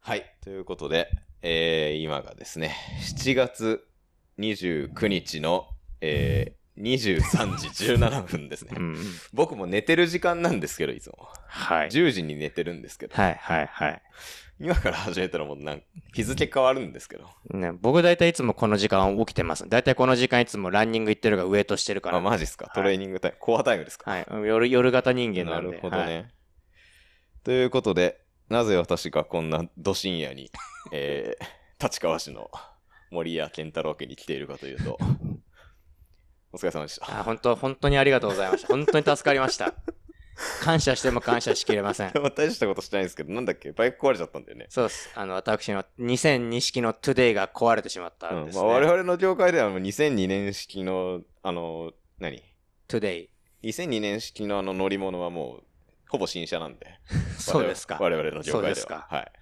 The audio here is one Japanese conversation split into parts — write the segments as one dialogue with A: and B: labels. A: はい。ということで、えー、今がですね、7月29日の、えー、23時17分ですね。
B: ん。
A: 僕も寝てる時間なんですけど、いつも。
B: はい。
A: 10時に寝てるんですけど、
B: はいはいはい。
A: 今から始めたらもうなんか日付変わるんですけど。
B: ね、僕大体いつもこの時間起きてます。大体この時間いつもランニング行ってるかウエイトしてるか
A: あ、
B: ら。
A: マジっすか
B: はい
A: トレーニングタイム、コアタイムですか
B: はい。夜、夜型人間
A: な
B: なんで。
A: るほど
B: はい
A: ね。ということで、なぜ私がこんなど深夜に、えー、立川市の森谷健太郎家に来ているかというと、お疲れ様でした。
B: あ、本当本当にありがとうございました。本当に助かりました。 感謝しても感謝しきれません。
A: まあ 大したことしてないんですけど、なんだっけ、バイク壊れちゃったんだよね。
B: そうです。あの、私の2002式の Today が壊れてしまったん
A: うん
B: です、
A: ま
B: ね
A: あ、我々の業界ではもう2002年式の、あの、何
B: Today。
A: ?2002 年式のあの乗り物はもう、ほぼ新車なんで。
B: そうですか。
A: 我々の業界では。
B: そうですか
A: はい。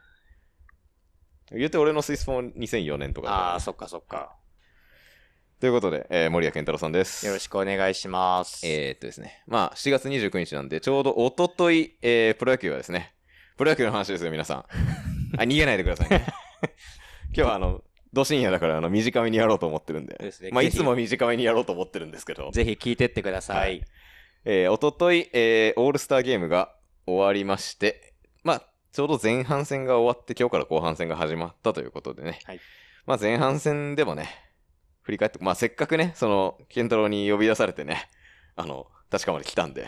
A: 言うて俺のスイスフォン2004年とかだから
B: ああ、そっかそっか。
A: ということで、えー森谷健太郎さんです。
B: よろしくお願いします。
A: えーっとですね、まあ、7月29日なんで、ちょうどおととい、えープロ野球はですね、プロ野球の話ですよ、皆さん。あ、逃げないでください ね。今日は、あの、ど深夜だから、あの、短めにやろうと思ってるんで、
B: ですね
A: まあ、
B: ぜ
A: い
B: ひ
A: つも短めにやろうと思ってるんですけど、
B: ぜひ聞いてってください。
A: はいえー、おととい、えーオールスターゲームが終わりまして、まあ、ちょうど前半戦が終わって、今日から後半戦が始まったということでね。
B: はい
A: まあ、前半戦でもね、振り返って、まあ、せっかくね、その、健太郎に呼び出されてね、あの、確かまで来たんで、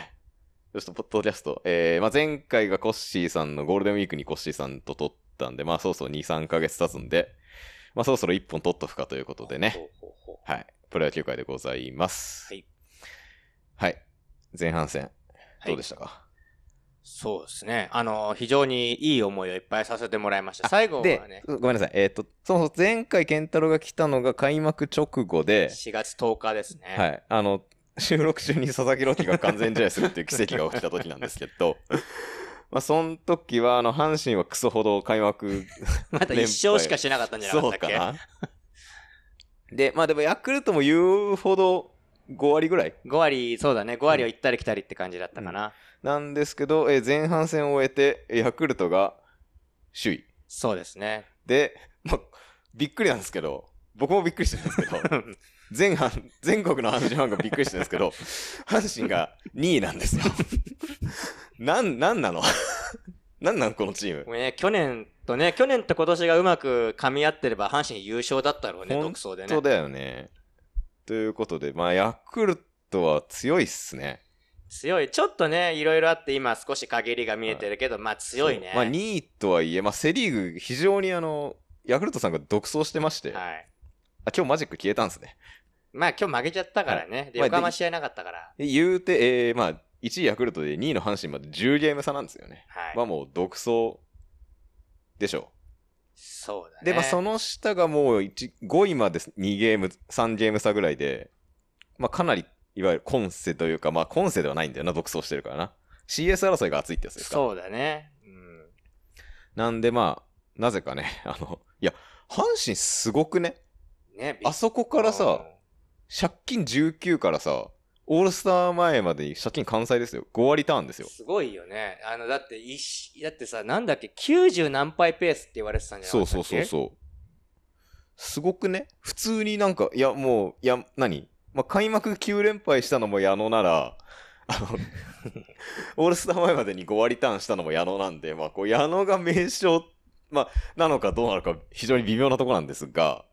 A: ちょっと、ポッドキャスト、えーまあ、前回がコッシーさんのゴールデンウィークにコッシーさんと撮ったんで、まあ、そろそろ2、3ヶ月経つんで、まあ、そろそろ1本撮っとくかということでね。
B: ほうほうほう
A: はい。プロ野球界でございます。
B: はい。
A: はい。前半戦、
B: はい
A: どうでしたか、
B: そうですね。あの、非常にいい思いをいっぱいさせてもらいました。
A: あ
B: 最後は
A: で
B: ね、、
A: ごめんなさい。えっ、と、そもそも前回健太郎が来たのが開幕直後で、
B: 4月10日ですね。
A: はい。あの、収録中に佐々木朗希が完全試合するっていう奇跡が起きた時なんですけ ど、まあ、その時は、あの、阪神はクソほど開幕
B: まだ1勝しかしなかったんじゃなか
A: そ
B: っ
A: う
B: たっ
A: か
B: け
A: な。で、まあでもヤクルトも言うほど5割ぐらい
B: 5割、そうだね、5割を行ったり来たりって感じだったかな。
A: なんですけど、えー前半戦を終えて、えーヤクルトが首位。
B: そうですね。
A: で、まあ、びっくりなんですけど、僕もびっくりしてるんですけど、 全半、全国の阪神ファンがびっくりしてるんですけど、阪神が2位なんですよ。なん、なんなのなんなのこのチー
B: も
A: ム。
B: うね、去年とね、去年と今年がうまく噛み合ってれば、阪神優勝だったろうね、
A: 本当
B: 独走でね
A: そう。だよね。ということで、まあ、ヤクルトは強いっすね。
B: 強い。ちょっとね、いろいろあって、今少し陰りが見えてるけど、まあ強いね。
A: そうまあ、2位とはいえ、まあ、セリーグ、非常にあの、ヤクルトさんが独走してまして、あ、
B: はい。
A: 今日マジック消えたんですね。
B: まあ今日負けちゃったからね。で
A: まあ
B: 横浜
A: で
B: 試合なかったから。
A: で言うて、えーまあ、1位ヤクルトで2位の阪神まで10ゲーム差なんですよね。
B: はい。
A: まあもう独走でしょ
B: そうだ
A: う。
B: ね。
A: で、まあその下がもう1 5位まで2ゲーム、3ゲーム差ぐらいで、まあかなり、いわゆる今世というか、まあ今世ではないんだよな、独走してるからな。CS 争いが熱いってやつですか。
B: そうだね。うん。
A: なんでまあ、なぜかね、 あの、いや、阪神すごくね。
B: ね、
A: あそこからさ、借金19からさ、オールスター前まで借金完済ですよ。5割ターンです
B: うん、
A: よ。
B: すごいよね。あの、だって、いし、だってさ、なんだっけ、90何敗ペースって言われてたんじゃな
A: そ
B: か
A: う
B: った
A: そ
B: っけ
A: うそうそう。すごくね、普通になんか、いや、もう、いや、何まあ、開幕9連敗したのも矢野なら、あ の、オールスター前までに5割ターンしたのも矢野なんで、まあ、こう、矢野が名称、まあ、なのかどうなのか非常に微妙なところなんですが、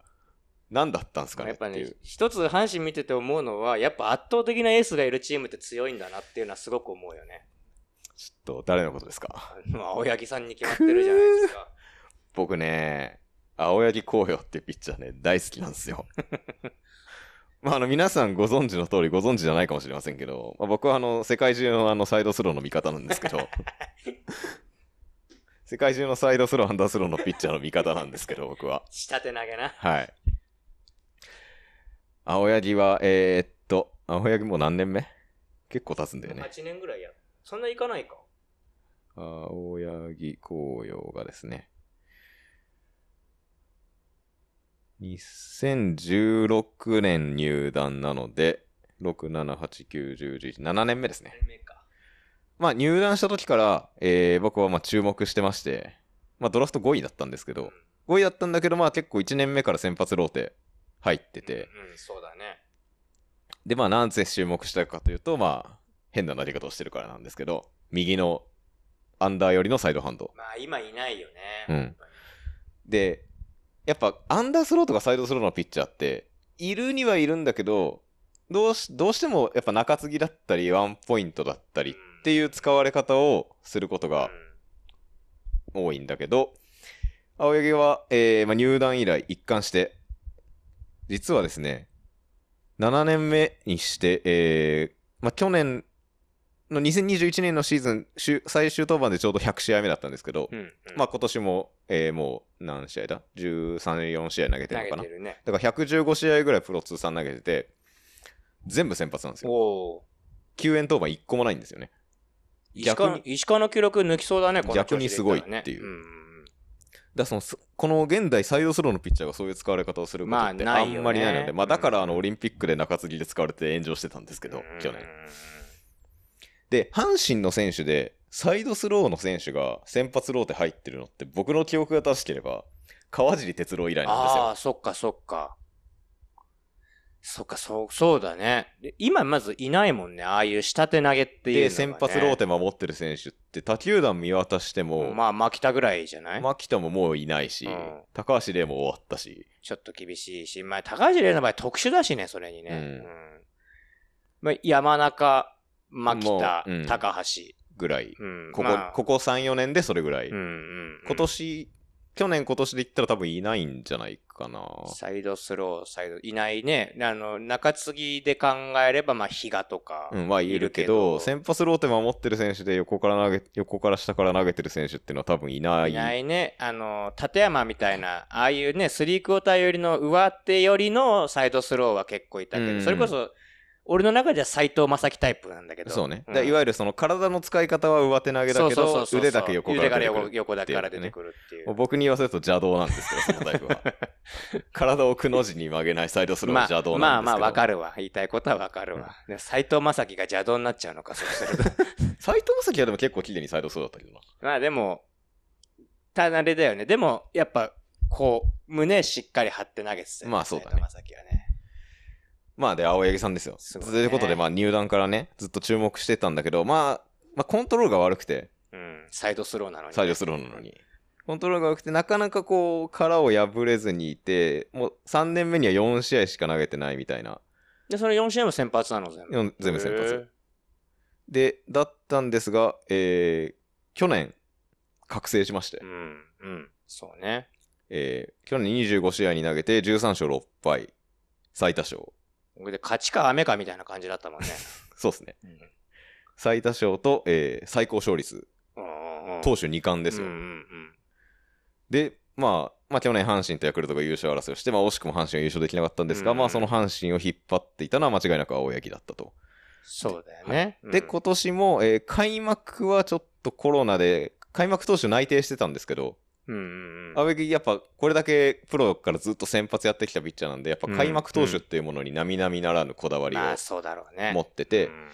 A: 何だったんですかね
B: やっ
A: って
B: ぱ
A: い
B: ね
A: う。、
B: 一つ阪神見てて思うのは、やっぱ圧倒的なエースがいるチームって強いんだなっていうのはすごく思うよね。
A: ちょっと、誰のことですか
B: あの青柳さんに決まってるじゃない ですか。
A: 僕ね、青柳光陽っていうピッチャーね、大好きなんですよ。 まあ、あの、皆さんご存知の通り、ご存知じゃないかもしれませんけど、まあ、僕はあの、世界中のあの、サイドスローの味方なんですけど、世界中のサイドスロー、アンダースローのピッチャーの味方なんですけど、僕は。
B: 下手投げな。
A: はい。青柳は、えーっと、青柳もう何年目結構経つんだよね。
B: 8年ぐらいや。そんないかないか。
A: 青柳紅葉がですね、2016年入団なので、6、7、8、9、10、11、7年目ですね。
B: 年目か。
A: まあ入団した時から、えー僕はまあ注目してまして、まあドラフト5位だったんですけど、5位だったんだけど、まあ結構1年目から先発ローテ入ってて、
B: うん、うんそうだね。
A: で、まあ、なんせ注目したかというと、まあ、変な投げ方をしてるからなんですけど、右のアンダー寄りのサイドハンド。
B: まあ今いないよね。
A: うん
B: やっぱり
A: で、やっぱ、アンダースローとかサイドスローのピッチャーって、いるにはいるんだけど、どうし、どうしてもやっぱ中継ぎだったり、ワンポイントだったりっていう使われ方をすることが
B: うん
A: 多いんだけど、青柳は、えーまあ、入団以来一貫して、実はですね、7年目にして、えーまあ、去年の2021年のシーズン、終最終登板でちょうど100試合目だったんですけど、
B: うんうん
A: まあ、今年も、えーもう何試合だ ?13、4試合投げてるのか
B: 投
A: な
B: げて。るね。
A: だから115試合ぐらいプロ通算投げてて、全部先発なんですよ。
B: おお。
A: 救援登板1個もないんですよね。
B: 石
A: 逆
B: 川
A: に
B: 石川の記録抜きそうだね、この調子でったらね
A: 逆にすごいっていう
B: うん
A: だからそのすこの現代サイドスローのピッチャーがそういう使われ方をすることって
B: まあ
A: あ
B: ないよね
A: んまりないので、まあ
B: うん
A: だからあのオリンピックで中継ぎで使われて炎上してたんですけど、
B: うん
A: 去年。で、阪神の選手で、サイドスローの選手が先発ローテ入ってるのって、僕の記憶が正しければ、川尻哲郎以来なんです
B: あ
A: よ。
B: あ、そっかそっか。そっか、そう、そうだね。で今まずいないもんね、ああいう下手投げっていうのが、
A: で、
B: ね。
A: 先発ローテ守ってる選手って、他球団見渡しても、
B: まあ、牧田ぐらいじゃない、
A: 牧田ももういないし、
B: うん
A: 高橋礼も終わったし、
B: ちょっと厳しいし、まあ、高橋玲の場合特殊だしね、それにね。
A: うん
B: うんまあ、山中、牧田、
A: もううん
B: 高橋。
A: ぐらい。
B: うん、
A: ここ、
B: まあ
A: ここ3、4年でそれぐらい。
B: うんうんうん
A: 今年、去年今年で言ったら多分いないんじゃないかな。
B: サイドスロー、サイド、いないね。あの、中継ぎで考えれば、まあ、比嘉とか。
A: うん、まあいるけど、先発ローテ守ってる選手で横から投げ、横から下から投げてる選手っていうのは多分いない。
B: いないね。あの、立山みたいな、ああいうね、スリークォーターよりの上手よりのサイドスローは結構いたけど、
A: うん
B: それこそ、俺の中では斎藤正樹タイプなんだけど。
A: そうね。
B: ん
A: だからいわゆるその体の使い方は上手投げだけ
B: そうそうそう
A: ど、
B: そう
A: 腕だけ横から出て
B: 腕
A: く
B: だ
A: る
B: け横だから出てくるってい
A: もう
B: う。
A: 僕に言わせると邪道なんですけど、そのタイプ は。体をくの字に曲げないサイドスローは
B: ま
A: 邪
B: あ、
A: 道
B: ま
A: な
B: あ
A: んです
B: まあ、
A: けど。
B: わかるわ。言いたいことはわかるわ。斎、藤正樹が邪道になっちゃうのか、そうすると。
A: 斎藤正樹はでも結構綺麗にサイドスローだったけどな。
B: まあでも、ただあれだよね。でも、やっぱ、こう、胸しっかり張って投げてたよ
A: まあそうだね
B: 斉藤正樹はね。
A: まあで、青柳さんですよ。
B: すごいね
A: ということで、まあ入団からね、ずっと注目してたんだけど、まあ、まあコントロールが悪くて、
B: うん。サイドスローなのに。
A: サイドスローなのに。コントロールが良くて、なかなかこう、殻を破れずにいて、もう3年目には4試合しか投げてないみたいな。
B: で、その4試合も先発なの全部。
A: よん全部先発
B: へー。
A: で、だったんですが、えー、去年、覚醒しまして
B: う、ん、うん。そうね。
A: えー、去年25試合に投げて13勝6敗、最多勝。
B: で、勝ちか雨かみたいな感じだったもんね。
A: そうですね。
B: うん
A: 最多勝と、えー、最高勝率、
B: うんうん
A: 投手2冠ですよ。
B: うんうん
A: で、まあ、まあ去年阪神とヤクルトが優勝争いをして、まあ惜しくも阪神は優勝できなかったんですが、
B: うん
A: まあその阪神を引っ張っていたのは間違いなく青柳だったと。
B: そうだよね。
A: で、
B: うん
A: 今年も、えー開幕はちょっとコロナで、開幕投手内定してたんですけど、
B: うんうんうん。
A: 青柳やっぱこれだけプロからずっと先発やってきたピッチャーなんで、やっぱ開幕投手っていうものに並々ならぬこだわりを
B: まあ、そうだろうね。
A: 持ってて、
B: うん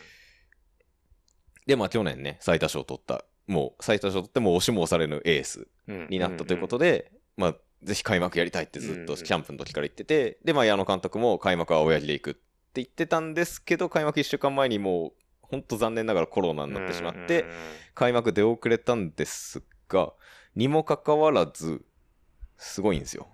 A: で、まあ去年ね、最多勝取った、もう最多勝取ってもう押しも押されぬエース
B: うん
A: になったということで、まあ、ぜひ開幕やりたいってずっ
B: う
A: と
B: んうん
A: キャンプの時から言ってて、で、まあ、矢野監督も開幕は青柳で行くって言ってたんですけど、開幕1週間前にもう、本当残念ながらコロナになってしまって、
B: うんうんうん
A: 開幕出遅れたんですが、にもかかわらず、すごいんですよ。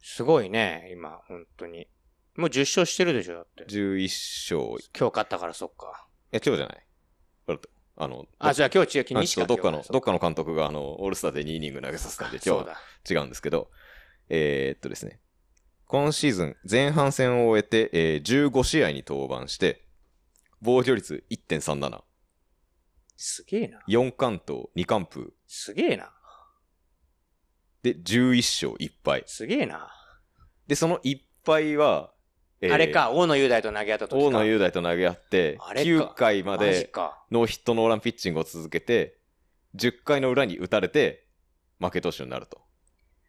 B: すごいね、今、本当に。もう10勝してるでしょ、だって。
A: 11勝、い
B: 今日勝ったからそっか。
A: や、今日じゃない。あの、
B: あ、じゃあ今日違う、
A: ど
B: 昨日しか
A: どっかの、どっか
B: か
A: の監督が、あの、オールスターで2イニング投げさせたんで、今日
B: そう
A: は
B: だ。
A: 違うんですけど、えーっとですね、今シーズン前半戦を終えて、えー15試合に登板して、防御率1.37、
B: すげえな。
A: 4完投、2完封
B: すげえな。
A: で11勝1敗。
B: すげえな。
A: で、その1敗は、えー
B: あれ。か、大野雄大と投げ合った時か
A: 大野雄大と投げ合って、
B: あれか
A: 9回ま
B: マジ
A: で
B: か。
A: ノーヒットノーランピッチングを続けて、10回の裏に打たれて、負け投手になると。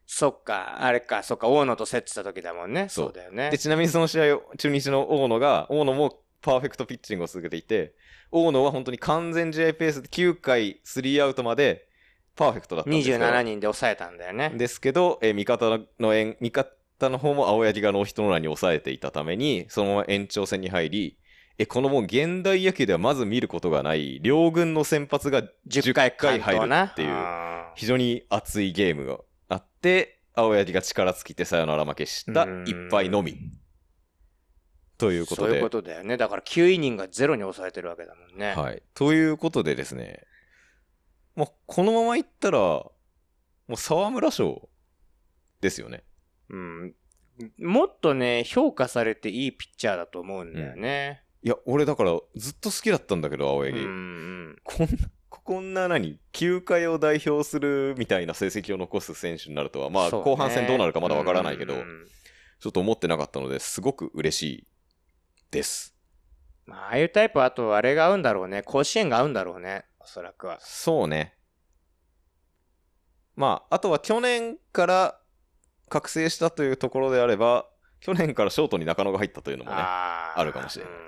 B: そっか、あれか、そっか、大野と競ってた時だもんね。
A: そう
B: そうだよね
A: で、。ちなみにその試合を、中日の大野が、大野もパーフェクトピッチングを続けていて、大野は本当に完全試合ペースで9回スリーアウトまでパーフェクトだったんですけど
B: 27人で抑えたんだよね。
A: ですけど、えー味方の円、味方の方も青柳がノーヒットノーランに抑えていたために、そのまま延長戦に入り、え、このもう現代野球ではまず見ることがない、両軍の先発が
B: 10回
A: 回入るっていう
B: う
A: 非常に熱いゲームがあって、青柳が力尽きてサヨナラ負けした
B: うん
A: 一敗のみ。ということ
B: そうい
A: で
B: うこ。とだよね。だから9イニングがゼロに抑えてるわけだもんね。
A: はい。ということでですね、まあ、このままいったら、もう沢村賞ですよね。
B: うん。もっとね、評価されていいピッチャーだと思うんだよね。
A: いや、俺だからずっと好きだったんだけど、青
B: うん。
A: 柳。
B: うん
A: こんな、こんな何、球界を代表するみたいな成績を残す選手になるとは、まあ、
B: そうね
A: 後半戦どうなるかまだわからないけど、
B: うんうん
A: ちょっと思ってなかったので、すごく嬉しいです。
B: まあああいうタイプはあとあれが合うんだろうね。甲子園が合うんだろうね。おそらくは。
A: そうね。まあ、あとは去年から覚醒したというところであれば、去年からショートに中野が入ったというのもね、
B: あー
A: あるかもしれない
B: うん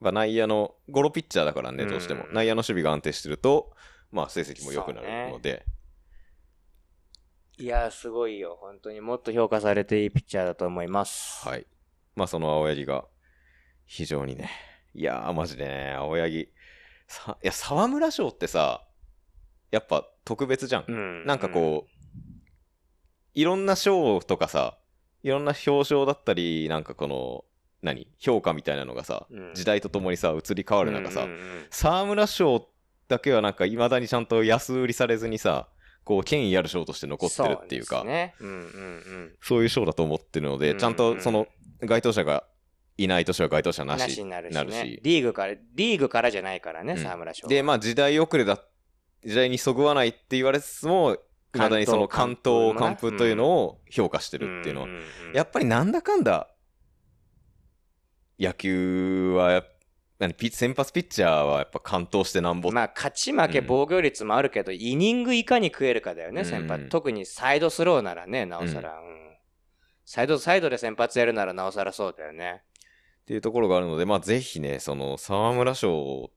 A: まあ、内野の、ゴロピッチャーだからね、どうしても
B: う。ん
A: 内野の守備が安定してると、まあ、成績も良くなるので、
B: いやー、すごいよ。本当にもっと評価されていいピッチャーだと思います。
A: はい。まあ、その青柳が、非常にね、いやー、マジでね、青柳、さ、いや、沢村賞ってさ、やっぱ特別じゃん。
B: うん。
A: なんかこう、いろんな賞とかさ、いろんな表彰だったり、なんかこの、何評価みたいなのがさ、
B: うん
A: 時代とともにさ、移り変わ
B: うん、
A: る中さ
B: うん、うん
A: 沢村賞だけはなんか、未だにちゃんと安売りされずにさ、こう、権威ある賞として残ってるっていうか、
B: そですね。うんうん
A: そういう賞だと思ってるの
B: う
A: で、
B: ん
A: ちゃんとその該当者がいない年は該当者
B: うん。
A: な
B: なし
A: し
B: に。なるし,、
A: な
B: ね、
A: るし
B: リーグから、リーグからじゃないからね、
A: うん
B: 沢村賞。
A: で、まあ時代遅れだ、時代にそぐわないって言われつつも、いまだにその関東
B: 関東
A: 完封というのを評価してるっていうのは
B: ん、んん
A: やっぱりなんだかんだ、野球はやっ、何ピ先発ピッチャーはやっぱ完投してなんぼ。
B: まあ、勝ち負け、
A: うん
B: 防御率もあるけど、イニングいかに食えるかだよね、先
A: うん
B: 発。特にサイドスローならね、なおさら。うんサイドサイドで先発やるならなおさらそうだよね。
A: っていうところがあるので、まあぜひね、その沢村賞、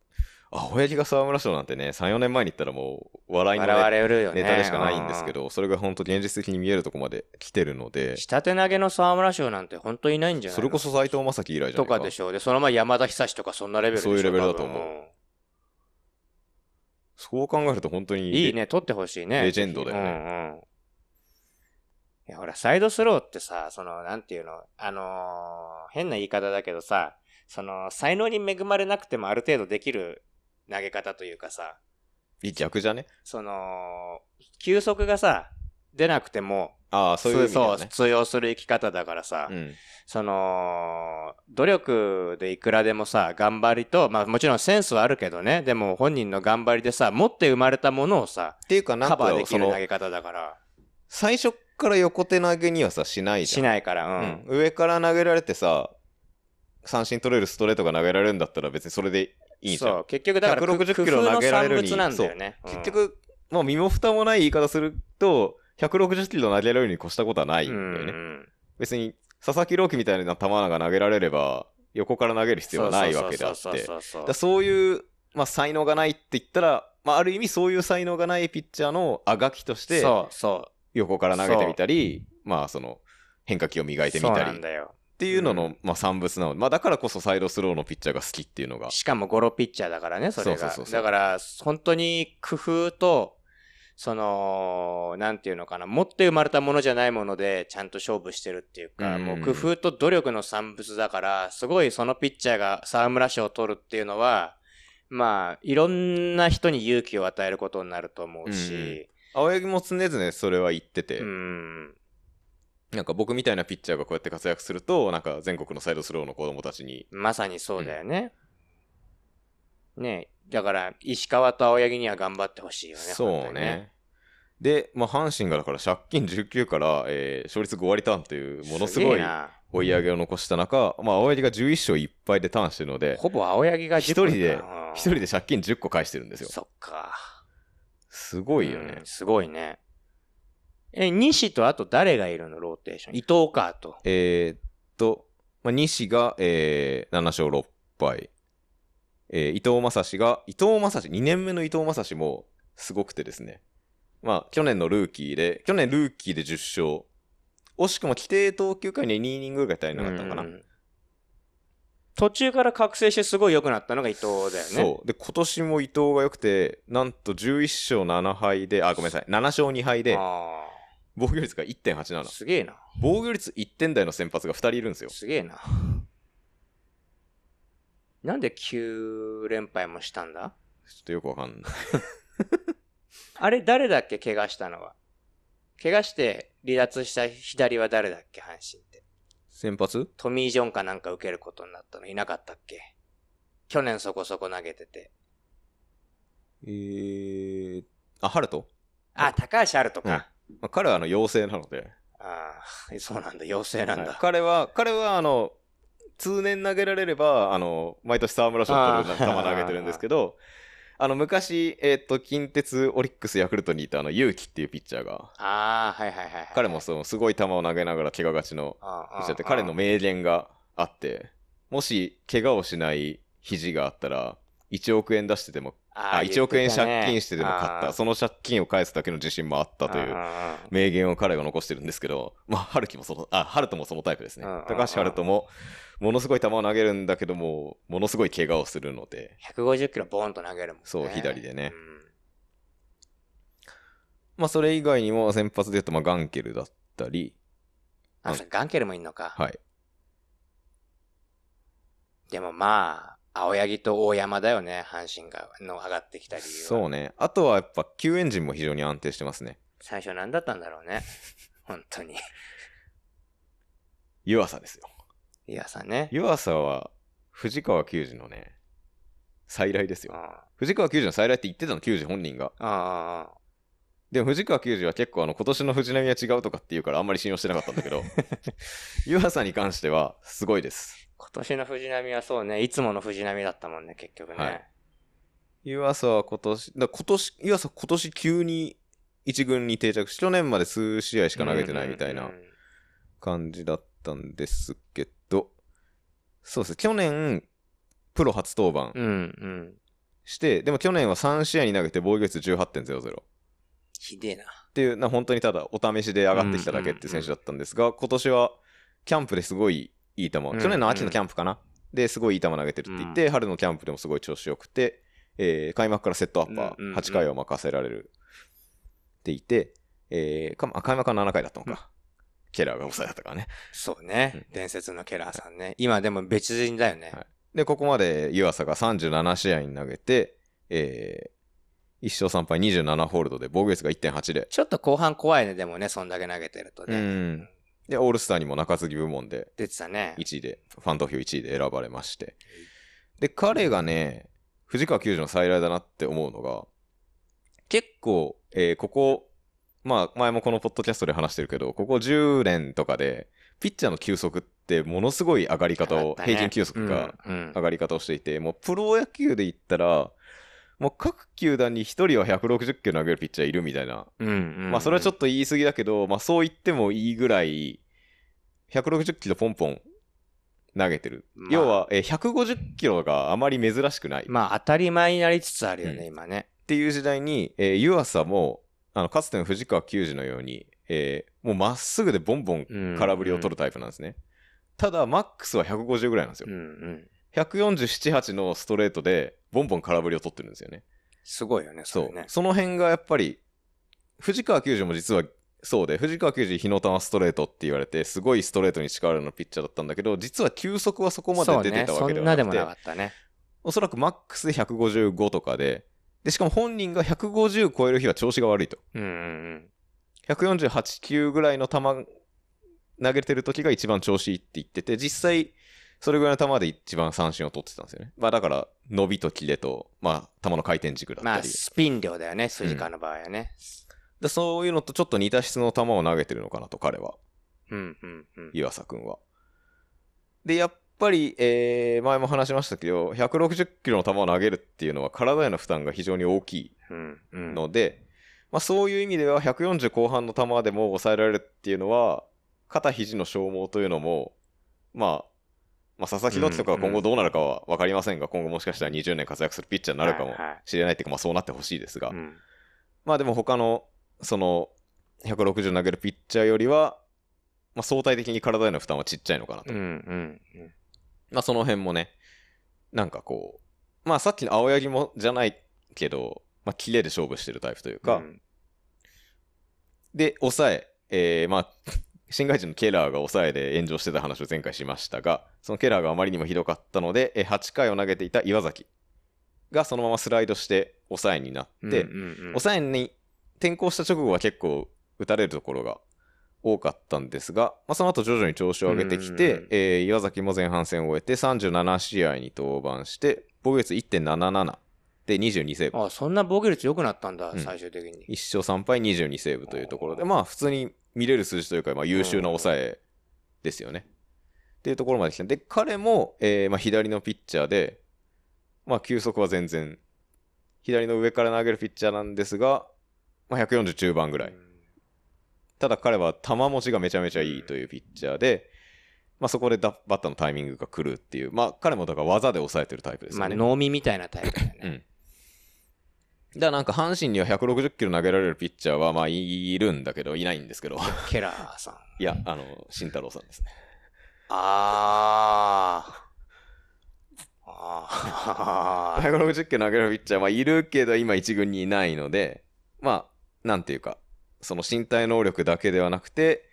A: 青柳が沢村賞なんてね、3、4年前に行ったらもう笑いの
B: 笑
A: ね
B: われるよね。
A: ネタでしかないんですけ
B: う。
A: ど、それが本当現実的に見えるとこまで来てるので、
B: 下手投げの沢村賞なんて本当いないんじゃない
A: それこそ斎藤正樹以来じゃ
B: と
A: ないか
B: かでしょう。で、その前山田久志とかそんなレベルでしょ
A: そういうレベルだと
B: 多分
A: 思そう考えると本当に
B: いいね、取ってほしいね。
A: レジェンドだよね
B: うんうん。いや、ほら、サイドスローってさ、その、なんていうの、あのー変な言い方だけどさ、その、才能に恵まれなくてもある程度できる投げ方というかさ、
A: 逆じゃね
B: その、球速がさ、出なくても、
A: ああそういう意味だよ
B: そう
A: ね
B: 通用する生き方だからさ、
A: うん
B: その、努力でいくらでもさ、頑張りと、まあもちろんセンスはあるけどね、でも本人の頑張りでさ、持って生まれたものをさ、
A: っていうかなん
B: カバー
A: かそ
B: できる
A: の
B: 投げ方だから、
A: 最初から横手投げにはさしないじゃ
B: し
A: ん
B: ないから、うん。
A: うん上から投げられてさ三振取れるストレートが投げられるんだったら別にそれでいいじゃ
B: そ
A: ん
B: う、結局だから、
A: 160キロ
B: 工夫の
A: 投げられるに
B: 産物なんだよね。うん
A: 結、局まあ身も蓋もない言い方すると160キロ投げられるに越したことはないん
B: う
A: だ
B: ん
A: よ
B: う
A: ね
B: ん
A: 別に佐々木朗希みたいな球が投げられれば横から投げる必要はないわけであって
B: そうそうそうそう
A: だからそういう、まあ、才能がないって言ったら、まあ、ある意味そういう才能がないピッチャーのあがきとして
B: そうそ
A: 横から投げてみたり、まあその変化球を磨
B: う。
A: いてみ
B: そう
A: た
B: な
A: り
B: ん
A: っ
B: だよ。
A: ていうのの、
B: う
A: まあ、産物なので、まあ、だからこそサイドスローのピッチャーが好きっていうのが
B: しかもゴロピッチャーだからね、それ
A: そう
B: が
A: そうそう。そう
B: だから、本当に工夫と、その、なんていうのかな、持って生まれたものじゃないもので、ちゃんと勝負してるっていうか、
A: うん
B: もう工夫と努力の産物だから、すごいそのピッチャーが沢村賞を取るっていうのは、まあ、いろんな人に勇気を与えることになると思うし、
A: 青柳も常々それは言ってて、
B: うん、
A: なんか僕みたいなピッチャーがこうやって活躍するとなんか全国のサイドスローの子供たちに
B: まさにそうだよね。ねえだから、石川と青柳には頑張ってほしいよね。本
A: そ
B: 当
A: う
B: に
A: ね。で、まあ、阪神がだから借金19から、えー勝率5割ターンというものすごい
B: げえな
A: 追い上げを残した中、まあ、青柳が11勝1敗でターンしてるので、
B: ほぼ青柳が10
A: 一
B: 個
A: 人で
B: かな、
A: 一人で借金10個返してるんですよ。
B: そっか。
A: す
B: す
A: ごいよね。
B: すごいね。え、西とあと誰がいるのローテーション。伊藤かと。
A: えーっと、まあ、西が、えー7勝6敗。えー伊藤正史が、伊藤正史、2年目の伊藤正史もすごくてですね。まあ、去年のルーキーで、去年ルーキーで10勝。惜しくも規定投球回に2イニングぐらい足りなかったのかな。
B: うん途中から覚醒してすごい良くなったのが伊藤だよね。
A: そう。で、今年も伊藤が良くて、なんと11勝7敗で、あ、ごめんなさい、7勝2敗で、
B: あ
A: 防御率が1.87
B: あ。。すげえな。
A: 防御率1点台の先発が2人いるんですよ。
B: すげえな。なんで9連敗もしたんだ
A: ちょっとよくわか んない。
B: あれ誰だっけ怪我したのは。怪我して離脱した左は誰だっけ阪神って。
A: 先発
B: トミー・ジョンかなんか受けることになったのいなかったっけ去年そこそこ投げてて。
A: えー、あ、ハルト、
B: あ、高橋あると
A: うん
B: か。
A: まあ、彼はあの、妖精なので。
B: ああ、そうなんだ。妖精なん
A: はい
B: だ。
A: 彼は、彼はあの、通年投げられれば、あの、毎年沢村賞取る球
B: あー
A: 投げてるんですけど、あの、昔、えっ、と、近鉄、オリックス、ヤクルトにいたあの、勇気っていうピッチャーが、
B: ああ、はいはいはいはい。
A: 彼もその、すごい球を投げながら怪我がちの
B: ああ、
A: ピッチャーで
B: ああ
A: 彼の名言があって、もし、怪我をしない肘があったら、1億円出してでも、あ、1億円借金してでも買った、その借金を返すだけの自信もあったという。
B: う。
A: 名言を彼が残してるんですけど、まあ、春樹もその、あ、春人もそのタイプですね
B: うんうんうん。
A: 高橋春人も、ものすごい球を投げるんだけども、ものすごい怪我をするので、
B: 150キロボーンと投げるもんね。
A: そう左でね
B: うん
A: まあ、それ以外にも先発で言うと、まあ、ガンケルだったり、
B: あ、
A: うん
B: そうガンケルもいんのか。
A: はい。
B: でもまあ、青柳と大山だよね、阪神が、の上がってきた理由は。
A: そうね。あとはやっぱ、救援陣も非常に安定してますね。
B: 最初何だったんだろうね。 本当に。
A: 湯浅ですよ。
B: 湯浅ね。
A: 湯浅は、藤川球児のね、再来です
B: うん
A: よ。
B: あ
A: 藤川球児の再来って言ってたの、球児本人が。
B: ああ
A: でも藤川球児は結構あの今年の藤浪は違うとかって言うからあんまり信用してなかったんだ けど、湯浅に関してはすごいです。
B: あ今年の藤浪はそうね、いつもの藤浪だったもんね、結局ね。
A: はい湯浅は今年、だ今年、湯浅今年急に一軍に定着し、去年まで数試合しか投げてないみたい
B: うん
A: な
B: うんうん
A: 感じだったんですけど、そうですね、去年、プロ初登板
B: うんうん。
A: して、でも去年は3試合に投げて防御率18.00。
B: ひでえな。
A: っていうな本当にただお試しで上がってきただけっていう選手だったんですが、今年はキャンプですごいいい球、
B: ん
A: 去年の秋のキャンプかな、ですごいいい球投げてるって言って、春のキャンプでもすごい調子よくて、えー開幕からセットアッパ
B: うんうんう
A: ー
B: ん
A: 8回を任せられるっていて、えーかあ開幕は7回だったのか、ケラーが抑えだったからね。
B: そうね、
A: うん
B: 伝説のケラーさんね。今でも別人だよね。
A: はいで、ここまで湯浅が37試合に投げて、え1勝3敗27ホールドで防御率が1.80。
B: ちょっと後半怖いね、でもね、そんだけ投げてるとね。
A: うんで、オールスターにも中継ぎ部門で
B: 出てたね。
A: 1位で、ファン投票1位で選ばれまして。で、彼がね、藤川球児の再来だなって思うのが、結構、えーここ、まあ、前もこのポッドキャストで話してるけど、ここ10年とかで、ピッチャーの球速ってものすごい上がり方
B: 上が
A: を
B: っ、たね
A: 平均球速が
B: うんうん
A: 上がり方をしていて、もうプロ野球で言ったら、もう各球団に1人は160キロ投げるピッチャーいるみたいな
B: うんうん
A: まあそれはちょ
B: っ
A: っと言い過ぎだけど、まあそう言ってもいいぐらい、160キロポンポン投げてる。
B: まあ
A: 要は、えー150キロがあまり珍しくない。
B: と
A: っ
B: まあ当たり前になりつつあるよね、
A: うん
B: 今ね。
A: ていう時代に、えー湯浅も、あの、かつての藤川球児のように、えーもうまっすぐでボンボン空振りを取るタイプなんですね。ただ、マックスは150ぐらいなんですよ
B: うん。うん。
A: 147、8のストレートで、ボンボン空振りを取ってるんですよね。
B: すごいよね、そ
A: そ
B: れ
A: う
B: ね。。
A: その辺がやっぱり、藤川球児も実はそうで、藤川球児、日の玉ストレートって言われて、すごいストレートに力あるのピッチャーだったんだけど、実は球速はそこまで出てたわけで
B: そうね、そん
A: は
B: な
A: な
B: で
A: く
B: も
A: て、
B: なかったね。
A: おそらくマックスで155とかで、で、しかも本人が150超える日は調子が悪いと。
B: うんうん
A: 148球ぐらいの球投げてる時が一番調子いいって言ってて、実際、それぐらいの球で一番三振を取ってたんですよね。まあだから、伸びと切れと、まあ、球の回転軸だっ
B: うん。ま
A: た
B: あ
A: り。
B: スピン量だよね、筋川の場合はね。
A: でそういうのとちょっと似た質の球を投げてるのかなと、彼は、
B: うんうんうん。
A: 湯浅君は。で、やっぱり、えー前も話しましたけど、160キロの球を投げるっていうのは体への負担が非常に大きい
B: うんうん。
A: ので、まあ、そういう意味では140後半の球でも抑えられるっていうのは、肩肘の消耗というのも、まあ、まあ、佐々木朗希とかは今後どうなるかは分かりませんが、今後もしかしたら20年活躍するピッチャーになるかも
B: はいはい
A: しれないっていうか、まあ、そうなってほしいですが、
B: うん
A: まあでも他の、その、160投げるピッチャーよりは、まあ、相対的に体への負担はちっちゃいのかなと。
B: うんうんうん
A: まあその辺もね、なんかこう、まあさっきの青柳もじゃないけど、まあキレで勝負してるタイプというか、
B: うん
A: で、抑え、えーまあ、 新外人のケラーが抑えで炎上してた話を前回しましたが、そのケラーがあまりにもひどかったので、えー8回を投げていた岩崎がそのままスライドして抑えになって、
B: うんうんうん
A: 抑えに転向した直後は結構打たれるところが多かったんですが、まあ、その後徐々に調子を上げてき
B: うんうん
A: て
B: うん、
A: えー岩崎も前半戦を終えて37試合に登板して、防御率1.77で22セーブ。
B: あそんな防御率良くなったんだ、
A: うん
B: 最終的に。
A: 1勝3敗22セーブというところで、
B: おー
A: まあ普通に見れる数字というか、まあ優秀な抑えですよね。っていうところまで来た。で、彼も、えーまあ左のピッチャーで、まあ球速は全然、左の上から投げるピッチャーなんですが、まあ140中盤ぐらい。ただ彼は球持ちがめちゃめちゃいいというピッチャーで、まあそこでだバッターのタイミングが狂うっていう、まあ彼もだから技で抑えてるタイプです
B: ま
A: よ
B: あ、
A: ね。
B: 脳みみたいなタイプだよ
A: う
B: ね。
A: ん。だからなんか阪神には160キロ投げられるピッチャーはまあいるんだけど、いないんです けど、
B: ケラ ーさん。
A: いや、あの、慎太郎さん ですね。
B: あー。あー。
A: 160キロ投げられるピッチャーはいるけど、今一軍にいないので、まあ、なんていうか、その身体能力だけではなくて、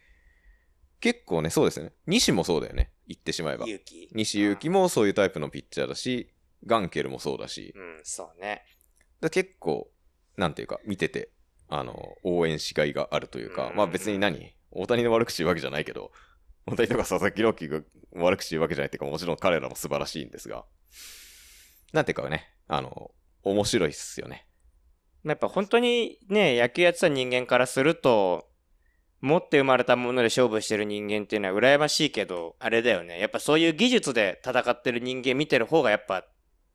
A: 結構ね、そうですよね。西もそうだよね。言ってしまえば。
B: 勇気。
A: 西勇輝もそういうタイプのピッチャーだし、ガンケルもそうだし、だか
B: うん、そうね。
A: ら結構、なんていうか、見てて、あの、応援しがいがあるというか、
B: うん
A: まあ別に何大谷の悪口言うわけじゃないけど、大谷とか佐々木朗希が悪口言うわけじゃないっていうか、もちろん彼らも素晴らしいんですが、なんていうかね、あの、面白いっすよね。
B: やっぱ本当にね、野球やってた人間からすると、持って生まれたもので勝負してる人間っていうのは羨ましいけど、あれだよね。やっぱそういう技術で戦ってる人間見てる方がやっぱ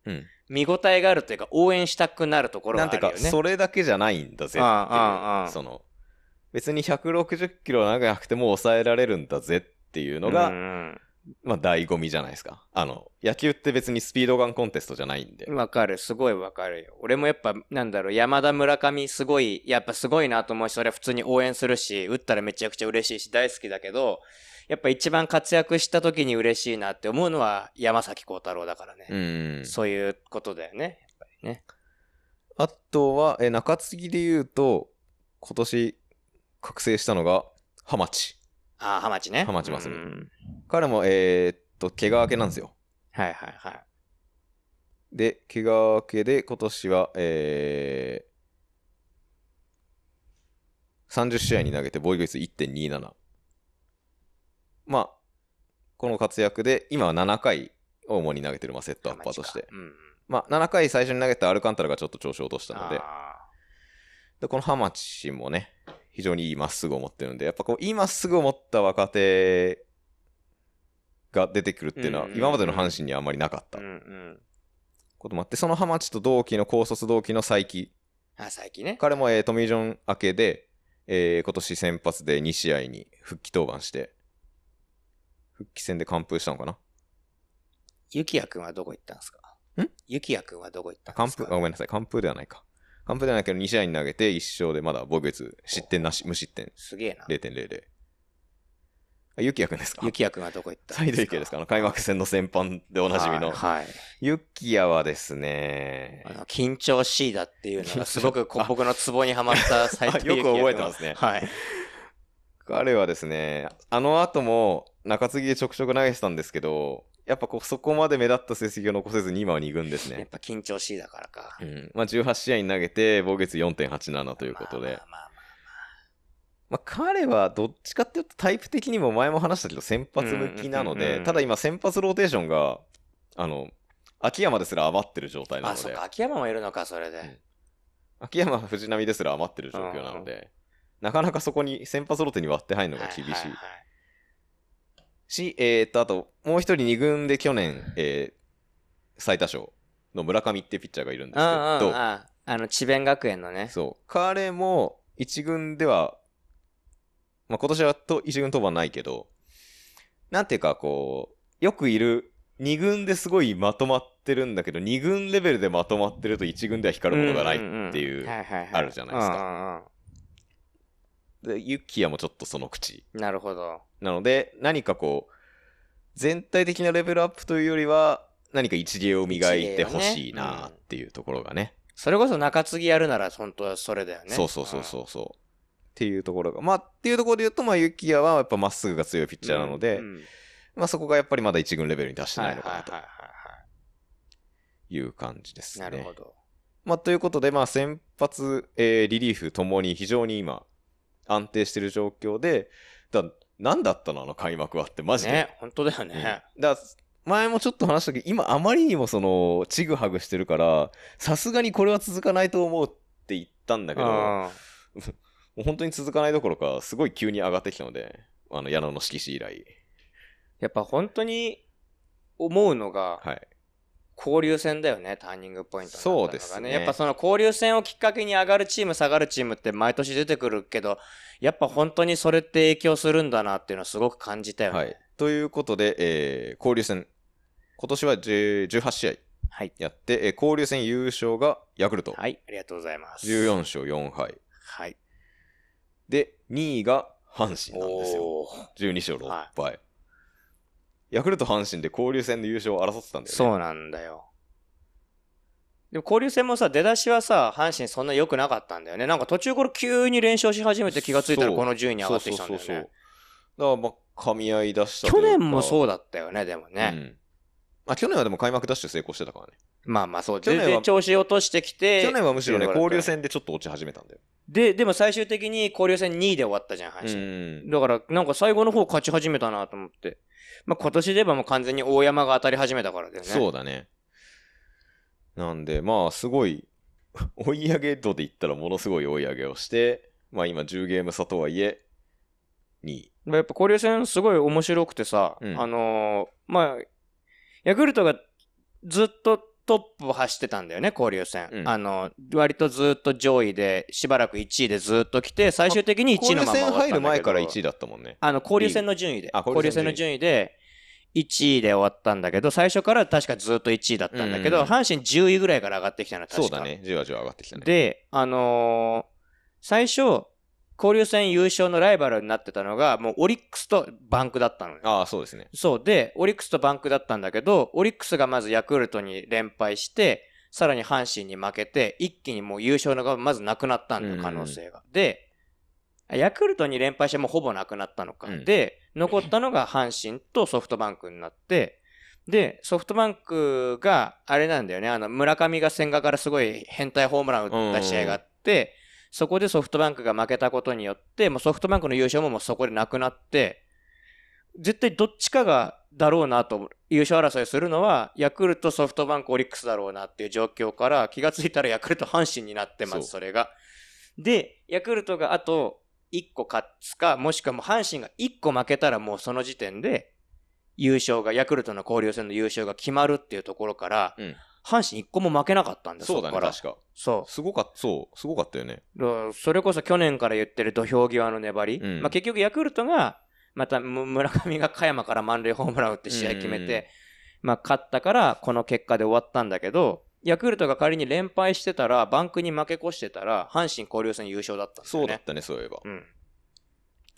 A: うん。
B: 見応えがあるというか、応援したくなるところ
A: な
B: が
A: んて
B: あ
A: いう
B: るよ
A: か、
B: ね。
A: それだけじゃないんだぜっていう
B: ああああああ
A: その、別に160キロ投げなくても抑えられるんだぜっていうのが、
B: うん
A: まあ、醍醐味じゃないですか。あの、野球って別にスピードガンコンテストじゃないんで
B: うん。。わかる、すごいわかるよ。俺もやっぱ、なんだろう、山田村上、すごい、やっぱすごいなと思うし、それは普通に応援するし、打ったらめちゃくちゃ嬉しいし、大好きだけど、やっぱ一番活躍した時に嬉しいなって思うのは山崎幸太郎だからね。
A: うん。
B: そういうことだよね。
A: あとは、え、中継ぎで言うと、今年、覚醒したのが、ハマチ。
B: ああ、ハマチね。
A: ハマチマスミ
B: うん
A: 彼も、えーっと、怪我明けなんですよ。
B: はいはいはい。
A: で、怪我明けで、今年は、えー、30試合に投げて防御率1.27。まあ、この活躍で、今は7回を主に投げてる、まあ、セットアッパーとして
B: ハマチ。かうん。
A: まあ、7回最初に投げたアルカンタラがちょっと調子を落としたので、
B: あ
A: でこのハマチもね、非常にいいまっすぐを持ってるんで、やっぱこう、いいまっすぐを持った若手が出てくるっていうのは、
B: うんうんうん
A: 今までの阪神にはあんまりなかっ
B: ー
A: た
B: うんうん。
A: こともあって、そのハマチと同期の、高卒同期の佐伯、
B: あ、最近ね。
A: 彼も、えートミー・ジョン明けで、えー今年先発で2試合に復帰登板して、復帰戦で完封したのかな
B: ゆきやくんはどこ行ったんですか
A: ん
B: ゆきやくんはどこ行ったん
A: 完
B: です
A: 封、
B: か
A: あごめんなさい、完封ではないか。完封ではないけど、2試合に投げて1勝でまだ防御率、失点なし、無失点
B: すげえな。
A: 0.00。あ、ゆきやくんですか
B: ゆきやくんはどこ行った
A: サイド池ですかあの開幕戦の先般でおなじみの。
B: はい。はい
A: ユッキヤはですね
B: あ、の緊張しいだっていうのがすごくこ
A: 緊張
B: 僕のツボにはまった最近。
A: あ よく覚えてますね
B: はい。
A: 彼はですね、あの後も中継ぎでちょくちょく投げてたんですけど、やっぱこうそこまで目立った成績を残せずに今は2軍です
B: やっ
A: ね。
B: ぱ緊張しいだからか。
A: うん。まあ18試合に投げて防御率4.87ということで
B: まあ。まあ
A: まあ彼はどっちかっていうとタイプ的にも前も話したけど先発向きなの
B: うんうんうん
A: で
B: う、ん
A: ただ今先発ローテーションが、あの、秋山ですら余ってる状態
B: まあ。
A: な
B: あ、
A: の
B: そっ
A: で
B: か、。秋山もいるのか、それで。
A: ん秋山、藤浪ですら余ってる状況なので、なかなかそこに先発ローテに割って入るのが厳しい。
B: はいはいはい
A: し、えーっと、あと、もう一人2軍で去年、えー最多勝の村上ってピッチャーがいるんです
B: うんうん
A: け
B: ああの智弁学園のね
A: ど、そう、彼も1軍では、まあ、今年はと1軍登板ないけど、なんていうか、こう、よくいる2軍ですごいまとまってるんだけど、2軍レベルでまとまってると1軍では光るものがないっていう。
B: はいはいはい
A: あるじゃないですか
B: うんうん
A: でユッキヤもちょっとその口。
B: うんなるほど。
A: なので、何かこう、全体的なレベルアップというよりは、何か一芸を磨いてほしいなっていうところがね。
B: それこそ中継ぎやるなら本当はそれだよね。
A: そうそうそうそうそう。っていうところが。まあ、っていうところで言うと、まあ、ユキヤはやっぱまっすぐが強いピッ
B: うん。
A: チャーなので、
B: うんうん
A: まあそこがやっぱりまだ一軍レベルに達してないのか
B: は
A: ないと
B: はいはいはいは
A: いう感じです
B: い
A: ね。
B: なるほど。
A: まあ、ということで、まあ、先発、えーリリーフともに非常に今、安定してる状況で、だ何だったのあの開幕はって、マジで。
B: ね、本当だよ
A: うん
B: ね。
A: だ前もちょっと話したけど、今あまりにもその、ちぐはぐしてるから、さすがにこれは続かないと思うって言ったんだけど、も
B: あ
A: う本当に続かないどころか、すごい急に上がってきたので、あの、矢野の色紙以来。
B: やっぱ本当に思うのが、
A: はい。
B: 交流戦だよね、ターニングポイントになったのが、
A: そうですね
B: やっぱその交流戦をきっかけに上がるチーム、下がるチームって毎年出てくるけど、やっぱ本当にそれって影響するんだなっていうのはすごく感じたよね。
A: はい。ということで、えー交流戦、今年は10 18試合
B: はい。
A: やって、えー交流戦優勝がヤクルト。
B: はいありがとうございます。
A: 14勝4敗。
B: はい。
A: で、2位が阪神なんですよ。
B: おー
A: 12勝6
B: は
A: 敗。ヤクルト、阪神で交流戦で優勝を争ってたんだよね。
B: そうなんだよ。でも交流戦もさ、出だしはさ、阪神そんな良くなかったんだよね。なんか途中頃急に連勝し始めて気がついたら
A: そう
B: この順位に上がってきたんだよ
A: そうそうそうそうだ
B: ね
A: か。ら、まあ、噛み合い出した
B: 去年も
A: う
B: そうだったよね、でも
A: か
B: ね。
A: うんまあ、去年はでも開幕ダッシュ成功してたからね。
B: まあまあそう。
A: 去年は
B: 全然調子落としてきて。
A: 去年はむしろね、
B: っていうの
A: 交流
B: があったよね。
A: 戦でちょっと落ち始めたんだよ。
B: で、でも最終的に交流戦2位で終わったじゃん、阪神。
A: ん。
B: だから、なんか最後の方勝ち始めたなと思って。まあ今年で言えばもう完全に大山が当たり始めたからだよね。
A: そうだね。なんで、まあ、すごい、 追い上げ度で言ったらものすごい追い上げをして、まあ今10ゲーム差とはいえ、2位。
B: まあやっぱ交流戦すごい面白くてさ、
A: うん
B: あのーまあ、ヤクルトがずっとトップを走ってたんだよね、交流戦。
A: うん
B: あの、割とずっと上位で、しばらく1位でずっと来て、最終的に1位
A: 交
B: の
A: 流
B: まま終わ
A: 戦
B: ったんだ
A: 入
B: けど
A: る前から1位だったもんね。
B: あの、交流戦の順位で。
A: あ
B: 交
A: 交
B: 流
A: 流
B: 戦
A: 戦
B: の
A: の
B: 順
A: 順
B: 位で、1位で終わったんだけど、最初から確かずっと1位だったんだけど、
A: うん
B: 阪神10位ぐらいから上がってきたの、確
A: そ
B: か
A: うだね。じわじわ上がってきたね。
B: で、あのー最初、交流戦優勝のライバルになってたのが、もうオリックスとバンクだったのよ。
A: ああ、そうですね。
B: そうで、オリックスとバンクだったんだけど、オリックスがまずヤクルトに連敗して、さらに阪神に負けて、一気にもう優勝のがまずなくなったんだ
A: うん
B: よ、
A: うん
B: 可能性が。で、ヤクルトに連敗してもうほぼなくなったのか。
A: うん
B: で、残ったのが阪神とソフトバンクになって、で、ソフトバンクが、あれなんだよね、あの、村上が千賀からすごい変態ホームラン打った試合があって、そこでソフトバンクが負けたことによって、もうソフトバンクの優勝ももうそこでなくなって、絶対どっちかがだろうなと、優勝争いするのは、ヤクルト、ソフトバンク、オリックスだろうなっていう状況から、気がついたらヤクルト、阪神になってま
A: そう
B: す、それが。で、ヤクルトがあと1個勝つか、もしくはもう阪神が1個負けたらもうその時点で、優勝が、ヤクルトの交流戦の優勝が決まるっていうところから、
A: うん
B: 阪神1個も負けなかったんだよ、
A: そうだ
B: こ
A: ね、
B: から
A: 確か。
B: そう。
A: すごかった、そう、すごかったよね。
B: だからそれこそ去年から言ってる土俵際の粘り、
A: うん
B: まあ、結局ヤクルトがまたむ 村上が加山から満塁ホームラン打って試合決め
A: うんうんうん
B: て、まあ、勝ったからこの結果で終わったんだけどヤクルトが仮に連敗してたらバンクに負け越してたら阪神交流戦優勝だったんだ
A: そ
B: よ
A: うだっ
B: ね。
A: たね、そういえば。
B: うん、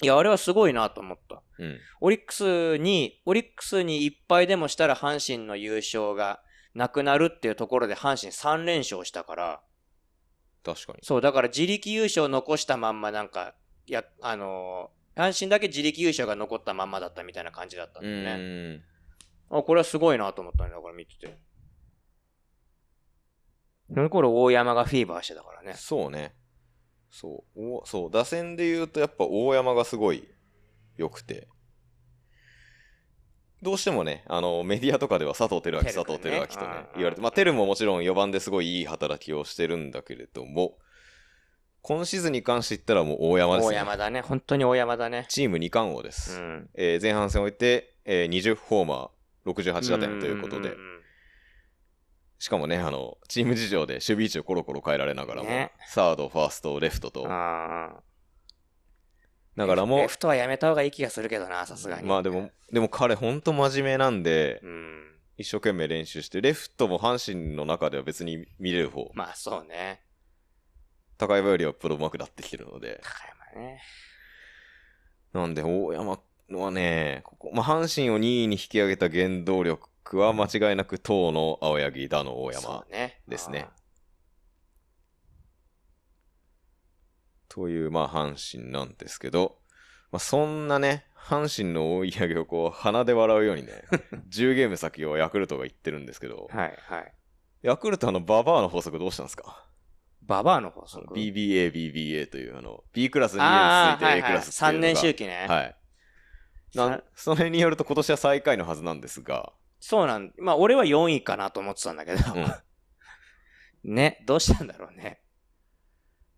B: いやあれはすごいなと思った。
A: うん。
B: オリックスに、オリックスに一敗でもしたら阪神の優勝がなくなるっていうところで阪神3連勝したから、
A: 確かに。
B: そう、だから自力優勝残したまんまなんか、いや、あのー阪神だけ自力優勝が残ったまんまだったみたいな感じだったんだよね。
A: ん。
B: あ、これはすごいなと思ったね、だから見てて。その頃大山がフィーバーしてたからね。
A: そうね。そう。おそう、打線で言うと、やっぱ大山がすごい良くて。どうしてもね、あの、メディアとかでは佐藤輝明、
B: 輝
A: 佐
B: くんね
A: 藤輝明とね
B: あ、ー
A: 言われて、まあ、輝ももちろん4番ですごいいい働きをしてるんだけれども、今シーズンに関して言ったらもう大山です
B: 大
A: ね。
B: 山だね。本当に大山だね。
A: チーム2冠王で
B: う
A: す。
B: ん。
A: えー前半戦を終えて、えー20ホーマー、68打点ということで
B: んん、ん
A: しかもね、あの、チーム事情で守備位置をコロコロ変えられながらも、
B: ね
A: サード、ファースト、レフトと
B: うん。、ああ。
A: ながらも
B: レ、フトはやめた方がいい気がするけどな、さすがに。
A: まあでも、でも彼ほんと真面目なんで
B: う、ん。
A: 一生懸命練習して、レフトも阪神の中では別に見れる方、
B: まあそうね。
A: 高山よりはプロうまくなってきてるので、
B: 高山ね。
A: なんで大山はね、ここまあ、阪神を2位に引き上げた原動力は間違いなく東の青柳、打の大山
B: そうね。
A: ですね
B: あー。
A: という、まあ、阪神なんですけど、まあ、そんなね、阪神の追い上げをこう、鼻で笑うように ね、10ゲーム先をヤクルトが言ってるんですけど、
B: はいはい。
A: ヤクルトあの、ババアの法則どうしたんですか
B: ババアの法
A: その
B: 則。
A: BBA、BBA という、あの、B クラス2年
B: ああ
A: 続いて A クラスっていう
B: 3
A: のが
B: 年周期ね。
A: はい。な
B: さ
A: それによると今年は最下位のはずなんですが、
B: そうなん、まあ俺は4位かなと思ってたんだけど。
A: うん
B: ね、どうしたんだろうね。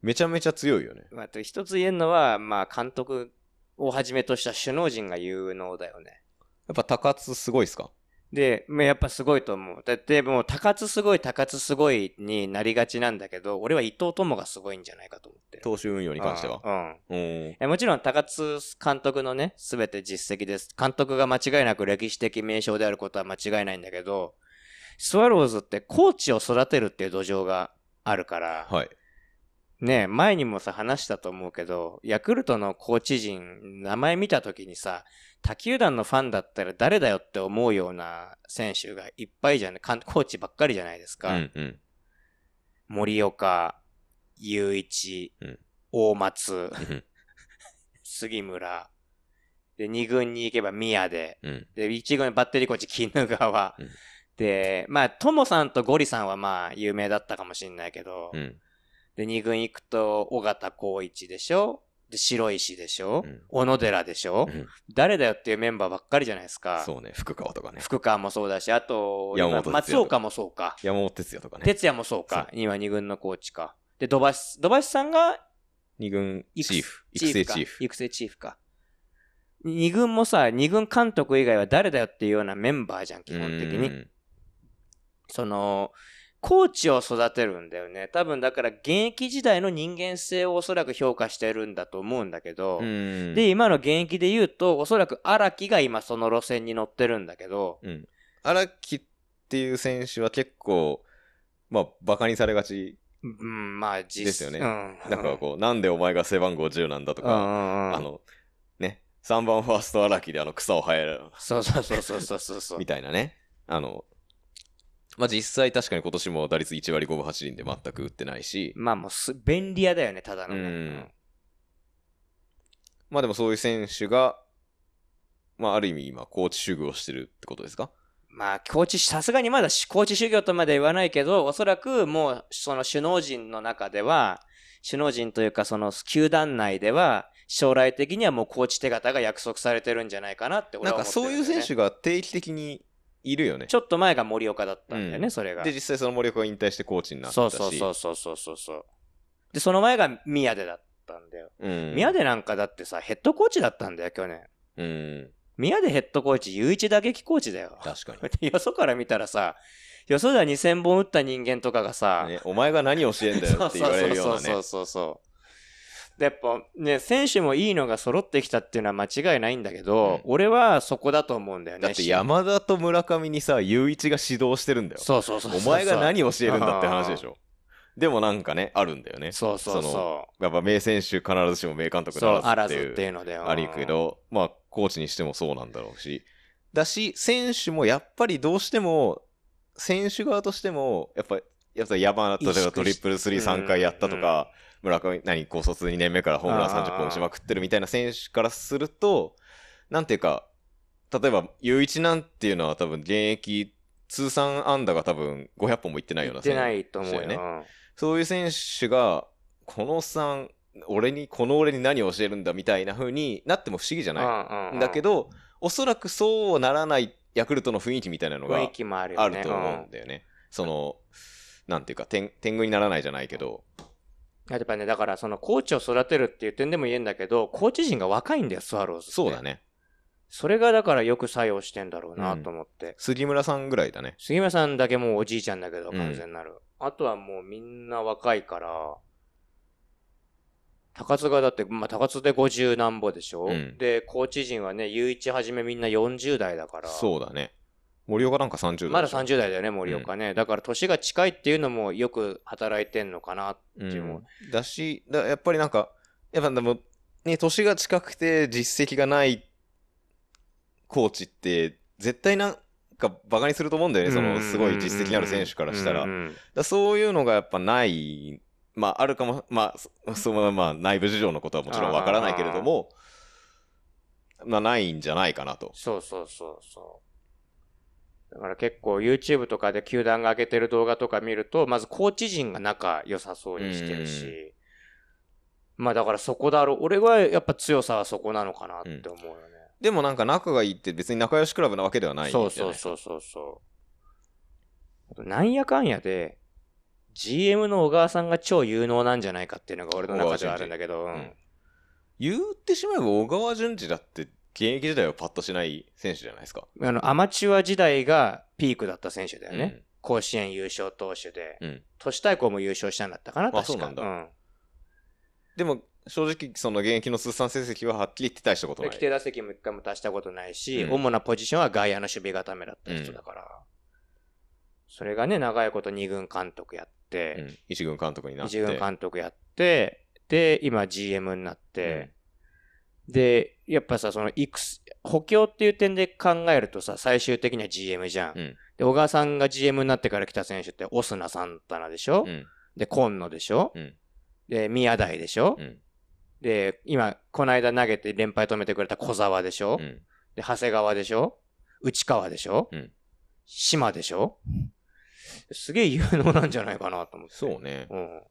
A: めちゃめちゃ強いよね。
B: まあ、あと一つ言えるのは、まあ監督をはじめとした首脳陣が有能だよね。
A: やっぱ高津すごいっすか
B: で、まあ、やっぱすごいと思う。だってもう高津すごい高津すごいになりがちなんだけど、俺は伊藤智がすごいんじゃないかと思ってる。
A: 投手運用に関しては。
B: うんうん。
A: うん。
B: えもちろん高津監督のね、すべて実績です。監督が間違いなく歴史的名称であることは間違いないんだけど、スワローズってコーチを育てるっていう土壌があるから、
A: はい。
B: ねえ前にもさ、話したと思うけど、ヤクルトのコーチ陣、名前見たときにさ、他球団のファンだったら誰だよって思うような選手がいっぱいじゃない、かんコーチばっかりじゃないです
A: う
B: か。
A: んうん。
B: 森岡、雄一、
A: うん
B: 大松、
A: うん
B: 杉村。で、2軍に行けば宮で。
A: うん。
B: で、1軍バッテリーコーチ、絹川。
A: うん
B: で、まあ、トモさんとゴリさんはまあ、有名だったかもしれないけど。
A: うん。
B: で、2軍行くと、尾形光一でしょで、白石でしょ、
A: うん
B: 小野寺でしょ、
A: うん
B: 誰だよっていうメンバーばっかりじゃないですか。
A: そうね、福川とかね。
B: 福川もそうだし、あと、
A: 山本
B: 今
A: 哲
B: 松
A: 也
B: 岡もそうか。
A: 山本哲也とかね。
B: 哲也もそうか
A: そ。
B: 今2軍のコーチか。で、土橋、土橋さんが
A: 二軍チーフ。育
B: 育
A: 成
B: 成
A: チー
B: チー
A: フ
B: フ。。育成チーフか。二軍もさ、二軍監督以外は誰だよっていうようなメンバーじゃん、基本的
A: う
B: に。
A: ん
B: その、コーチを育てるんだよね。多分だから現役時代の人間性をおそらく評価してるんだと思うんだけど、
A: うん。
B: で、今の現役で言うと、おそらく荒木が今その路線に乗ってるんだけど、
A: うん。荒木っていう選手は結構、まあ、馬鹿にされがち。
B: うん、まあ実
A: ですよね
B: うん、
A: なんかこう、なんでお前が背番号10なんだと
B: うん、う
A: か、
B: んうん
A: あの、ね、3番ファースト荒木であの草を生える、
B: そうそうそうそうそうそうそう
A: み。たいなね。あの、まあ、実際確かに今年も打率1割5分8厘で全く打ってないし、
B: まあもうす、便利屋だよね、ただのね。
A: うん
B: うん
A: まあでもそういう選手が、まあある意味今、コーチ主具をしてるってことですか
B: まあ、コーチ、さすがにまだしコーチ修行とまでは言わないけど、おそらくもう、その首脳陣の中では、首脳陣というか、その球団内では、将来的にはもうコーチ手形が約束されてるんじゃないかなって俺
A: なん
B: は思
A: か
B: ってる
A: そ
B: だ
A: う
B: よね、
A: いう選手が定期的にいるよね。
B: ちょっと前が森岡だったんだよね、
A: うん
B: それが。
A: で、実際その森岡が引退してコーチになったし。
B: そうそうそうそうそうそうそう。で、その前が宮出だったんだよ。
A: うん。
B: 宮出なんかだってさ、ヘッドコーチだったんだよ、去年。
A: うん。
B: 宮出ヘッドコーチ、雄一打撃コーチだよ。
A: 確かに。
B: で よそから見たらさ、よそでは2000本打った人間とかがさ、
A: ね、お前が何を教えんだよって言われるようなね。
B: そうそうそうそうそう。でやっぱね、選手もいいのが揃ってきたっていうのは間違いないんだけど、
A: う
B: 俺はそこだと思うんだよね。
A: だって山田と村上にさ、雄一が指導してるんだよ。
B: そうそうそうそう。
A: お前が何を教えるんだって話でしょ。でもなんかね、あるんだよね。
B: そうそう
A: そ
B: そ
A: やっぱ名選手必ずしも名監
B: う。
A: 督
B: そう、
A: な
B: あ
A: ら
B: ら
A: ず
B: ず
A: っ
B: ってて
A: い
B: いううのだよ。
A: あるけ。ど、まあコーチにしてもそうなんだろうし。だし、選手もやっぱりどうしても、選手側としても、やっぱ、やっぱ山田
B: 意識し
A: がトリプルスリー3回やったとか、村上、何、高卒2年目からホームラン30本打ちまくってるみたいな選手からすると、なんていうか、例えば、雄一なんていうのは多分現役、通算安打が多分500本もいってないよう
B: 言
A: な
B: って
A: 選手
B: ないと思うよ。
A: ね
B: うん
A: そういう選手が、このさん、俺に、この俺に何を教えるんだみたいな風になっても不思議じゃな
B: うんうんう
A: い。
B: ん
A: だけど、おそらくそうならないヤクルトの雰囲気みたいなの
B: 雰囲
A: が
B: 気もあるよね。
A: あると思うんだよね。その、なんていうか、天天狗にならないじゃないけど、
B: やっぱね、だからそのコーチを育てるっていう点でも言えんだけど、コーチ陣が若いんだよ、スワローズって。
A: そうだね。
B: それがだからよく作用してんだろうなと思って。
A: 杉村さんぐらいだね。
B: 杉村さんだけもうおじいちゃんだけど、
A: うん
B: 完全なる。あとはもうみんな若いから、高津がだって、まあ、高津で50何歩でしょ、
A: うん
B: で、コーチ陣はね、雄一はじめみんな40代だから、
A: そうだね。森岡なんか30代。
B: まだ30代だよね、森岡ね。だから年が近いっていうのもよく働いてんのかな。
A: 代
B: ても
A: だし、だやっぱりなんか、やっぱでも、ね、年が近くて実績がないコーチって、絶対なんかバカにすると思うんだよね、そのすごい実績のある選手からしたら。
B: うん
A: だか
B: うんうん
A: らそういうのがやっぱない、まああるかも、まあ、そそのまあ内部事情のことはもちろんわからないけれども、まあないんじゃないかなと。
B: そうそうそうそう。だから結構 YouTube とかで球団が上げてる動画とか見ると、まずコーチ陣が仲良さそうにしてる
A: うん
B: し、まあだからそこだろう。俺はやっぱ強さはそこなのかなって思うよね。
A: でもなんか仲がいいって別に仲良しクラブなわけではないじゃ
B: そ
A: な
B: う
A: い
B: そうそうそうそう。あとなんやかんやで、GM の小川さんが超有能なんじゃないかっていうのが俺の中ではあるんだけど、
A: 川
B: う
A: 淳二
B: ん
A: 言ってしまえば小川淳二だって現役時代はパッとしない選手じゃないですか。
B: あのアマチュア時代がピークだった選手だよね。
A: うん
B: 甲子園優勝投手で、
A: うん
B: 都市対抗も優勝したんだったかな、確か
A: そうなんだ
B: うん、
A: でも正直その現役の通算成績ははっきり言って大したこと
B: で
A: な
B: 規定
A: い。
B: 打席も一回も足したことないし、
A: うん
B: 主なポジションは外野の守備固めだった人だから、それがね、長いこと二軍監督やっ
A: う
B: て、
A: ん、一軍監督になって。
B: 一軍監督やって、で、今 GM になって、で、やっぱさ、その育成、補強っていう点で考えるとさ、最終的には GM じゃん。
A: うん
B: で、小川さんが GM になってから来た選手って、オスナ・サンタナでしょ、
A: うん
B: で、今野でしょ、
A: うん
B: で、宮台でしょ、
A: うん
B: で、今、この間投げて連敗止めてくれた小沢でしょ、
A: うん
B: で、長谷川でしょ内川でしょ、
A: うん
B: 島でしょすげえ有能なんじゃないかなと思って。
A: そう。ね。
B: うん。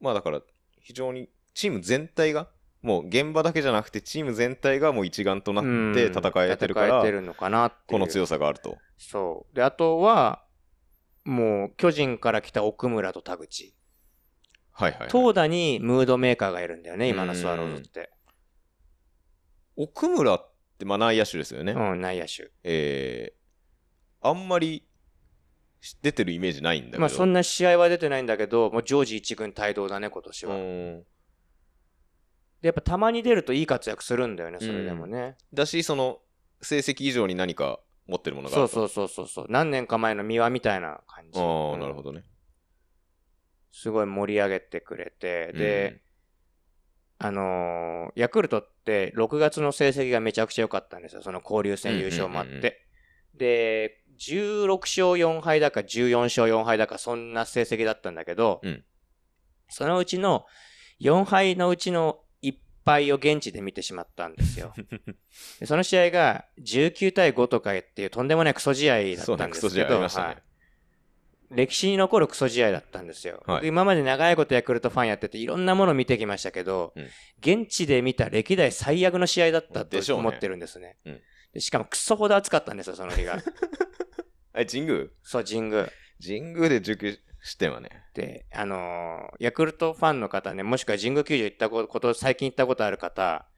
A: まあだから非常にチーム全体がもう現場だけじゃなくてチーム全体がもう一丸となって
B: うん
A: 戦えてるか
B: 戦
A: ら
B: えてるのかなっていう
A: この強さがあると。
B: そう。で、あとは、もう、巨人から来た奥村と田口。
A: はいはい、はい。
B: 投打にムードメーカーがいるんだよね、今のスワローズって。
A: 奥村ってまあ内野手ですよね。
B: うん、内野手。
A: えー、あんまり出てるイメージないんだけど。
B: まあ、そんな試合は出てないんだけど、もう常時一軍帯同だね、今年は。で、
A: うん
B: やっぱたまに出るといい活躍するんだよね、それでもね。
A: だし、その成績以上に何か持ってるものがあ
B: そう
A: る
B: そううそうそうそう。何年か前の三輪みたいな感じ。
A: ああ、なる
B: ど
A: ほどね。
B: すごい盛り上げてくれて、で、あのーヤクルトって6月の成績がめちゃくちゃ良かったんですよ。その交流戦優勝もあって。
A: うんうんうん
B: で、16勝4敗だか14勝4敗だか、そんな成績だったんだけど、
A: うん
B: そのうちの4敗のうちの1敗を現地で見てしまったんで すよ。でその試合が19対5とかっていうとんでもないクソ試合
A: うん
B: だ
A: そう
B: った
A: ね、
B: ん
A: ク
B: で
A: ソ
B: す
A: 試
B: け
A: 合あり
B: ど、
A: ました
B: はい
A: ね。
B: 歴史に残るクソ試合だったんですよ。
A: はい
B: 僕今まで長いことヤクルトファンやってていろんなもの見てきましたけど、
A: うん
B: 現地で見た歴代最悪の試合だったと
A: でしょうね
B: 思ってるんですね。
A: うん
B: でしかもクソほど暑かったんですよ、その日が。
A: え、神宮
B: そう、神宮。
A: 神宮で19失点はね。
B: で、あのーヤクルトファンの方ね、もしくは神宮球場行ったこと、最近行ったことある方、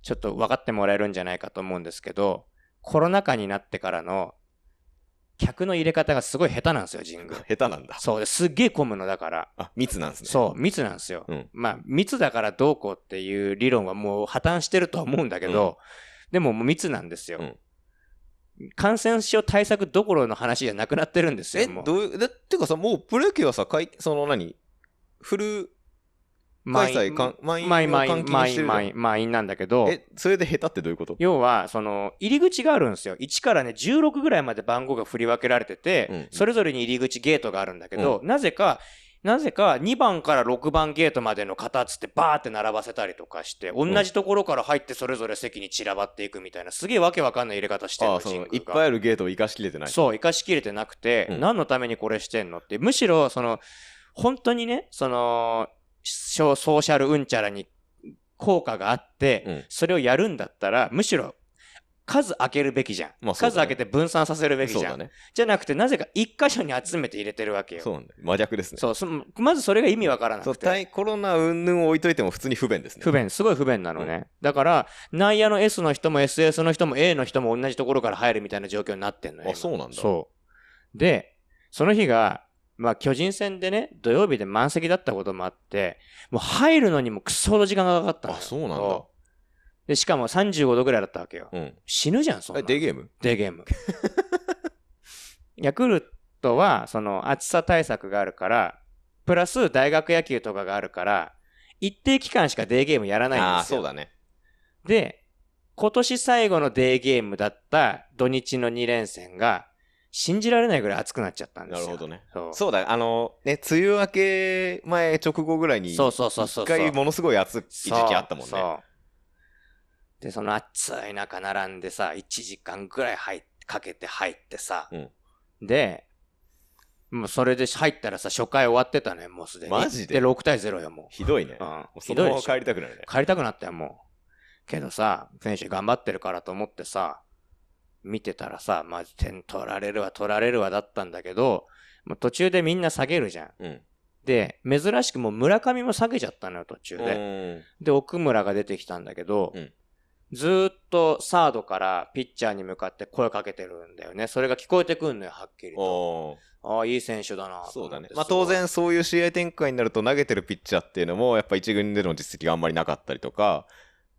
B: ちょっと分かってもらえるんじゃないかと思うんですけど、コロナ禍になってからの客の入れ方がすごい下手なんですよ、神宮。
A: 下手なんだ。
B: そうです。っげえ混むのだから。
A: あ、密なんですね。
B: そう、密なんですよ。
A: うん
B: まあ、密だからどうこうっていう理論はもう破綻してるとは思うんだけど、でももう密なんですよ。
A: うん
B: 感染症対策どころの話じゃなくなってるんです
A: え、
B: よ、もう。
A: どういう、だってかさ、もうプロ野球はさ、かいその何フル開催かん、満員
B: 満員、
A: を
B: 満
A: 換
B: 員、
A: 金
B: 満
A: してるじ
B: 員、
A: ゃん
B: 満員、満員なんだけど、
A: え、それで下手ってどういうこと
B: 要は、その、入り口があるんですよ。1からね、16ぐらいまで番号が振り分けられてて、
A: うん
B: それぞれに入り口ゲートがあるんだけど、なぜか、なぜか2番から6番ゲートまでの方っつってバーって並ばせたりとかして、同じところから入ってそれぞれ席に散らばっていくみたいな、すげえわけわかんない入れ方してる
A: あ
B: の
A: あ、その、
B: 神
A: いっ
B: 宮が
A: ぱいあるゲートを生かしきれてない。
B: そう、生かしきれてなくて、
A: うん
B: 何のためにこれしてんのって、むしろ、その、本当にね、その、ソソーシャルうんちゃらに効果があって、
A: うん
B: それをやるんだったら、むしろ、数開けるべきじゃん。
A: まあそうだね
B: 数開けて分散させるべきじゃ。
A: そうんだね。
B: じゃなくて、なぜか一箇所に集めて入れてるわけよ。
A: そうなんだよ。真逆ですね。
B: そうそのまずそれが意味わからな
A: そう
B: くて。
A: 対コロナ云々を置いといても普通に不便ですね。
B: 不便、すごい不便なのね。だから、内野の S の人も SS の人も A の人も同じところから入るみたいな状況になってんのよ。
A: あ、
B: 今
A: そうなんだ。
B: そう。で、その日が、まあ、巨人戦でね、土曜日で満席だったこともあって、もう入るのにもくそほど時間がかかったの
A: あ、
B: よ
A: そうなんだ。
B: そで、しかも35度ぐらいだったわけよ。
A: うん。
B: 死ぬじゃん、そんな
A: え、
B: の。
A: デーゲーム
B: デーゲ ーム。ヤクルトは、その暑さ対策があるから、プラス大学野球とかがあるから、一定期間しかデーゲームやらないん
A: ああ
B: で
A: ー、
B: すよ。
A: そうだね。
B: で、今年最後のデーゲームだった土日の2連戦が、信じられないぐらい暑くなっちゃったんで
A: な
B: す
A: る
B: よ。
A: ほどね。
B: そう
A: そうだ、あの、ね、梅雨明け前直後ぐらいに、
B: そうそうそうそうそう。
A: 一回ものすごい暑い時期あったもん
B: そう
A: ね。
B: そうで、その暑い中並んでさ、1時間ぐらい入っかけて入ってさ、
A: うん
B: で、もうそれで入ったらさ、初回終わってたね、もうすでに。
A: マジで
B: で、6対0よ、も
A: ひどいね
B: う。
A: そ
B: う。ん。
A: のまま
B: ひどい
A: 帰
B: で
A: りたくなるね
B: しょ。帰りたくなったよ、もう。けどさ、選手頑張ってるからと思ってさ、見てたらさ、まず点取られるわ、取られるわだったんだけど、もう途中でみんな下げるじゃん。
A: うん。
B: で、珍しくもう村上も下げちゃったのよ、途中
A: う
B: で。
A: ーん
B: で、奥村が出てきたんだけど、
A: うん
B: ずーっとサードからピッチャーに向かって声かけてるんだよね。それが聞こえてくんのよ、はっきりと。
A: おー
B: ああ、いい選手だなと思って。
A: そうだね。まあ当然そういう試合展開になると投げてるピッチャーっていうのもやっぱ一軍での実績があんまりなかったりとか、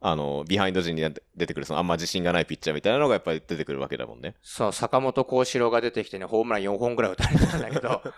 A: あの、ビハインド陣に出てくるそのあんま自信がないピッチャーみたいなのがやっぱり出てくるわけだもんね。。
B: そう、坂本幸四郎が出てきてね、ホームラン4本ぐらい打たれたんだけど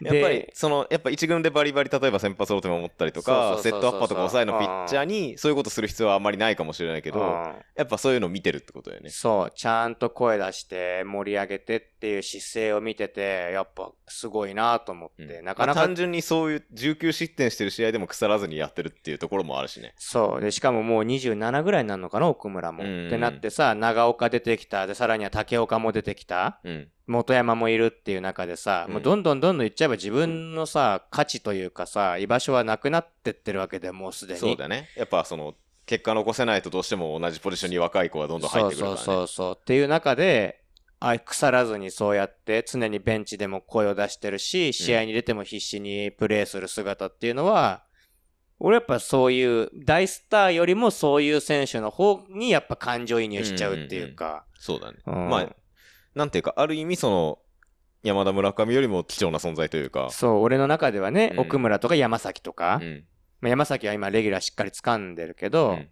A: やっぱり
B: で、
A: その、やっぱ一軍でバリバリ例えば先発ローテ守ったりとか、
B: そう
A: セ
B: そう
A: ッ
B: そうそ
A: トアッ
B: う
A: パーとか抑えのピッチャーにそういうことする必要はあんまりないかもしれないけ
B: う
A: ど、
B: ん
A: やっぱそういうの見てるってことだよね。
B: そう、ちゃんと声出して盛り上げてっていう姿勢を見てて、やっぱすごいなと思って、
A: うん
B: なかな
A: まあ
B: か
A: 単純にそういう19失点してる試合でも腐らずにやってるっていうところもあるしね。
B: そう。で、しかももう27ぐらいになるのかな、奥村も。
A: うん
B: ってなってさ、長岡出てきた。で、さらには竹岡も出てきた。
A: うん。
B: 元山もいるっていう中でさ、
A: うん
B: もうどんどんどんどんいっちゃえば自分のさ、価値というかさ、居場所はなくなってってるわけでもうすでに。
A: そうだね。やっぱその、結果残せないとどうしても同じポジションに若い子がどんどん入ってくるからね。
B: そうそうそうそう。っていう中で、あ腐らずにそうやって常にベンチでも声を出してるし、試合に出ても必死にプレーする姿っていうのは、俺やっぱそういう大スターよりもそういう選手の方にやっぱ感情移入しちゃうっていうか。
A: そうだね。
B: うん
A: まあ、なんていうか、ある意味その、山田村上よりも貴重な存在というか、
B: そう、俺の中ではね、
A: うん
B: 奥村とか山崎とか、
A: うん
B: まあ山崎は今レギュラーしっかり掴んでるけ
A: う
B: ど、
A: ん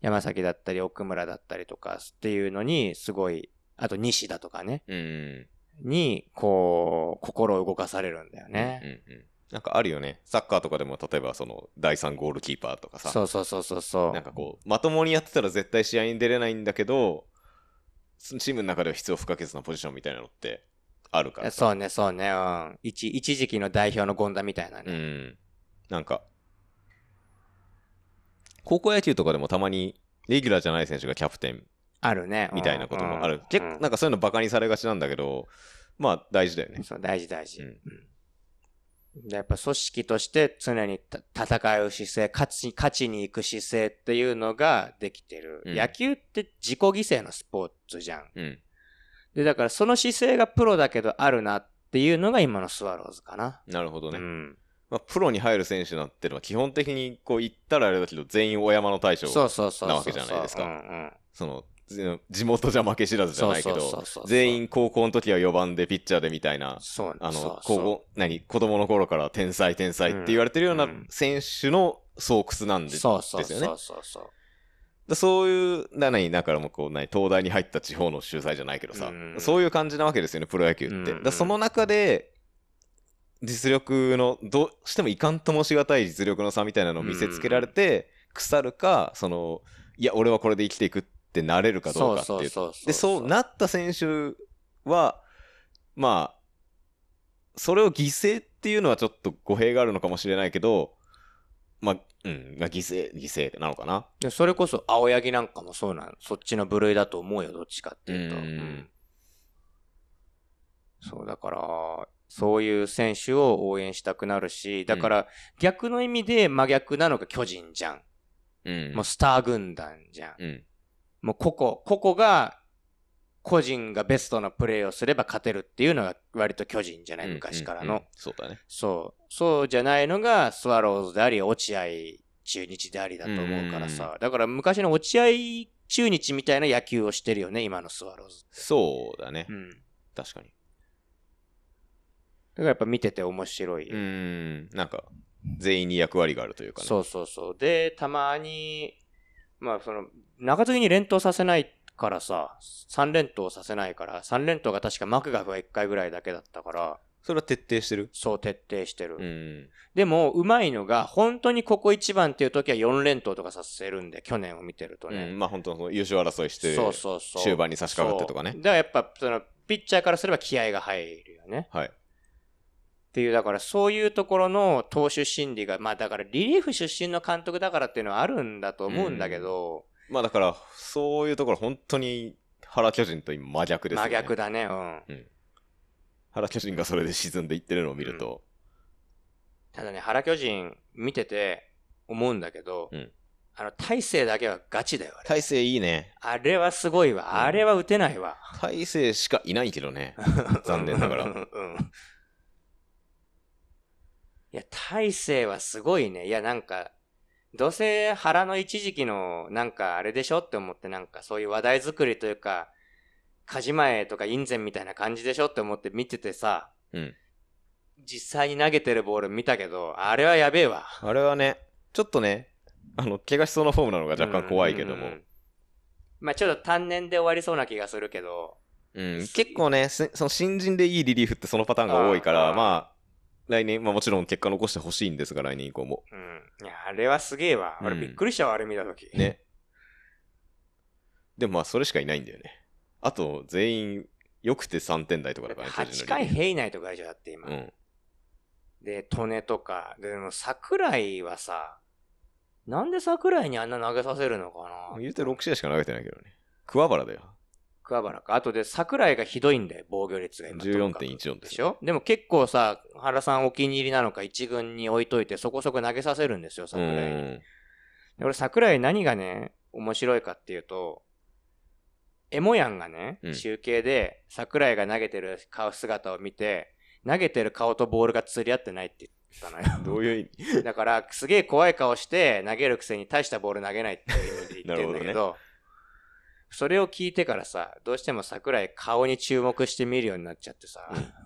B: 山崎だったり奥村だったりとかっていうのにすごい、あと西田とかね、
A: うん
B: に、こう、心を動かされるんだよね。
A: うんうんなんかあるよね。サッカーとかでも、例えばその、第3ゴールキーパーとかさ、
B: そうそうそうそうそ
A: なん
B: う。
A: かこう、まともにやってたら絶対試合に出れないんだけど、チームの中では必要不可欠なポジションみたいなのってあるからさ。
B: そうね、そうね、うん。一、一時期の代表の権田みたいな
A: う
B: ね。
A: ん。なんか、高校野球とかでもたまに、レギュラーじゃない選手がキャプテン
B: あるね。うん
A: みたいなこともあ
B: う
A: る
B: ん。
A: 結構なんかそういうのバカにされがちなんだけど、まあ大事だよね。
B: そう、大事大事。
A: う
B: うんんでやっぱ組織として常にた戦う姿勢、勝ち、勝ちに行く姿勢っていうのができてる。
A: うん
B: 野球って自己犠牲のスポーツじゃん。
A: うん。
B: で、だからその姿勢がプロだけどあるなっていうのが今のスワローズかな。
A: なるほど
B: う
A: ね。
B: ん。
A: まあプロに入る選手なんてのは基本的にこう言ったらあれだけど、全員お山の大将。
B: そうそうそうそう。
A: なわけじゃないですか
B: うんうん。
A: その、ぜ地元じゃ負け知らずじゃないけ
B: そうそう
A: ど
B: そうそ、う
A: 全員高校の時は4番でピッチャーでみたいな、
B: そう
A: あ
B: そう
A: の、
B: そう
A: 高校、何、子供の頃から天才天才って言われてるような
B: うん
A: 選手の巣窟なんで、
B: そうそう
A: ですよね
B: そうそうそう。
A: だそういう、なに、だからもうこう、なに、東大に入った地方の秀才じゃないけどさ、
B: うん
A: そういう感じなわけですよね、プロ野球って。
B: うん
A: だその中で、実力の、どうしてもいかんともしがたい実力の差みたいなのを見せつけられて、腐るか、その、いや、俺はこれで生きていくってなれるかどうかっていう。
B: そうそうそう
A: で、そうなった選手は、まあ、それを犠牲っていうのはちょっと語弊があるのかもしれないけど、まあ、うん、まあ、犠牲、犠牲なのかな。
B: でそれこそ青柳なんかもそうなのそっちの部類だと思うよどっちかっていうと、
A: うん
B: そうだからそういう選手を応援したくなるしだから逆の意味で真逆なのが巨人じゃん、
A: うん。
B: もうスター軍団じゃん、
A: うん。
B: もう個々個々が個人がベストなプレーをすれば勝てるっていうのが割と巨人じゃない昔からの、
A: うんうんうんそうだね。
B: そう。そうじゃないのがスワローズであり、落合中日でありだと思うから
A: うんうん
B: さ。だから昔の落合中日みたいな野球をしてるよね、今のスワローズ。
A: そうだね。
B: うん。だ
A: 確かに。
B: からやっぱ見てて面白い。
A: うん。なんか、全員に役割があるというかね。
B: そうそうそう。で、たまに、まあその、中継ぎに連投させないからさ、3連投させないから、3連投が確かマクガフが1回ぐらいだけだったから、
A: それは徹底してる。
B: そう徹底してる。
A: うん。
B: でも、うまいのが、本当にここ一番っていう時は4連投とかさせるんで、去年を見てるとね。
A: うん、まあ本当その優勝争いして、
B: そうそうそう。
A: 終盤に差し掛かってとかね
B: そう。だからやっぱ、その、ピッチャーからすれば気合が入るよね。
A: はい。
B: っていう、だからそういうところの投手心理が、まあだからリリーフ出身の監督だからっていうのはあるんだと思うんだけど、
A: まあだから、そういうところ本当に原巨人と今真逆ですよ
B: 真
A: ね。
B: 逆だね。うん。
A: 原巨人がそれで沈んでいってるのを見ると、
B: ただね、原巨人見てて思うんだけど、
A: うん
B: あの、大勢だけはガチだよ。あ
A: 大
B: れ
A: 勢いいね。
B: あれはすごいわ。あれは打てないわ。
A: 大勢しかいないけど ね。残念ながら
B: うんうんいや、大勢はすごいね。いや、なんか、どうせ腹の一時期の、なんかあれでしょって思って、なんかそういう話題作りというか、カジマエとかインゼンみたいな感じでしょって思って見ててさ、
A: うん
B: 実際に投げてるボール見たけど、あれはやべえわ。
A: あれはね、ちょっとね、あの、怪我しそうなフォームなのが若干怖いけども。
B: うんうんうんまあちょっと単年で終わりそうな気がするけど、
A: うん、結構ね、せその新人でいいリリーフってそのパターンが多いか
B: あ
A: ら、
B: ー
A: まあ、来年、まあもちろん結果残してほしいんですが、来年以降も。
B: うん。いや、あれはすげえわ。俺
A: うん
B: びっくりしたわ、あれ見たとき。
A: ね。でもまあ、それしかいないんだよね。あと、全員、良くて3点台とかだからね、巨人
B: 8
A: のリ
B: 回
A: リーフ
B: 平内とかでしょ、だって今。
A: うん。
B: で、トネとか。でも、桜井はさ、なんで桜井にあんな投げさせるのかな
A: 言うて6試合しか投げてないけどね。桑原だよ。
B: 桑原か。あとで、桜井がひどいんだよ、防御率が今。
A: 14.14
B: で
A: で
B: し
A: す
B: ょでも結構さ、原さんお気に入りなのか、1軍に置いといて、そこそこ投げさせるんですよ、
A: う
B: 桜井に。
A: ん。
B: で俺、桜井何がね、面白いかっていうと、エモヤンがね
A: う、ん
B: 中継で桜井が投げてる顔姿を見て、投げてる顔とボールが釣り合ってないって言ったのよ。
A: どういう意味
B: だから、すげえ怖い顔して投げるくせに大したボール投げないっていう意味で言ってるんだけ
A: な
B: ど、
A: るほ
B: それを聞いてからさ、どうしても桜井顔に注目して見るようになっちゃってさ、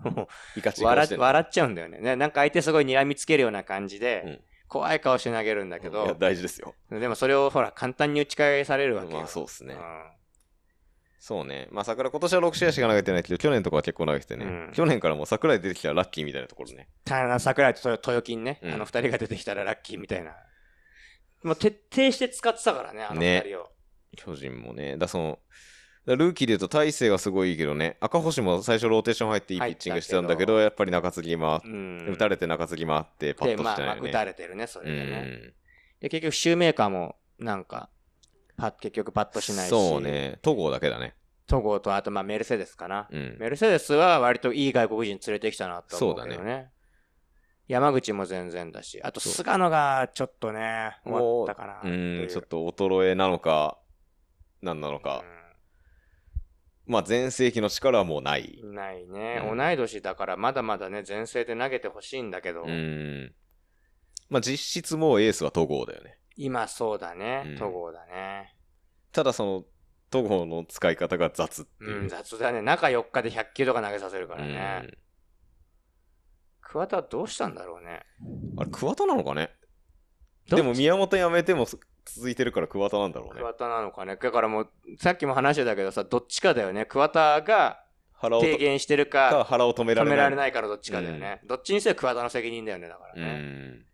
B: もう
A: イカチ顔
B: 笑
A: してんの
B: 笑っちゃうんだよねね。なんか相手すごい睨みつけるような感じで、
A: うん
B: 怖い顔して投げるんだけど、
A: いや大事ですよ。
B: でもそれをほら、簡単に打ち返されるわけよ。
A: まあそうっすね
B: ん。
A: そうね。まあ、桜今年は6試合しか投げてないけど、去年とかは結構投げててね。
B: うん
A: 去年からもう桜井出てきたらラッキーみたいなところね。
B: ただ、桜井と豊豊金ね、
A: うん
B: あの二人が出てきたらラッキーみたいな。もう徹底して使ってたからね、あの二人を。
A: 巨人もね。だその、だルーキーで言うと大勢がすごいいいけどね。赤星も最初ローテーション入っていいピッチングしてたんだけど、やっぱり中継ぎ回っ
B: う
A: て、
B: ん。
A: 打たれて中継ぎ回ってパッ
B: で、
A: とし
B: まあ
A: て
B: ま
A: な
B: あ、
A: いよ
B: 打
A: ね。
B: たれてるね、それ
A: う
B: でね。
A: ん。
B: で、結局、シューメーカーも、なんか、パッ、結局パッとしないし。
A: そう。ね。戸郷だけだね。
B: 戸郷と、あと、まあ、メルセデスかな。
A: うん。
B: メルセデスは割といい外国人連れてきたなと思うけどね。
A: そう
B: 山口も全然だし、あと
A: そう
B: 菅野がちょっとね、終わったかなって
A: う
B: い
A: ん
B: う。、
A: ちょっと衰えなのか、なんなのか
B: う。ん
A: まあ、前世紀の力はもうない。
B: ないね、
A: うん
B: 同い年だからまだまだね前世で投げてほしいんだけど、
A: うん。まあ、実質もうエースは戸郷だよね。
B: 今そうだね、
A: うん
B: 戸郷だね
A: ただその、戸郷の使い方が雑って
B: う
A: い
B: ん
A: う。
B: 雑だね中4日で100球とか投げさせるからね、桑田はどうしたんだろうね
A: うんあれ、桑田なのかね
B: どっ
A: で
B: ち
A: も宮本辞めても続いてるから桑田なんだろうね。
B: 桑田なのかねだからもうさっきも話してたけどさどっちかだよね桑田が
A: 腹をと
B: 提言してる
A: か
B: か
A: 腹を止めら
B: 止
A: れ
B: め
A: ない。
B: られないからどっちかだよね、どっちにせよ桑田の責任だよねだからね、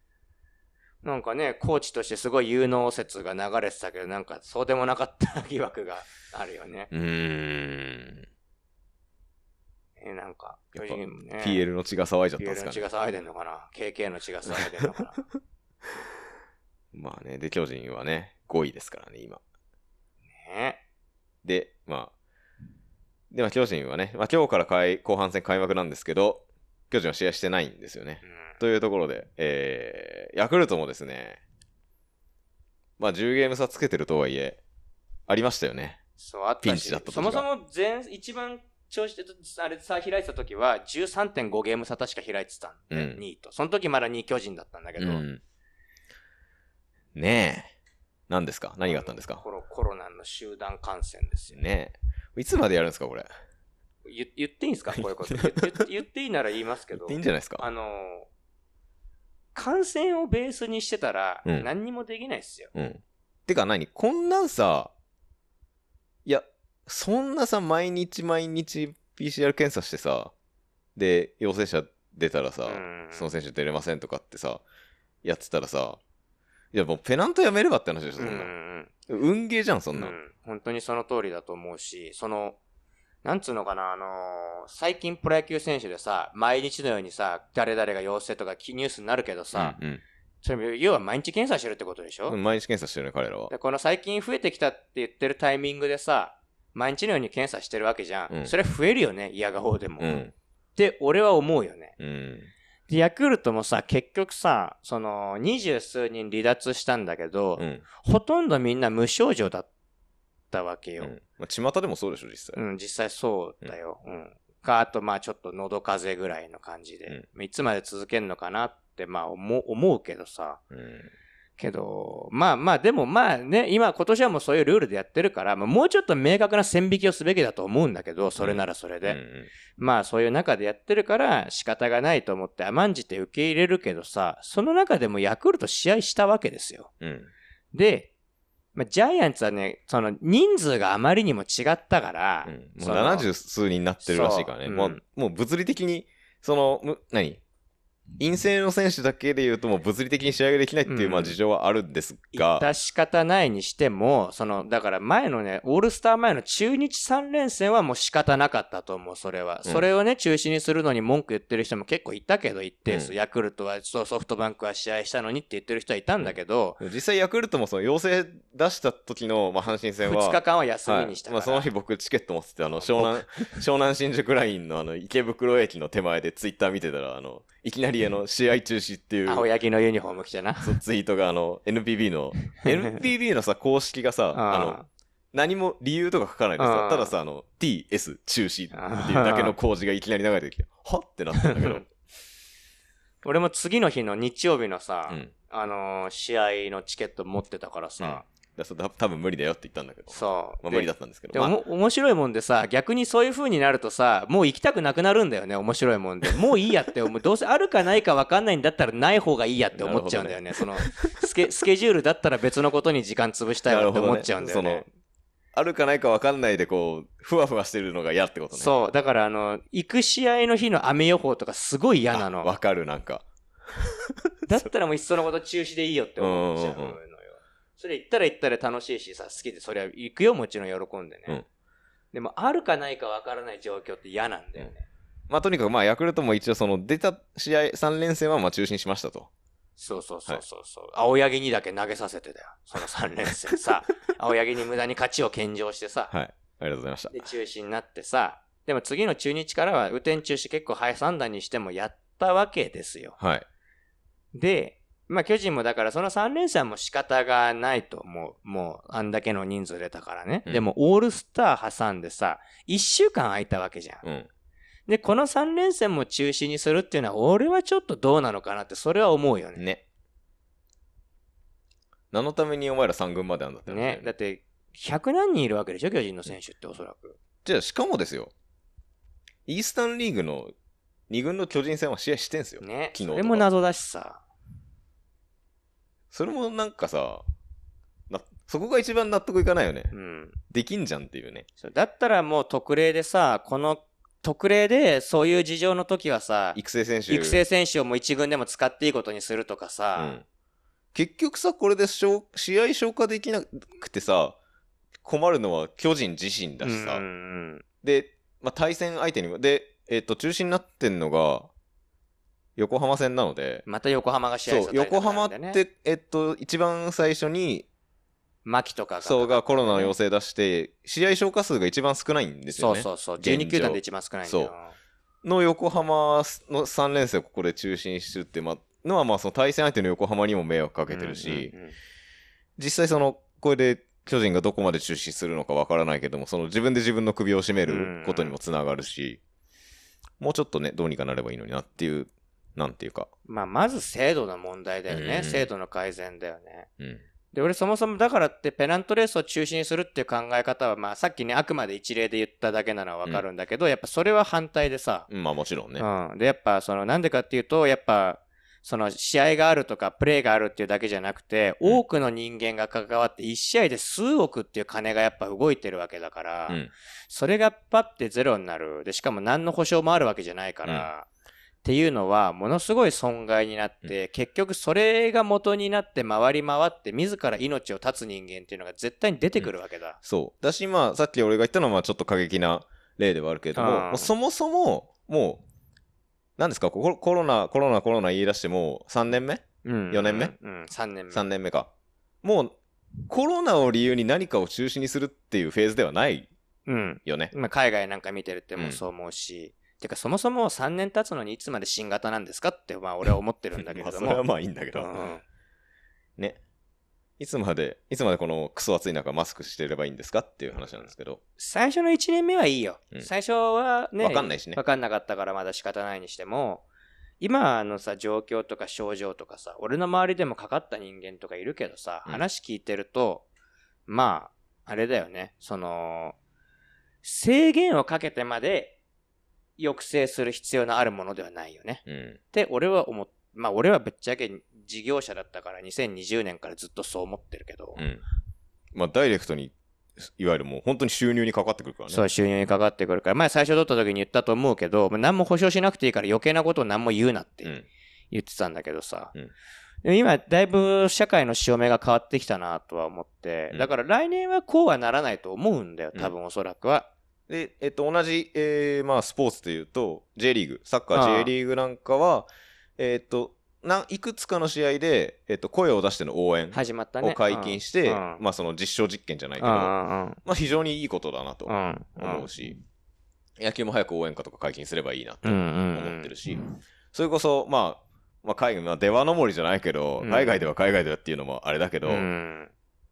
B: なんかねコーチとしてすごい有能説が流れてたけどなんかそうでもなかった疑惑があるよね、
A: うん。うーん。
B: えなんか
A: やっぱ
B: 巨人もね
A: PL の血が騒いじゃったん
B: PL
A: です
B: の
A: か
B: 血
A: ね。
B: が騒いでんのかな ?KK の血が騒いでんの かな
A: まあね、で、巨人はね、5位ですからね、今。
B: ね
A: で、まあ、で、まあ、巨人はね、まあ、今日から開後半戦開幕なんですけど、巨人は試合してないんですよね
B: う。
A: というところで、えー、ヤクルトもですね、まあ10ゲーム差つけてるとはいえ、ありましたよね。
B: そう、あったし
A: ピンチだった時が
B: そもそも前、一番調子で、あれさ、開いてた時は13.5ゲーム差確か開いてたんで、
A: うん
B: 2位と。その時まだ2位巨人だったんだけ
A: う
B: ど。
A: ん。ねえ。何ですか何があったんですか
B: コロコロナの集団感染ですよね。
A: ねえ。いつまでやるんですかこれ。
B: 言言っていいんですかこういうこと。言言言っていいなら言いますけ
A: 言
B: ど
A: っていい。んじゃないですか
B: あのー感染をベースにしてたら、
A: うん
B: 何にもできないっすよ。
A: うん。てか何こんなんさ、いや、そんなさ、毎日毎日 PCR 検査してさ、で、陽性者出たらさ、
B: うん
A: その選手出れませんとかってさ、やってたらさ、いや、もうペナントやめればって話でしょ、そ
B: うん
A: ん
B: う
A: な。
B: ん
A: 運ゲーじゃん、そ
B: うんん、う
A: な。
B: ん、本当にその通りだと思うし、その、なんつうのかな、あのー最近プロ野球選手でさ、毎日のようにさ、誰々が陽性とかきニュースになるけどさ、
A: うん
B: それ要は毎日検査してるってことでしょ、
A: うん毎日検査してるね、彼らは
B: で。この最近増えてきたって言ってるタイミングでさ、毎日のように検査してるわけじゃん。
A: うん
B: それは増えるよね、嫌が方でも。
A: う
B: っ
A: ん。
B: て俺は思うよね。
A: うん。
B: で、ヤクルトもさ、結局さ、その、二十数人離脱したんだけど、
A: うん。
B: ほとんどみんな無症状だったわけ
A: う
B: よ。
A: ん。まあ、巷でもそうでしょ、実際。
B: うん、実際そうだよ。うん。か、あと、まあ、ちょっと喉風邪ぐらいの感じで、いつまで続けるのかなって、まあ、思う思うけどさ。
A: うん。
B: けど、まあまあ、でもまあね、今、今年はもうそういうルールでやってるから、まあ、もうちょっと明確な線引きをすべきだと思うんだけど、それならそれで。
A: うん
B: まあ、そういう中でやってるから、仕方がないと思って甘んじて受け入れるけどさ、その中でもヤクルト試合したわけですよ。
A: うん。うん。
B: で、まあ、ジャイアンツはね、その人数があまりにも違ったから、
A: うん、
B: そ
A: もう
B: の
A: 70数人になってるらしいからね。
B: そう
A: も
B: う
A: うんもう物理的に、その、む何陰性の選手だけで言うと、もう物理的に試合ができないっていう、
B: うん
A: まあ事情はあるんですが、
B: 致し方ないにしても、その、だから前のね、オールスター前の中日3連戦はもう仕方なかったと思う、それは。
A: うん
B: それをね、中止にするのに文句言ってる人も結構いたけど、一定数。
A: うん
B: ヤクルトは、そうソフトバンクは試合したのにって言ってる人はいたんだけど、
A: 実際ヤクルトもその陽性出した時の、まあ、阪神戦は、
B: 2日間は休み
A: はい
B: にした
A: ま
B: か
A: あ、その
B: ら
A: 日。僕チケット持ってて、あの、湘南、 湘南新宿ラインのあの、池袋駅の手前でツイッター見てたら、あの、いきなりあの、試合中止っていう、
B: 青柳のユニフォーム着てな。
A: そうツイートがあの、NPB の、NPB のさ、公式がさ、あの、何も理由とか書かないで
B: う
A: さ
B: ん、
A: たださ、あの、TS 中止っていうだけの工事がいきなり流れてきて、はってなったんだけど。
B: 俺も次の日の日曜日のさ、
A: うん。
B: あのー試合のチケット持ってたからさ、
A: だそうだ多分無理だよって言ったんだけど。
B: そう。
A: まあ無理
B: で
A: だったんですけ
B: で
A: ど。ま
B: も、
A: あ
B: 面白いもんでさ逆にそういう風になるとさもう行きたくなくなるんだよね面白いもんでもういいやっ て思うどうせあるかないか分かんないんだったらない方がいいやって思っちゃうんだよねそのスケスケジュールだったら別のことに時間潰したいわって思っちゃうんだよね
A: なるほどねあるかないか分かんないで、こう、ふわふわしてるのが嫌ってことね。う。
B: そうだからあの行く試合の日の雨予報とかすごい嫌なの
A: わかる、なんか。
B: だったらもういっそのこと中止でいいよって思っちゃうの
A: うん
B: よ
A: うん
B: それ行ったら行ったら楽しいしさ好きでそりゃ行くよもちろん喜んでね、
A: うん
B: でもあるかないか分からない状況って嫌なんだよね、
A: まあ、とにかく、まあ、ヤクルトも一応、その、出た試合、3連戦は、まあ、中止にしましたと。
B: そうそうそうそうそう、青柳にだけ投げさせてだよ。その3連戦さ。 青柳に無駄に勝ちを献上してさ。
A: はい。ありがとうございました。
B: で、中止になってさ。でも次の中日からは、雨天中止結構早三段にしてもやったわけですよ。
A: はい。
B: で、まあ巨人もだからその3連戦も仕方がないと思う。もう、あんだけの人数出たからね。
A: うん
B: でもオールスター挟んでさ、1週間空いたわけじゃん。
A: うん。
B: で、この3連戦も中止にするっていうのは、俺はちょっとどうなのかなって、それは思うよね。
A: ね。何のためにお前ら3軍まであんだって話だよ
B: ね、だって、100何人いるわけでしょ、巨人の選手っておそらく。
A: じゃあ、しかもですよ。イースタンリーグの2軍の巨人戦は試合してんすよ。
B: ね、
A: 昨日と
B: そ
A: か
B: れも謎だしさ。
A: それもなんかさ、なそこが一番納得いかないよね。
B: うん。
A: できんじゃんっていうね。
B: そうだったらもう特例でさ、この特例でそういう事情の時はさ、
A: 育成選手。
B: 育成選手をもう一軍でも使っていいことにするとか
A: う
B: さ、
A: ん。結局さ、これで消試合消化できなくてさ、困るのは巨人自身だしさ。
B: うんうんうん
A: で、まあ、対戦相手にも、で、えっ、と、中止になってんのが、横浜戦なので、
B: また横浜が試合
A: そう、横浜っ
B: ね、
A: て、えっと、一番最初に、
B: 牧とかが。
A: そうがコロナの陽性出して、試合消化数が一番少ないんですよ
B: そう
A: ね。
B: そうそう、
A: 現状
B: 12球団で一番少ないんだよ。
A: の横浜の3連戦をここで中止にしてるって、まあ、のはまあその対戦相手の横浜にも迷惑かけてるし、
B: うんうんうん
A: 実際その、これで巨人がどこまで中止するのかわからないけども、その自分で自分の首を絞めることにもつながるし、もうちょっとね、どうにかなればいいのになっていう、なんていうか、
B: まあ、まず制度の問題だよ
A: うんう
B: ね。
A: ん
B: 制度の改善だよね。
A: うん。
B: で、俺そもそもだからってペナントレースを中止にするっていう考え方は、まあさっきね、あくまで一例で言っただけなのはわかるんだけど、やっぱそれは反対でさ、
A: まあもちろんね。
B: うん。で、やっぱその、なんでかっていうと、やっぱ、その試合があるとかプレーがあるっていうだけじゃなくて、
A: うん
B: 多くの人間が関わって1試合で数億っていう金がやっぱ動いてるわけだから、
A: うん
B: それがパッてゼロになる。で、しかも何の保証もあるわけじゃないから、っていうのはものすごい損害になって、結局それが元になって回り回って自ら命を絶つ人間っていうのが絶対に出てくるわけだ。
A: そう。だし、まあ、さっき俺が言ったのは、まあ、ちょっと過激な例ではあるけれども、
B: うん
A: もうそもそも、もう、なんですか、ここコロナ、コロナ、コロナ言い出してもう3年目
B: うん
A: 四年目
B: うん、3年目。
A: ?3 年目か。もう、コロナを理由に何かを中止にするっていうフェーズではない
B: うん。
A: よね。
B: まあ、海外なんか見てるってもうそう思うし、てかそもそも3年経つのにいつまで新型なんですかって、まあ俺は思ってるんだけ れ
A: まあ、
B: ど
A: それは
B: も。
A: まあいいんだけど。
B: うん
A: ね。いつまで、いつまでこのクソ暑い中マスクしてればいいんですかっていう話なんですけど。
B: 最初の1年目はいいよ。
A: うん
B: 最初はね、
A: わかんないしね
B: わかんなかったからまだ仕方ないにしても、今のさ、状況とか症状とかさ、俺の周りでもかかった人間とかいるけどさ、
A: うん
B: 話聞いてると、まあ、あれだよね、その、制限をかけてまで抑制する必要のあるものではないよね。
A: うん。
B: って俺は思っまあ俺はぶっちゃけ事業者だったから2020年からずっとそう思ってるけど、
A: うん。まあ、ダイレクトに、いわゆるもう本当に収入にかかってくるからね。
B: そう収入にかかってくるから前最初取った時に言ったと思うけど、まあ、何も保証しなくていいから余計なことを何も言うなっ
A: う
B: て
A: ん。
B: 言ってたんだけどさ、
A: うん
B: でも今だいぶ社会の潮目が変わってきたなとは思って、
A: うん
B: だから来年はこうはならないと思うんだよ多分おそらくは、
A: で、えっと、同じ、えーまあ、スポーツというと、J リーグ、サッカ
B: ああ
A: ー J リーグなんかは、えっと、ないくつかの試合で、えっと、声を出しての応援
B: 始まったね
A: を解禁して、まあ、その実証実験じゃないけど、まあ、非常にいいことだなと思うし、野球も早く応援歌とか解禁すればいいなと思
B: 思
A: ってるし、それこそ、まあ、まあ、海外、まあ、出羽の森じゃないけど、
B: うん
A: 海外では海外だっていうのもあれだけど、
B: うん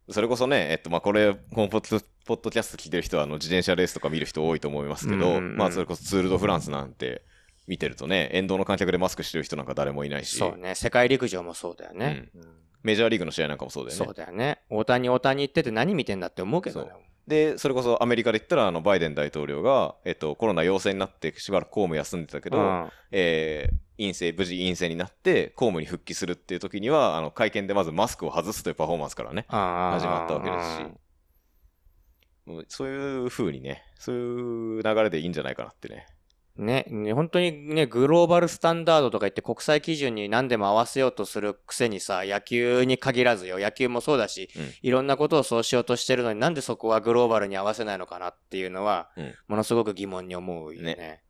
A: それこそね、えっと、まあ、これ、このポッドポッドキャスト聞いてる人は、あの、自転車レースとか見る人多いと思いますけど、
B: うんうんうん
A: まあ、それこそツール・ド・フランスなんて見てるとね、沿道の観客でマスクしてる人なんか誰もいないし、
B: そうね世界陸上もそうだよね、うん
A: メジャーリーグの試合なんかもそうだよ
B: そ
A: ね
B: う。だよね。大谷、大谷行ってて何見てんだって思うけどね。
A: で、それこそアメリカで言ったら、あの、バイデン大統領が、えっと、コロナ陽性になって、しばらく公務休んでたけど、
B: うん
A: えー陰性、無事陰性になって、公務に復帰するっていう時には、あの、会見でまずマスクを外すというパフォーマンスからね、始まったわけですし、もうそういう風にね、そういう流れでいいんじゃないかなってね。
B: ね、ね本当にね、グローバルスタンダードとか言って国際基準に何でも合わせようとするくせにさ、野球に限らずよ、野球もそうだし、
A: うん
B: いろんなことをそうしようとしてるのになんでそこはグローバルに合わせないのかなっていうのは、
A: うん
B: ものすごく疑問に思うよね。
A: ね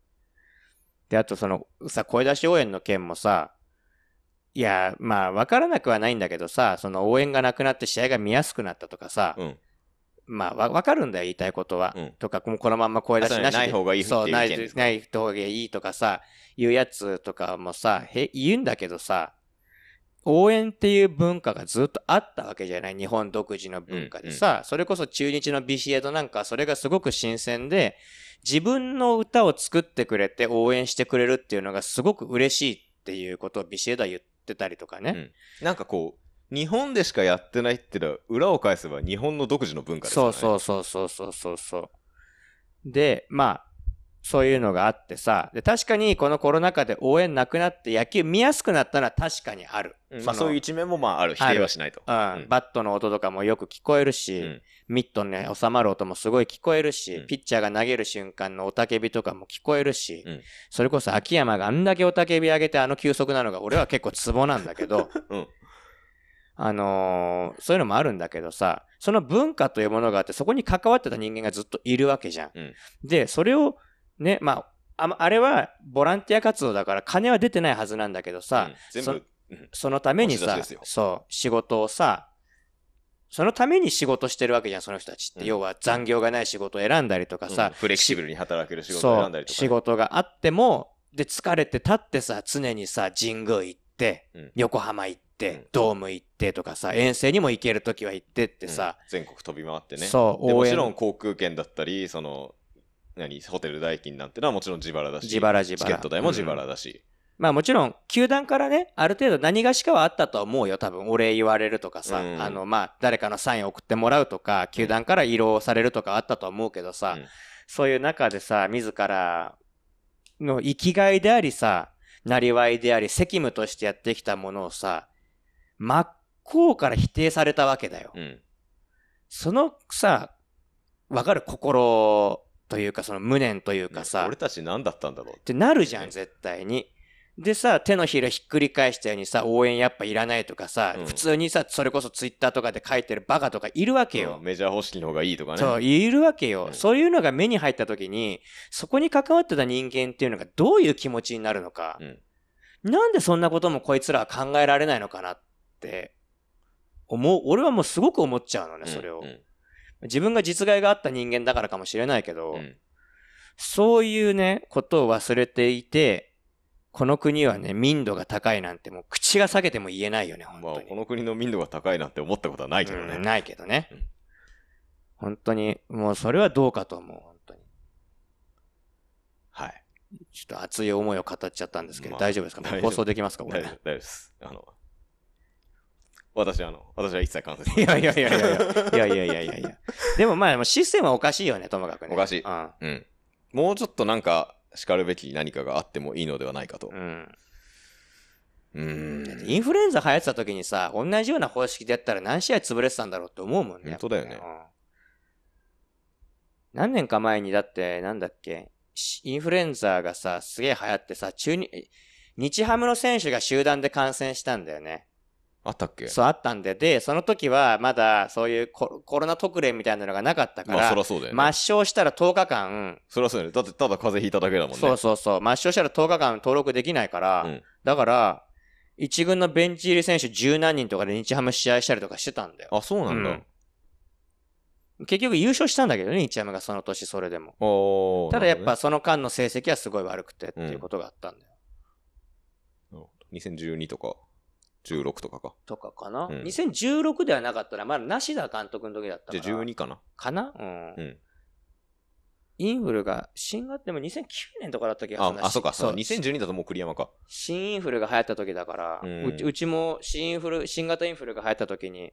B: で、あとその、さ、声出し応援の件もさ、いや、まあ、わからなくはないんだけどさ、その応援がなくなって試合が見やすくなったとかさ、
A: うん。
B: まあ、わ、わかるんだよ、言いたいことは。
A: うん
B: とか、もうこのまんま声出しな
A: あそう
B: し
A: ねない方がいいっていう
B: そう、な
A: 意見で
B: い、
A: すか
B: ない方がいいとかさ、言うやつとかもさ、へ、言うんだけどさ、応援っていう文化がずっとあったわけじゃない日本独自の文化でさ、それこそ中日のビシエドなんかはそれがすごく新鮮で、自分の歌を作ってくれて応援してくれるっていうのがすごく嬉しいっていうことをビシエドは言ってたりとかね。
A: うんなんかこう、日本でしかやってないってのは、裏を返せば日本の独自の文化ですから
B: そ
A: ね。
B: うそうそうそうそうそうそう。で、まあ、そういうのがあってさ、で、確かにこのコロナ禍で応援なくなって野球見やすくなったのは確かにある。
A: うんまあそういう
B: う、
A: 一面もまあある。否定はしないと。
B: うん、
A: ん
B: バットの音とかもよく聞こえるし、
A: うん
B: ミットに収まる音もすごい聞こえるし、
A: うん
B: ピッチャーが投げる瞬間の雄たけびとかも聞こえるし、
A: うん
B: それこそ秋山があんだけ雄たけび上げてあの球速なのが俺は結構ツボなんだけど、
A: うん
B: あのーそういうのもあるんだけどさ、その文化というものがあって、そこに関わってた人間がずっといるわけじゃん。
A: うん
B: で、それをね、まあ、あまあれはボランティア活動だから金は出てないはずなんだけどさ、
A: うん全
B: そ
A: 部、
B: そのために
A: 押
B: さ
A: し出しですよ、
B: そう、仕事をさ、そのために仕事してるわけじゃん、その人たちって。
A: うん
B: 要は残業がない仕事を選んだりとか
A: さ
B: さ、
A: フレキシブルに働ける仕事を
B: そ
A: 選んだ
B: う
A: り、とかね、
B: 仕事があっても、で、疲れて立ってさ、常にさ、神宮行って
A: うん、
B: 横浜行っ
A: う
B: て
A: ん、
B: ドーム行ってとかさ、遠征にも行けるときは行ってってさ
A: う、ん全国飛び回ってね。
B: そう、
A: でも
B: 応
A: ちろん
B: 援、
A: 航空券だったり、その、何、ホテル代金なんてのはもちろん自腹だし、
B: 自腹自腹。
A: チケット代も自
B: う
A: 腹
B: ん
A: だし、
B: まあもちろん、球団からね、ある程度何がしかはあったとは思うよ、多分。お礼言われるとかさ、
A: うん
B: あの、まあ、誰かのサイン送ってもらうとか、球団から慰労されるとかあったとは思うけどさ、
A: うん
B: そういう中でさ、自らの生きがいでありさ、なりわいであり、責務としてやってきたものをさ、真っ向から否定されたわけだよ。
A: うん。
B: そのさ、わかる心というか、その無念というかさ、
A: 俺たち何だったんだろう
B: ってなるじゃん、絶対に。でさ、手のひらひっくり返したようにさ、応援やっぱいらないとかさ、
A: うん
B: 普通にさ、それこそツイッターとかで書いてるバカとかいるわけよ
A: うん。メジャー方式の方がいいとかね。
B: そう、いるわけよ。
A: うん
B: そういうのが目に入った時に、そこに関わってた人間っていうのがどういう気持ちになるのか。
A: うん
B: なんでそんなこともこいつらは考えられないのかなって、思う、俺はもうすごく思っちゃうのね、
A: うん
B: それを。
A: うん
B: 自分が実害があった人間だからかもしれないけど、
A: うん
B: そういうね、ことを忘れていて、この国はね、民度が高いなんてもう口が裂けても言えないよね、本
A: まあ、
B: 当に。
A: この国の民度が高いなんて思ったことはないけど
B: うん
A: ね。
B: ないけどね
A: うん。
B: 本当に、もうそれはどうかと思う、本当に。
A: はい。
B: ちょっと熱い思いを語っちゃったんですけど、
A: まあ
B: 大丈夫ですか
A: 大丈夫
B: 放送できますか
A: 大
B: こ
A: 丈夫
B: れ。
A: 大丈夫です。あの、私、あの、私は一切関係ない
B: やいやいやいやいや。いやいやいやいやいや。でもまあ、システムはおかしいよね、ともかくね。
A: おかしい
B: うん。
A: うん。もうちょっとなんか、叱るべき何かがあってもいいのではないかと
B: う。ん。
A: うーん。
B: インフルエンザ流行ってた時にさ、同じような方式でやったら何試合潰れてたんだろうって思うもんね。
A: 本当だよね
B: やっぱうん何年か前にだって、なんだっけ、しインフルエンザがさ、すげえ流行ってさ、中に、日ハムの選手が集団で感染したんだよね。
A: あったっけ
B: そうあったんで、で、その時はまだそういうコロコロナ特例みたいなのがなかったか
A: まあ、
B: ら、
A: そりゃそうだよね。
B: 抹消したら10日間、
A: そりゃそうだよね。だって、ただ風邪ひいただけだもんね。
B: そうそうそう、抹消したら10日間登録できないから、
A: うん
B: だから、一軍のベンチ入り選手十何人とかで日ハム試合したりとかしてたんだよ。
A: あ、そうなんだ。
B: うん結局優勝したんだけどね、日ハムがその年それでも。
A: おー
B: ただやっ、
A: な
B: ぱその間の成績はすごい悪くてっていうことがあったんだよ。
A: るほどね2012とか、16とかか。
B: とかかな、
A: うん
B: ?2016 ではなかったら、まだ梨田監督の時だったか
A: じ
B: ら。
A: ゃあ12かな。
B: かなうん
A: うん。
B: インフルが、新型でも2009年とかだった気がす
A: あ
B: る、な
A: あ、そうか、そう。
B: し
A: 2012だともう栗山か。
B: 新インフルが流行った時だから、
A: う
B: うんちうちも新インフル、新型インフルが流行った時に、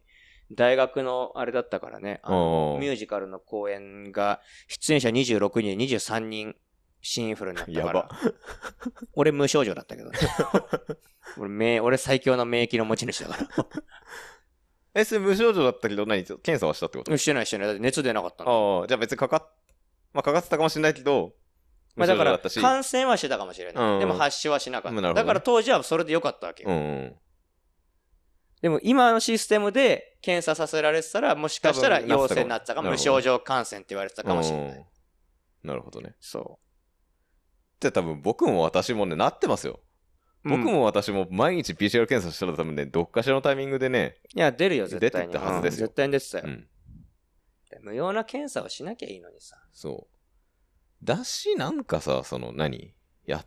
B: 大学のあれだったからね、あの
A: おー
B: ミュージカルの公演が、出演者26人、23人、新インフルになったか
A: やば
B: ら、俺無症状だったけど ね。俺め俺最強の免疫の持ち主だから。
A: え、それ無症状だったけど、何ちょ検査はしたってこと
B: うんしてないしてない。だって熱出なかったの。
A: ああ、じゃあ別にかかっ、まあかかってたかもしれないけど、
B: まあ、だか
A: 無
B: ら
A: 症状だっ
B: 感染はしてたかもしれない。
A: うんうん
B: でも発症はしなかっ
A: まあ
B: た。
A: なるほどね
B: だから当時はそれでよかったわけよ
A: たし、うんうん。
B: でも今のシステムで検査させられてたら、もしかしたら
A: 多分なっ
B: 陽
A: てたかも
B: 性になってたかも、
A: なるほ
B: 無
A: ど
B: 症状感染って言われてたかもしれない。
A: うんなるほどね。
B: そ
A: じゃあ多分僕も私もね、なってますよ。
B: う。
A: 僕
B: うん。
A: も私も毎日 PCR 検査したら多分ね、どっかしらのタイミングでね、
B: いや、出るよ、絶対に。
A: 出てったはずですよ
B: うん絶対に出てたよ
A: う、ん、
B: 無用な検査をしなきゃいいのにさ。
A: そう。だし、なんかさ、その何、や、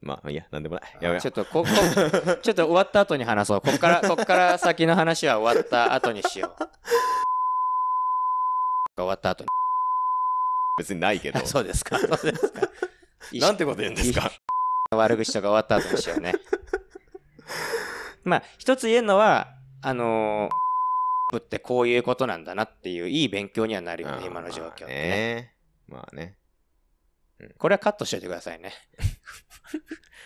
A: まあ、いや、なんでもない。やめよ
B: ちょっと、ここ、 ちょっと終わった後に話そう。こ っから、こっから先の話は終わった後にしよう。終わった後に。
A: 別にないけど。
B: あ そうですか。そうですか。
A: なんてこと言うんです か。
B: 悪口とか終わった後にしようね。まあ、一つ言えるのは、あのー、ってこういうことなんだなっていういい勉強にはなるよね、今の状況って
A: まあ
B: ね、
A: ね。まあね。
B: これはカットしといてくださいね。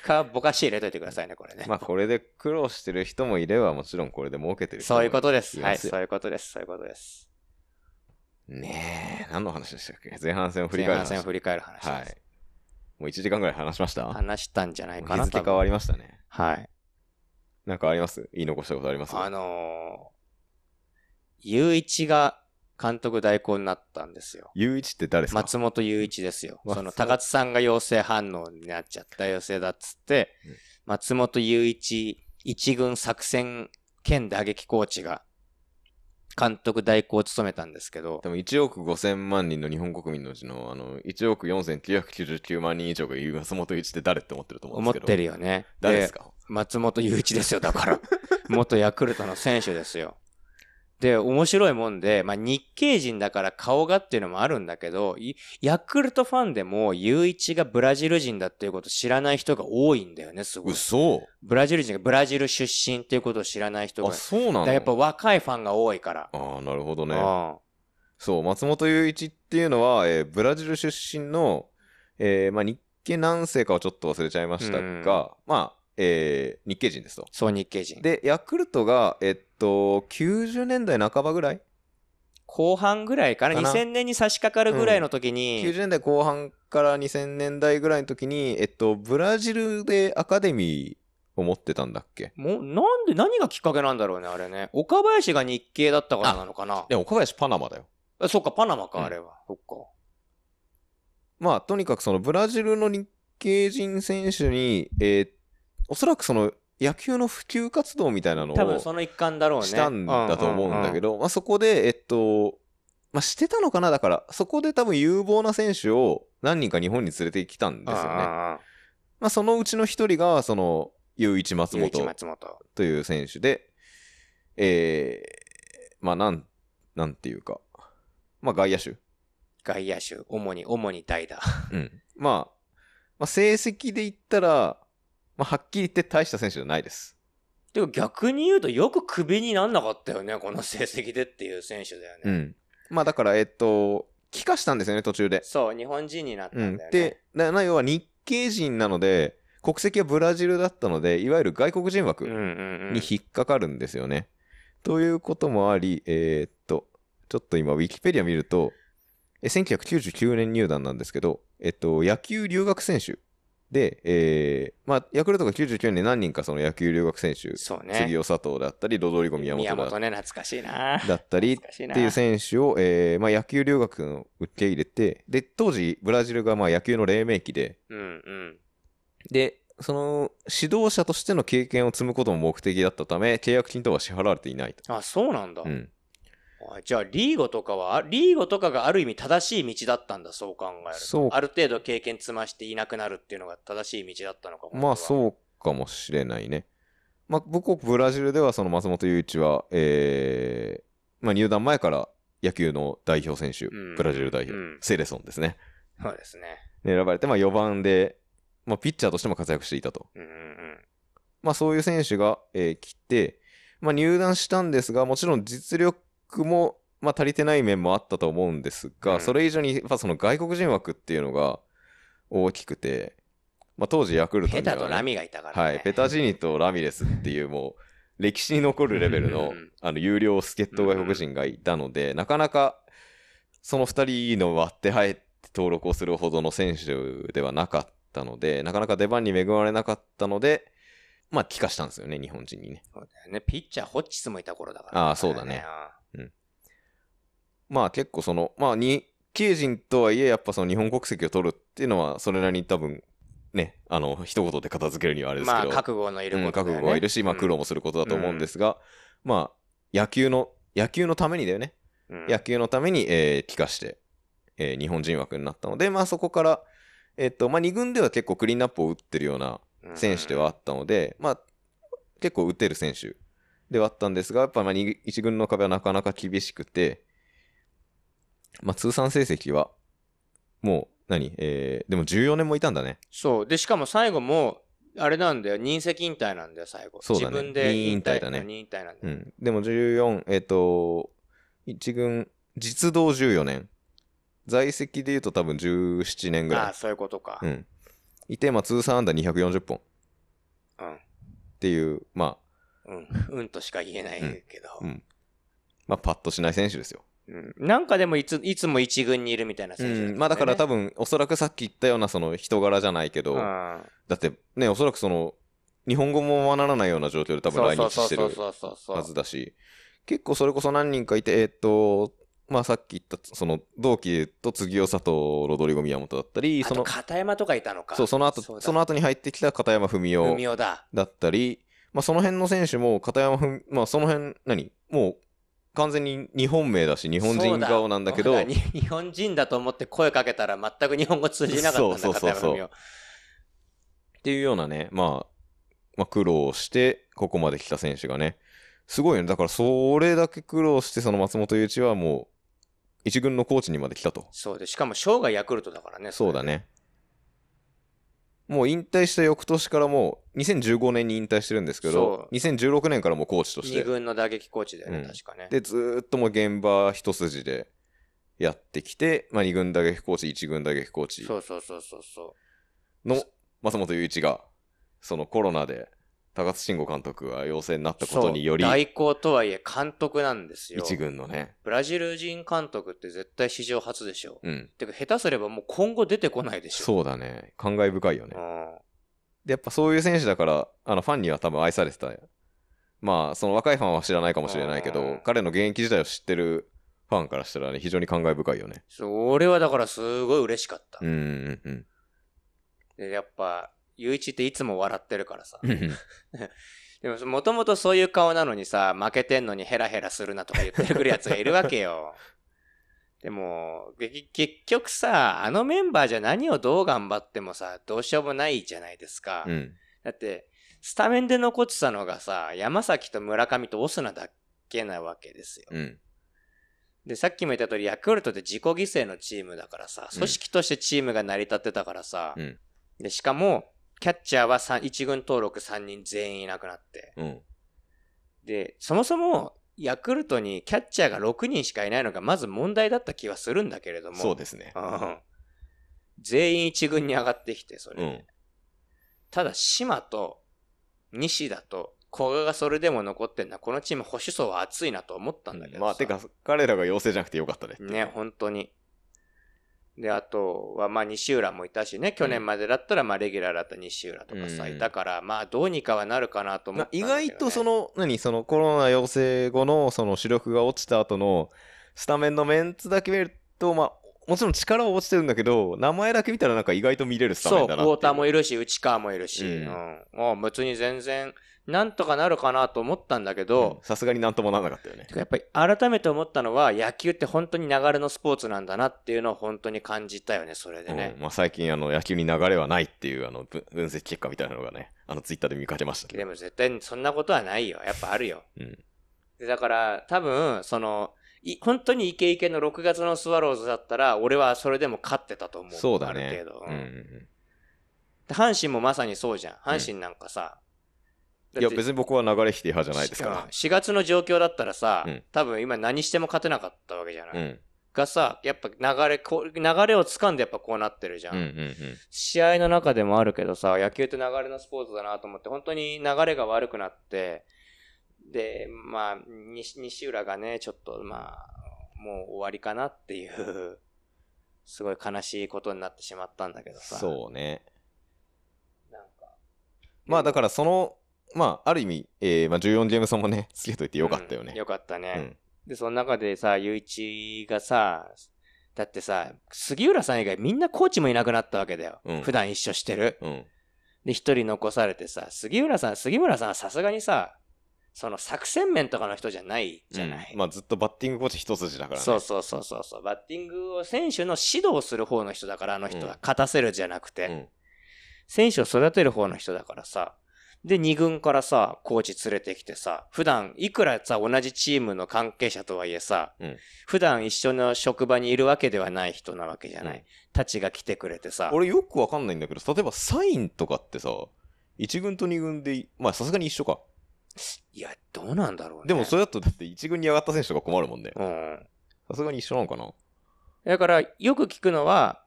B: か、ぼかし入れといてくださいね、これね。
A: まあ、これで苦労してる人もいれば、もちろんこれで儲けてる人も
B: そういうことです。
A: い
B: は
A: ま
B: い、
A: すよ
B: そういうことです。そういうことです。
A: ねえ、何の話でしたっけ前半戦を振り
B: 前
A: 返る
B: 半
A: 話。
B: 戦を振り返る話
A: は
B: で
A: い
B: す。。
A: もう1時間ぐらい話しました
B: 話したんじゃないか
A: 日
B: な
A: 付
B: 多
A: 変
B: 分
A: わりましたね。
B: はい。
A: なんかあります言い残したことあります
B: あのー、ゆういちが監督代行になったんですよ。
A: ゆういちって誰ですか
B: 松本雄一ですよ。
A: 松
B: そ
A: 本
B: の高津さんが陽性反応になっちゃった陽性だっつって、
A: うん
B: 松本雄一一軍作戦兼打撃コーチが監督代行を務めたんですけど
A: 多、分1億5千万人の日本国民のうちの、あの、1億4999万人以上が言う松本ゆういちって誰って思ってると思うんで
B: 思
A: す
B: っ
A: けど。
B: てるよね。
A: 誰ですか
B: 松本雄一ですよ、だから。元ヤクルトの選手ですよ。で、面白いもんで、まあ、日系人だから顔がっていうのもあるんだけど、いヤクルトファンでも、雄一がブラジル人だっていうこと知らない人が多いんだよね、すごい。
A: 嘘
B: ブラジル人がブラジル出身っていうことを知らない人が。
A: あ、
B: だか
A: そうなの
B: らやっぱ若いファンが多いから。
A: ああ、なるほど
B: う
A: ね。
B: ん
A: そう、松本雄一っていうのは、えーブラジル出身の、えーまあ、日系何世かはちょっと忘れちゃいましたが、まあ、えー日系人ですと。
B: そう、日系人。
A: で、ヤクルトが、えっと、90年代半ばぐらい
B: 後半ぐらいかな
A: かな
B: ?2000 年に差し掛かるぐらいの時に、
A: 90年代後半から2000年代ぐらいの時に、えっと、ブラジルでアカデミーを持ってたんだっけ
B: もう、なんで、何がきっかけなんだろうね、あれね。岡林が日系だったからなのかな
A: でも岡林パナマだよ。
B: あそっか、パナマ
A: うん
B: か、あれは。そっか。
A: まあ、とにかくそのブラジルの日系人選手に、えーおそらくその野球の普及活動みたいなの
B: 多分そ
A: を
B: の一環だろうね。
A: したんだと思うんだけ
B: ど。
A: ど、まあそこで、えっと、まあしてたのかなだから、そこで多分有望な選手を何人か日本に連れてきたんですよね。
B: ね。
A: まあそのうちの一人が、その、雄一松
B: 松本。
A: 本
B: 松本。
A: という選手で、えー、まあなん、なんていうか、まあ外野手。
B: 外野手、主に、主に代打。
A: うん。まあ、まあ、成績で言ったら、まあ、はっきり言って大した選手じゃないです。
B: でも逆に言うとよくクビになんなかったよね、この成績でっていう選手だよね。
A: ん。まあ、だから、えっと、帰化したんですよね、途中で。
B: そう、日本人になった
A: うんん
B: だ。よね。
A: で、な、な要は日系人なので、国籍はブラジルだったので、いわゆる外国人
B: うん
A: 枠
B: うんうん、
A: に引っかかるんですよね。ということもあり、えーっと、ちょっと今、ウィキペディア見ると、え1999年入団なんですけど、えっと、野球留学選手で、えーまあ、ヤクルトが99年何人かその野球留学選手
B: そう
A: 杉
B: ね。
A: 尾佐藤だったり、ロドリゴ宮
B: 宮
A: 本
B: 本
A: だ
B: ね、懐かしいな。
A: だったりっ
B: 懐かしいな。
A: ていう選手を、えーまあ、野球留学の受け入れて、で、当時、ブラジルがまあ野球の黎明期で、
B: うんうん。
A: で、その指導者としての経験を積むことも目的だったため、契約金等は支払われていないと。
B: あ、そうなんだ。
A: うん、
B: あじゃあ、リーゴとかは、あリーゴとかがある意味正しい道だったんだ、そう考えると。
A: そう
B: ある程度経験積ましていなくなるっていうのが正しい道だったのかも。
A: まあ、
B: う。
A: そうかもしれないね。まあ、母国ブラジルでは、その松本雄一は、えーまあ、入団前から野球の代表選手、
B: うん
A: ブラジル代表、
B: うん
A: セレソンですね。
B: そうですね。
A: に選ばれて、まあ、4番で、まあ、ピッチャーとしても活躍していたと。
B: うんうん
A: まあ、そういう選手が、えー来て、まあ、入団したんですが、もちろん実力も、まあ、足りてない面もあったと思うんですが、
B: うん
A: それ以上に、やっぱその外国人枠っていうのが大きくて、まあ、当時ヤク
B: う
A: ル
B: ん。
A: ト
B: ペ
A: には
B: タ
A: ね、
B: とラミがいたから、ね。
A: はい、ペタジーニとラミレスっていうもう、歴史に残るレベルの
B: うん、
A: あの、有料助っ人外国人がいたので、なかなか、その2人の割って入って登録をするほどの選手ではなかったので、なかなか出番に恵まれなかったので、まあ、帰化したんですよね、日本人にね。
B: そうだよね。ピッチャー、ホッチスもいた頃だから、
A: あーそうだね
B: あ
A: まあ、結構その、まあ、日系人とはいえ、やっぱその日本国籍を取るっていうのは、それなりに多分、ね、あの、一言で片付けるにはあれ
B: ー
A: ですけ
B: まあ、
A: ど、
B: 覚悟のいる
A: う
B: こ
A: ん
B: とだ
A: 覚
B: よね、
A: 悟はいるし、まあ、
B: うん
A: 苦労もすることだと思うんですが、まあ、野球の、野球のためにだよね。
B: うん
A: 野球のために、えー、帰化して、えー日本人枠になったので、まあ、そこから、えっと、まあ、2軍では結構クリーンアップを打ってるような選手ではあったので、まあ、結構打てる選手ではあったんですが、やっぱまあ2 1軍の壁はなかなか厳しくて、まあ、通算成績は、もう何、えーでも14年もいたんだね。
B: そう。で、しかも最後も、あれなんだよ。任責引退なんだよ、最後。
A: そうだね
B: 自分で
A: 任引退だね
B: 任引退なんだ
A: う
B: よ。
A: ん。でも14、えっ、と、1軍、実動14年。在籍で言うと多分17年ぐ
B: あ
A: ら
B: あ、そういうことか。
A: い。うん。いて、まあ通算安打240本っ
B: うん。
A: ていう、ま
B: うん。うんとしか言えないけど
A: あ、う。ん。まあパッとしない選手ですよ。
B: うんなんかでもいつ、いつも一軍にいるみたいな
A: う
B: 選手
A: ん。まあだから多
B: 分、
A: 分、おそらくさっき言ったようなその人柄じゃないけど、
B: うん
A: だってね、おそらくその、日本語もまらないような状況で多分来日してる
B: そうそうそうそう
A: は
B: そう
A: ずだし、結構それこそ何人かいて、えーっと、まあさっき言った、その同期で言うと、杉尾佐藤、ロドリゴ宮本だったり、
B: あ
A: そ
B: と
A: の、
B: 片山とかいたのか。
A: そう、その後、そ
B: うだ
A: の後に入ってきた片山文
B: 文
A: 雄
B: 雄だ。
A: だったり、まあその辺の選手も片山文、まあその辺、何もう完全に日本名だし、日本人顔なんだけど、
B: そうに日本人だと思って声かけたら全く日本語通じなかったん
A: そう
B: だ、
A: そうそうそう
B: 片山文雄
A: っていうようなね、まあ、まあ、苦労して、ここまで来た選手がね、すごいよね。だから、それだけ苦労して、その松本雄一はもう、一軍のコーチにまで来たと。
B: そうで、しかも生涯ヤクルトだからね。
A: そうだ
B: ね。
A: ね。もう引退した翌年からもう、2015年に引退してるんですけど
B: そ、う
A: 2016年からもうコーチとし
B: 二
A: て。
B: 軍の打撃コーチだよね、
A: うん
B: 確かね。
A: で、ずーっともう現場一筋でやってきて、まあ、二軍打撃コーチ、一軍打撃コーチ。
B: そうそうそうそうそう。
A: の松本雄一が、そのコロナで、高津慎吾監督が陽性になったことにより
B: そう、代行とはいえ監督なんですよ。
A: 一軍のね、
B: ブラジル人監督って絶対史上初でしょ。
A: うん、
B: てか下手すればもう今後出てこないでしょ。
A: そうだね、感慨深いよね
B: う。ん。
A: で、やっぱそういう選手だから、あの、ファンには多分愛されてた。まあ、その若いファンは知らないかもしれないけ
B: うん
A: ど、彼の現役時代を知ってるファンからしたらね、非常に感慨深いよね。
B: それはだからすごい嬉しかった。
A: うんうん
B: で、やっぱ、ゆういちっていつも笑ってるからさ
A: う。んうん。
B: でも、もともとそういう顔なのにさ、負けてんのにヘラヘラするなとか言ってくるやつがいるわけよ。でも、げ結局さ、あのメンバーじゃ何をどう頑張ってもさ、どうしようもないじゃないですか。
A: うん。
B: だって、スタメンで残ってたのがさ、山崎と村上とオスナだけなわけですよ。
A: うん。
B: で、さっきも言った通り、ヤクルトって自己犠牲のチームだからさ、
A: うん
B: 組織としてチームが成り立ってたからさ、
A: うん
B: で、しかも、キャッチャーはさん一軍登録3人全員いなくなって。
A: うん。
B: で、そもそも、ヤクルトにキャッチャーが6人しかいないのがまず問題だった気はするんだけれども。
A: そうですね。
B: うん全員一軍に上がってきて、それ
A: う
B: で。
A: ん。
B: ただ、島と西田と古賀がそれでも残ってんな。このチーム保守層は熱いなと思ったんだけどさ。
A: まあ、てか、彼らが陽性じゃなくてよかったねっていう。
B: ね、本当に。で、あとは、まあ、西浦もいたしね、去年までだったら、まあ、レギュラーだった西浦とかさ、
A: うん
B: いたから、まあ、どうにかはなるかなと思ったんだけ
A: 意
B: どね、
A: 外とその、何、そのコロナ陽性後の、その主力が落ちた後の、スタメンのメンツだけ見ると、まあ、もちろん力は落ちてるんだけど、名前だけ見たらなんか意外と見れるスタメ
B: そ
A: ン
B: う、ク
A: だ
B: ォ
A: なっていう。
B: ーターもいるし、内川もいるし、う
A: うんん。
B: もう別に全然、なんとかなるかなと思ったんだけ
A: うん
B: ど、
A: さすがになんともならなかったよね
B: て。かやっぱり改めて思ったのは、野球って本当に流れのスポーツなんだなっていうのを本当に感じたよね、それでね。
A: うんまあ、最近あの野球に流れはないっていうあのぶ分析結果みたいなのがねあのツイッターで見かけましたけ
B: で
A: ど、
B: も絶対そんなことはないよ。やっぱあるよ。
A: うん
B: でだから、多分、その、い本当にイケイケの6月のスワローズだったら、俺はそれでも勝ってたと思う。
A: そうだ
B: あ
A: ね
B: る程度。
A: うん
B: う
A: うん
B: んで阪神もまさにそうじゃん。阪神なんかさ。
A: うんいや別に僕は流れ否定派じゃないですか
B: 4月の状況だったらさ、
A: うん
B: 多分今何しても勝てなかったわけじゃない。
A: ら、うん、
B: がさ、やっぱ流れ、こう流れを掴んでやっぱこうなってるじゃ
A: うんうん
B: 試合の中でもあるけどさ、野球って流れのスポーツだなと思って、本当に流れが悪くなって、で、まあ、西西浦がね、ちょっと、まあ、もう終わりかなっていう、 すごい悲しいことになってしまったんだけどさ。
A: そうね
B: う。なんか。
A: まあだからそのまあある意味、えーまあ、14ゲーム差もねつけといてよかったよね、
B: うんよかったね。
A: うん
B: で、その中でさ、ゆういちがさ、だってさ、杉浦さん以外みんなコーチもいなくなったわけだよ。
A: うん
B: 普段一緒してる。
A: うん
B: で、一人残されてさ、杉浦さん、杉浦さんはさすがにさ、その作戦面とかの人じゃないじゃない。
A: うんまあずっとバッティングコーチ一筋だからね
B: そうそうそうそうそう。バッティングを選手の指導をする方の人だから、あの人は。勝たせるじゃなくて、
A: うん
B: 選手を育てる方の人だからさ。で、二軍からさ、コーチ連れてきてさ、普段、いくらさ、同じチームの関係者とはいえさ、
A: うん
B: 普段一緒の職場にいるわけではない人なわけじゃない。
A: うん
B: たちが来てくれてさ。
A: 俺よくわかんないんだけど例えばサインとかってさ1軍と2軍でいまあさすがに一緒か
B: いや、どうなんだろうね。
A: でもそれだとだって1軍に上がった選手が困るもんね
B: うん。
A: さすがに一緒なのかな
B: だから、よく聞くのは、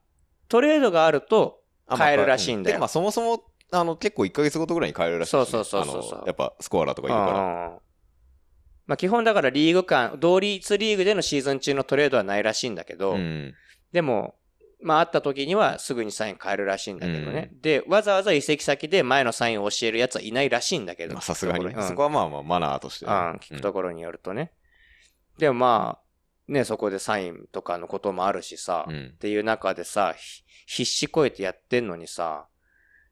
B: トレードがあると、
A: あ
B: 変えるらしいんだよ
A: まあてかまあそもそも、あの、結構1ヶ月ごとぐらいに変えるらしいしね、
B: そうそうそうそうそう
A: あのやっぱスコアラーとかいる
B: うん
A: か
B: うんうんまあ、基本だからリーグ間、同率リーグでのシーズン中のトレードはないらしいんだけ
A: ら。
B: ど、
A: うん。
B: でも、まあ、あった時にはすぐにサイン変えるらしいんだけどね。で、わざわざ移籍先で前のサインを教えるやつはいないらしいんだけど。
A: まあさすがに
B: 聞く
A: ね
B: ところ
A: そこはまあまあマナーとしてね、
B: うん、聞くところによるとね。でもまあ、ね、そこでサインとかのこともあるしさ、
A: うん。う
B: っ
A: ん
B: ていう中でさ、ひ必死こいてやってんのにさ、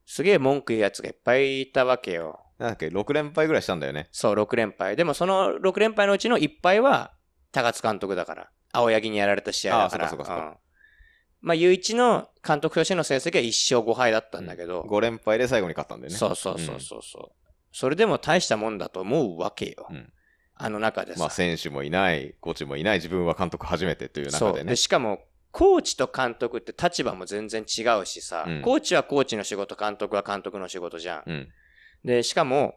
B: すげえ文句言うやつがいっぱいいたわけよ。
A: なんだっけ、6連敗ぐらいしたんだよね。
B: そう、6連敗。でもその6連敗のうちの1敗は、高津監督だから。青柳にやられた試合だから。
A: あーそっかそっかそっ
B: うんまあ、雄一の監督としての成績は1勝5敗だったんだけど、
A: 5連敗で最後に勝ったんだよね。
B: そうそうそうそうそう。それでも大したもんだと思うわけよ。
A: うん
B: あの中でさ。
A: まあ選手もいない、コーチもいない、自分は監督初めてという
B: そ
A: 中
B: う
A: で
B: で
A: ね。
B: しかも、コーチと監督って立場も全然違うしさ、
A: うん
B: コーチはコーチの仕事、監督は監督の仕事じゃん。
A: うん。
B: で、しかも、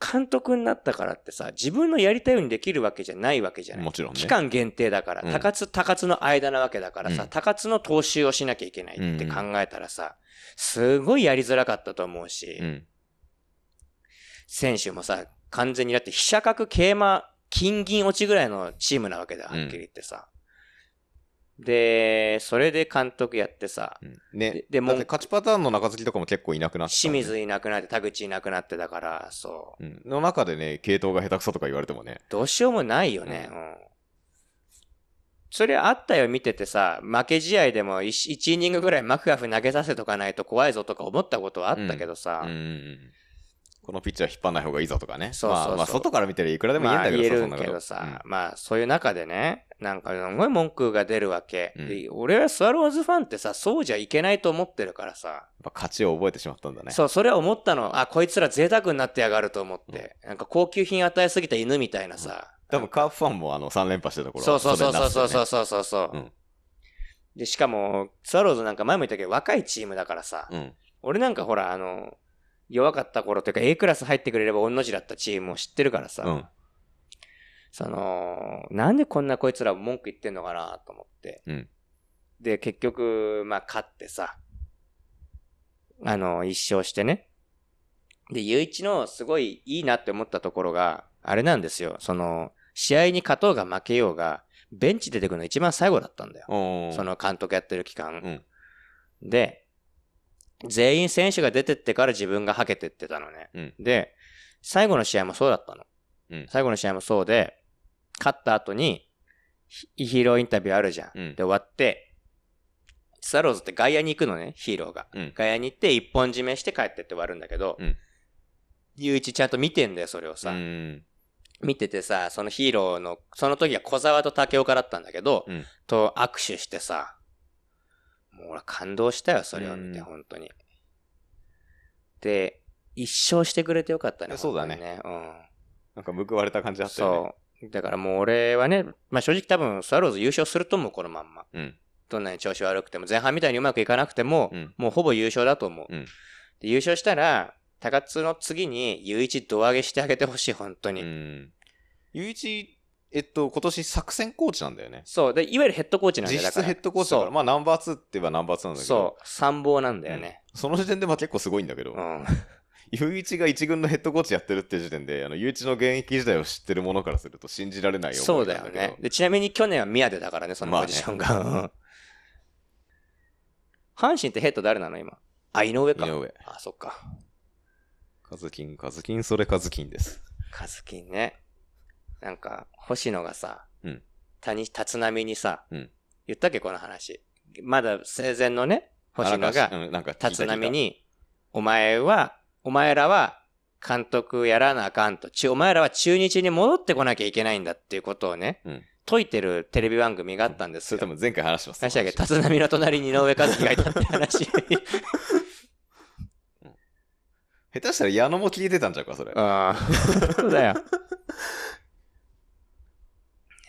B: 監督になったからってさ、自分のやりたいようにできるわけじゃないわけじゃない。
A: もちろんね。
B: 期間限定だから、
A: うん
B: 高津、高津の間なわけだからさ、
A: うん
B: 高津の踏襲をしなきゃいけないって考えたらさ、すごいやりづらかったと思うし、
A: うん。
B: 選手もさ、完全にだって飛車角桂馬、金銀落ちぐらいのチームなわけだ、はっ
A: うん
B: きり言ってさ。で、それで監督やってさ、
A: うんね
B: で。でも
A: だって勝ちパターンの中継ぎとかも結構いなくなった、
B: 清。水いなくなって、田口いなくなってだから、そう。
A: うん。の中でね、系統が下手くそとか言われてもね。
B: どうしようもないよね。
A: う
B: うん。それあったよ、見ててさ、負け試合でも 1, イニングぐらいマクガフ投げさせとかないと怖いぞとか思ったことはあったけどさ、
A: うんうんうん。このピッチャー引っ張らない方がいいぞとかね。
B: そうそうそう
A: まあ、まあ、外から見てりゃいくらでも言えんだけどさ、そん
B: ま
A: な
B: あ、
A: こ
B: 言えるけ
A: と
B: どさ、まあそういう中でね、なんかすごい文句が出るわけ、
A: うん
B: で俺はスワローズファンってさ、そうじゃいけないと思ってるからさ、
A: やっぱ勝ちを覚えてしまったんだね。
B: そう、それは思ったの、あ、こいつら贅沢になってやがると思って、なんか高級品与えすぎた犬みたいなさ、
A: 多分カープファンもあの3連覇してた頃
B: そうそうそう
A: れに
B: そ
A: な
B: う
A: ってた
B: そ
A: よね
B: うそうそうそうそう、
A: うん
B: で、しかも、スワローズなんか前も言ったけど、若いチームだからさ、
A: うん。
B: 俺なんかほら、あの、弱かった頃というか A クラス入ってくれれば御の字だったチームを知ってるからさ、
A: うん。
B: その、なんでこんなこいつら文句言ってんのかなと思って。
A: うん
B: で、結局、まあ、勝ってさ、あの、一勝してね。で、ゆういちのすごいいいなって思ったところが、あれなんですよ。その、試合に勝とうが負けようが、ベンチ出てくるの一番最後だったんだよ。
A: おー
B: そ、の監督やってる期間。
A: うん。
B: で、全員選手が出てってから自分がはけてってたのね。
A: うん
B: で、最後の試合もそうだったの。
A: うん
B: 最後の試合もそうで、勝った後に、ヒヒーローインタビューあるじゃん。
A: うん
B: で、終わって、スワローズって外野に行くのね、ヒーローが。
A: うん。
B: 外野に行って一本締めして帰ってって終わるんだけど、
A: うん
B: ゆういちちゃんと見てんだよ、それをさ。
A: うん。
B: 見ててさ、そのヒーローの、その時は小沢と竹岡だったんだけど、
A: うん
B: と握手してさ、もう俺感動したよ、それを見て、
A: うん
B: 本当に。で、一生してくれてよかったね。
A: そうだね
B: 本当にね。
A: なんか報われた感じ
B: う
A: あ
B: ん。
A: ったよね。
B: そう。だからもう俺はね、まあ正直多分スワローズ優勝すると思う、このまんま。
A: うん。
B: どんなに調子悪くても、前半みたいにうまくいかなくても、
A: うん
B: もうほぼ優勝だと思う。
A: うん
B: で優勝したら、高津の次に、ゆういち胴上げしてあげてほしい、本当
A: う
B: に。
A: ん。ゆういち、えっと、今年作戦コーチなんだよね。
B: そう。で、いわゆるヘッドコーチなんだ
A: 実
B: よ。だ
A: 質
B: から
A: ヘッドコーチだから、
B: そう
A: まあナンバー2って言えばナンバー2なんだけど。
B: そう。参謀なん
A: う
B: だよね。
A: ん。その時点でまあ結構すごいんだけど
B: う、ん。
A: ゆういちが一軍のヘッドコーチやってるって時点で、あの、ゆういちの現役時代を知ってる者からすると信じられないよ。
B: そうだよね。。で、ちなみに去年は宮出だからね、その
A: まあ
B: ポ
A: ね
B: ジションが。 うん阪神ってヘッド誰なの今。あ、井上か。
A: 井上
B: あ、そっか。
A: カズキン、カズキン、それカズキンです。
B: カズキンね。なんか、星野がさ、
A: うん
B: 谷、立浪にさ、
A: うん
B: 言ったっけ、この話。まだ生前のね、星野
A: あ
B: が、
A: なんかうんなんか聞いた
B: 立浪、に、お前は、お前らは、監督やらなあかんと、ちお前らは中日に戻ってこなきゃいけないんだっていうことをね、
A: うん
B: 解いてるテレビ番組があったんです
A: それ多。
B: よ
A: 分前回話します。
B: 話だけど、立浪の隣に井上和樹がいたって話。
A: 下手したら矢野も聞いてたんちゃうか、それ。
B: ああ、 そうだよ。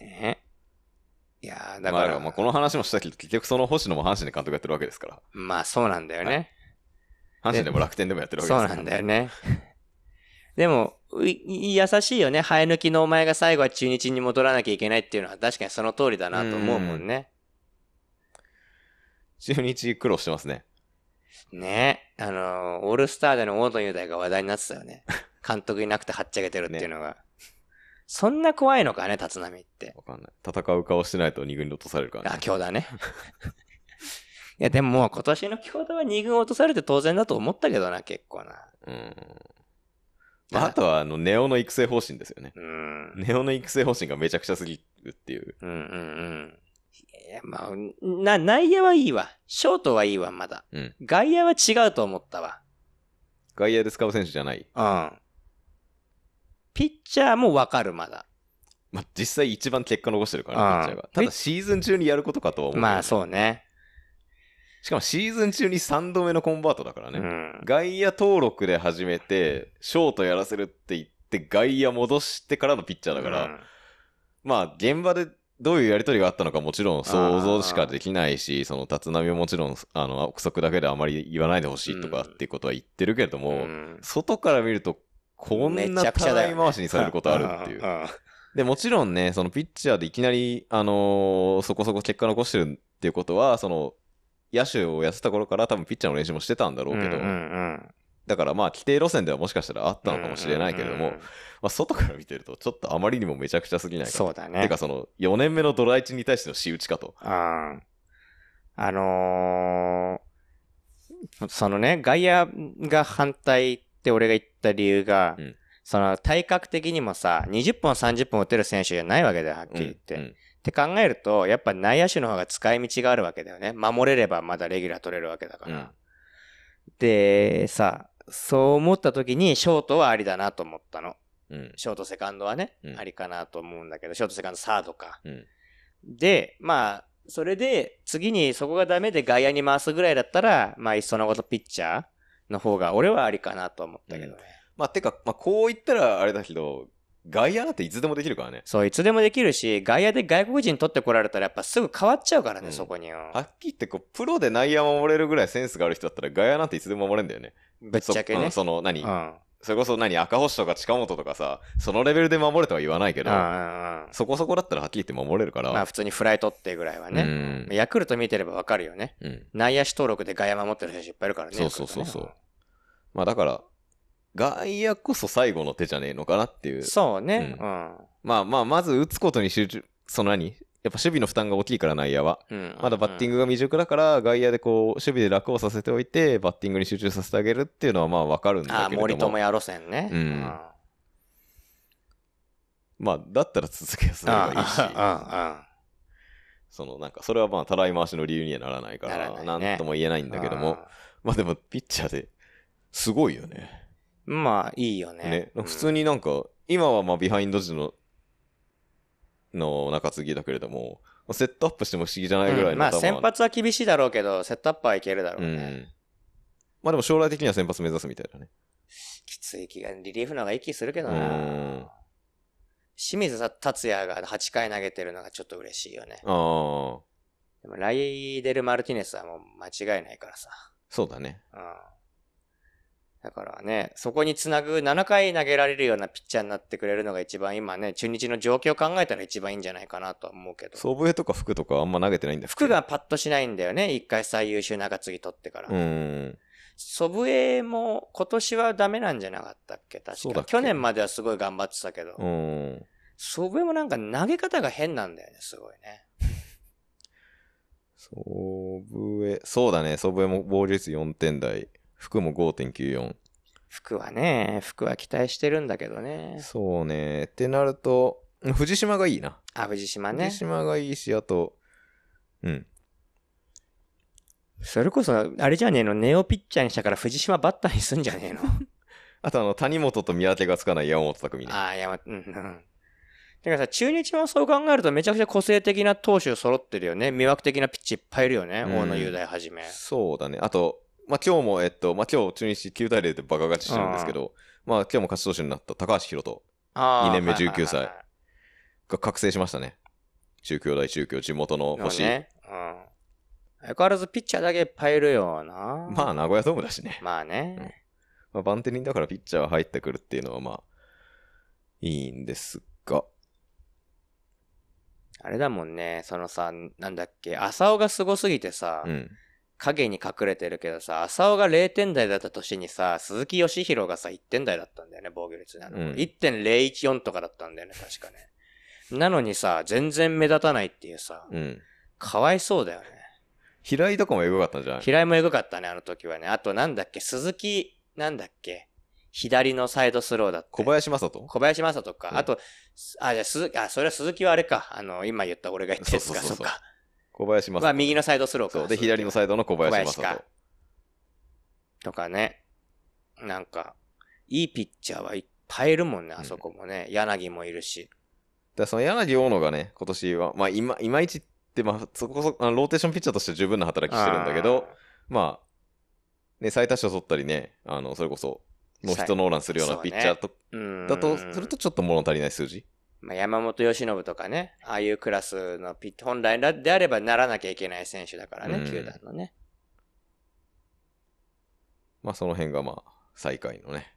B: ねいやー
A: だ
B: だか、
A: からら、
B: ま
A: ま
B: あ
A: あ、、この話もしたけど、結局その星野も阪神で監督やってるわけですから。
B: そうなんだよね。
A: 阪神でも楽天でもやってるわけ
B: そ
A: で
B: う
A: すから。
B: なんだよね。でも、うい優しいよね。生え抜きのお前が最後は中日に戻らなきゃいけないっていうのは確かにその通りだなと思うもんね。
A: 中日苦労してますね。
B: ねあのーオールスターでの大野雄大が話題になってたよね。監督いなくてはっちゃけてるっていうのが。そんな怖いのかね、立浪って。
A: わかんない。戦う顔してないと二軍に落とされるから
B: あ、
A: ね。
B: 京田 ね。いや、でももう今年の京田は2軍落とされて当然だと思ったけどな、結構な。
A: うん。まあ、あとは、あの、ネオの育成方針ですよね。
B: うん。うん
A: ネオの育成方針がめちゃくちゃすぎるっていう。
B: うんうん。いや、まあ、な、内野はいいわ。ショートはいいわ、まだ。
A: うん
B: 外野は違うと思ったわ。
A: 外野で使う選手じゃない。
B: うん。ピッチャーもわかる、まだ。
A: まあ、実際一番結果残してるから
B: あ
A: ね、ピッチ
B: あ
A: ャーが。ただ、シーズン中にやることかとは思う。
B: まあ、そうね。
A: しかも、シーズン中に3度目のコンバートだからね。
B: うん。
A: 外野登録で始めて、ショートやらせるって言って、外野戻してからのピッチャーだから、
B: うん
A: まあ、現場でどういうやりとりがあったのかもちろん想像しかできないし、その立浪ももちろん、あの、憶測だけであまり言わないでほしいとかっていうことは言ってるけれども、
B: うん
A: 外から見ると、こんな
B: めちゃくちゃ
A: た
B: だ
A: ら
B: よ
A: い
B: ね
A: 回しにされることあるっていう。で、もちろんね、そのピッチャーでいきなり、あのーそこそこ結果残してるっていうことは、その、野手をやってた頃から多分ピッチャーの練習もしてたんだろうけど、
B: うんうん
A: だからまあ規定路線ではもしかしたらあっ
B: う
A: た
B: ん
A: のかもしれないけれども、
B: うんうん
A: まあ外から見てるとちょっとあまりにもめちゃくちゃすぎないか
B: そうだね
A: てかその4年目のドラ1に対しての仕打ちかと。
B: ああのーそのね、外野が反対って俺が言った理由が、
A: うん
B: その体格的にもさ、20本、30本打てる選手じゃないわけだよ、はっきり言って。
A: うんう
B: っ
A: ん
B: て考えると、やっぱ内野手の方が使い道があるわけだよね。守れればまだレギュラー取れるわけだから。で、さ、そう思った時に、ショートはありだなと思ったの。
A: うん
B: ショート、セカンドはね、
A: うん
B: ありかなと思うんだけど、ショート、セカンド、サードか。
A: うん
B: で、まあ、それで、次にそこがダメで外野に回すぐらいだったら、まあ、いっそのことピッチャーの方が、俺はありかなと思ったけどね。
A: まあてか、まあ、こう言ったらあれだけど、外野なんていつでもできるからね。
B: そう、いつでもできるし、外野で外国人取ってこられたら、やっぱすぐ変わっちゃうからね、
A: うん
B: そこによ。
A: はっきり言ってこう、プロで内野守れるぐらいセンスがある人だったら外野なんていつでも守れるんだよね。
B: ぶっちゃけね。
A: そ,、うんその何、
B: うん。
A: それこそ何赤星とか近本とかさ、そのレベルで守れとは言わないけ
B: うんう
A: ど、
B: んうん。
A: そこそこだったらはっきり言って守れるから。
B: まあ、普通にフライ取ってぐらいは
A: う
B: ね。
A: ん
B: ヤクルト見てればわかるよね。
A: うん
B: 内野手登録で外野守ってる選手いっぱいいるからね。
A: そうそうそうそう
B: ヤクルトね。。
A: まあだから、外野こそ最後の手じゃねえのかなっていううん
B: そうね。
A: う
B: うん。
A: まあまあ、まず打つことに集中、その何やっぱ守備の負担が大きいから内野は。
B: うん。
A: まだバッティン
B: グ。
A: グが未熟だから、外野でこう、守備で楽をさせておいて、バッティングに集中させてあげるっていうのはまあわかるん
B: あ
A: だ
B: あ、
A: けれ
B: 森
A: ども
B: 友。也路線ね。
A: うんまあ、だったら続けすればいいし、
B: あ
A: そのなんか、それはまあ、たらい回しの理由にはならないか
B: なら
A: ら、
B: ないね
A: なんとも言えないんだけども、。まあでも、ピッチャーで、すごいよね。
B: まあ、いいよね。
A: ね、
B: うん
A: 普通になんか、今はまあビハインド時の、の中継ぎだけれども、セットアップしても不思議じゃないぐら
B: う
A: い
B: ん
A: の
B: まあ、
A: 頭
B: 先発は厳しいだろうけど、セットアップはいけるだろ
A: う
B: うね。
A: ん。まあでも将来的には先発目指すみたいだね。
B: きつい気が、リリーフの方が息するけ
A: う
B: どな。
A: ん。あ
B: 清水達也が8回投げてるのがちょっと嬉しいよね。
A: あ、
B: でもライデル・マルティネスはもう間違いないからさ。
A: そうだね。
B: うん。だからね、そこにつなぐ7回投げられるようなピッチャーになってくれるのが一番今ね、中日の状況を考えたら一番いいんじゃないかなとは思うけど。
A: 総笛とか服とかあんま投げてないんだっけ
B: 服。がパッとしないんだよね。一回最優秀中継ぎ取ってから。
A: うん。
B: 祖父江も今年はダメなんじゃなかったっけ
A: そ
B: 確
A: うだ
B: か。
A: っけ
B: 去年まではすごい頑張ってたけど
A: う。ん。
B: 祖父江もなんか投げ方が変なんだよね、すごいね。
A: 総笛、そうだね。総笛も防御率4点台。服も5.94。
B: 服はね、服は期待してるんだけどね。
A: そうね。ってなると、藤島がいいな。
B: あ、藤島ね
A: 藤。島がいいし、あと、うん。
B: それこそ、あれじゃねえの、ネオピッチャーにしたから藤島バッターにすんじゃねえの。
A: あとあの、谷本と見分けがつかない山本匠ね。
B: ああ、いや、ま、うん、うん。てかさ、中日もそう考えるとめちゃくちゃ個性的な投手揃ってるよね。魅惑的なピッチいっぱいいるよね。
A: うん
B: 大野雄大はじめ。
A: そうだね。あと、まあ、今日も、えっと、まあ、今日中日9対0でバカ勝ちしてるんですけど、まあ、今日も勝ち投手になった高橋宏斗
B: あー
A: 二年目
B: はいはいはい
A: 19歳が覚醒しましたね。中京大中京、地元の
B: の
A: 星。
B: ね。うん。相変わらずピッチャーだけいっぱいいるよな。
A: まあ、名古屋ドームだしね。
B: まあね。
A: うんまあ、バンテリンだからピッチャーが入ってくるっていうのは、まあ、いいんですが。
B: あれだもんね。そのさ、なんだっけ、浅尾がすごすぎてさ、
A: うん。
B: 影に隠れてるけどさ、浅尾が0点台だった年にさ、鈴木義弘がさ、1点台だったんだよね、防御率ね。あの
A: うん
B: 1.014とかだったんだよね、確かね。なのにさ、全然目立たないっていうさ、
A: うん。
B: かわいそうだよね。
A: 平井とかもエグかったんじゃない
B: 平井もエグかったね、あの時はね。あとなんだっけ、鈴木、なんだっけ、左のサイドスローだって。
A: 小林正人
B: 小林正人か。
A: うん
B: あと、すあ、じゃあ、鈴木、あ、それは鈴木はあれか。あの、今言った俺が言ってるやつ
A: そ
B: か、
A: うそ
B: そ
A: そ
B: うう
A: うそう
B: か。
A: 小林正人。
B: まあ、右のサイドスローか。
A: そう。で、左のサ
B: イ
A: イドの小林正人
B: 小林か。ド。とかね。なんか、いいピッチャーはいっぱいいるもんね、あそこもね。柳もいるし。
A: だからその柳大野がね、今年は、まあ、いまいまいちって、まあ、そこそこ、あのローテーションピッチャーとして十分な働きしてるんだけど、まあ、ね、最多勝取ったりね、あの、それこそ、もうヒットノーランするような
B: そう
A: ピ
B: ね
A: ッチャーと、
B: あー、うん。
A: だと、するとちょっと物足りない数字。
B: まあ、山本由伸とかね、ああいうクラスのピッ本来であればならなきゃいけない選手だから
A: うん
B: ね、球団のね。
A: まあ、その辺がまあ、最下位のね、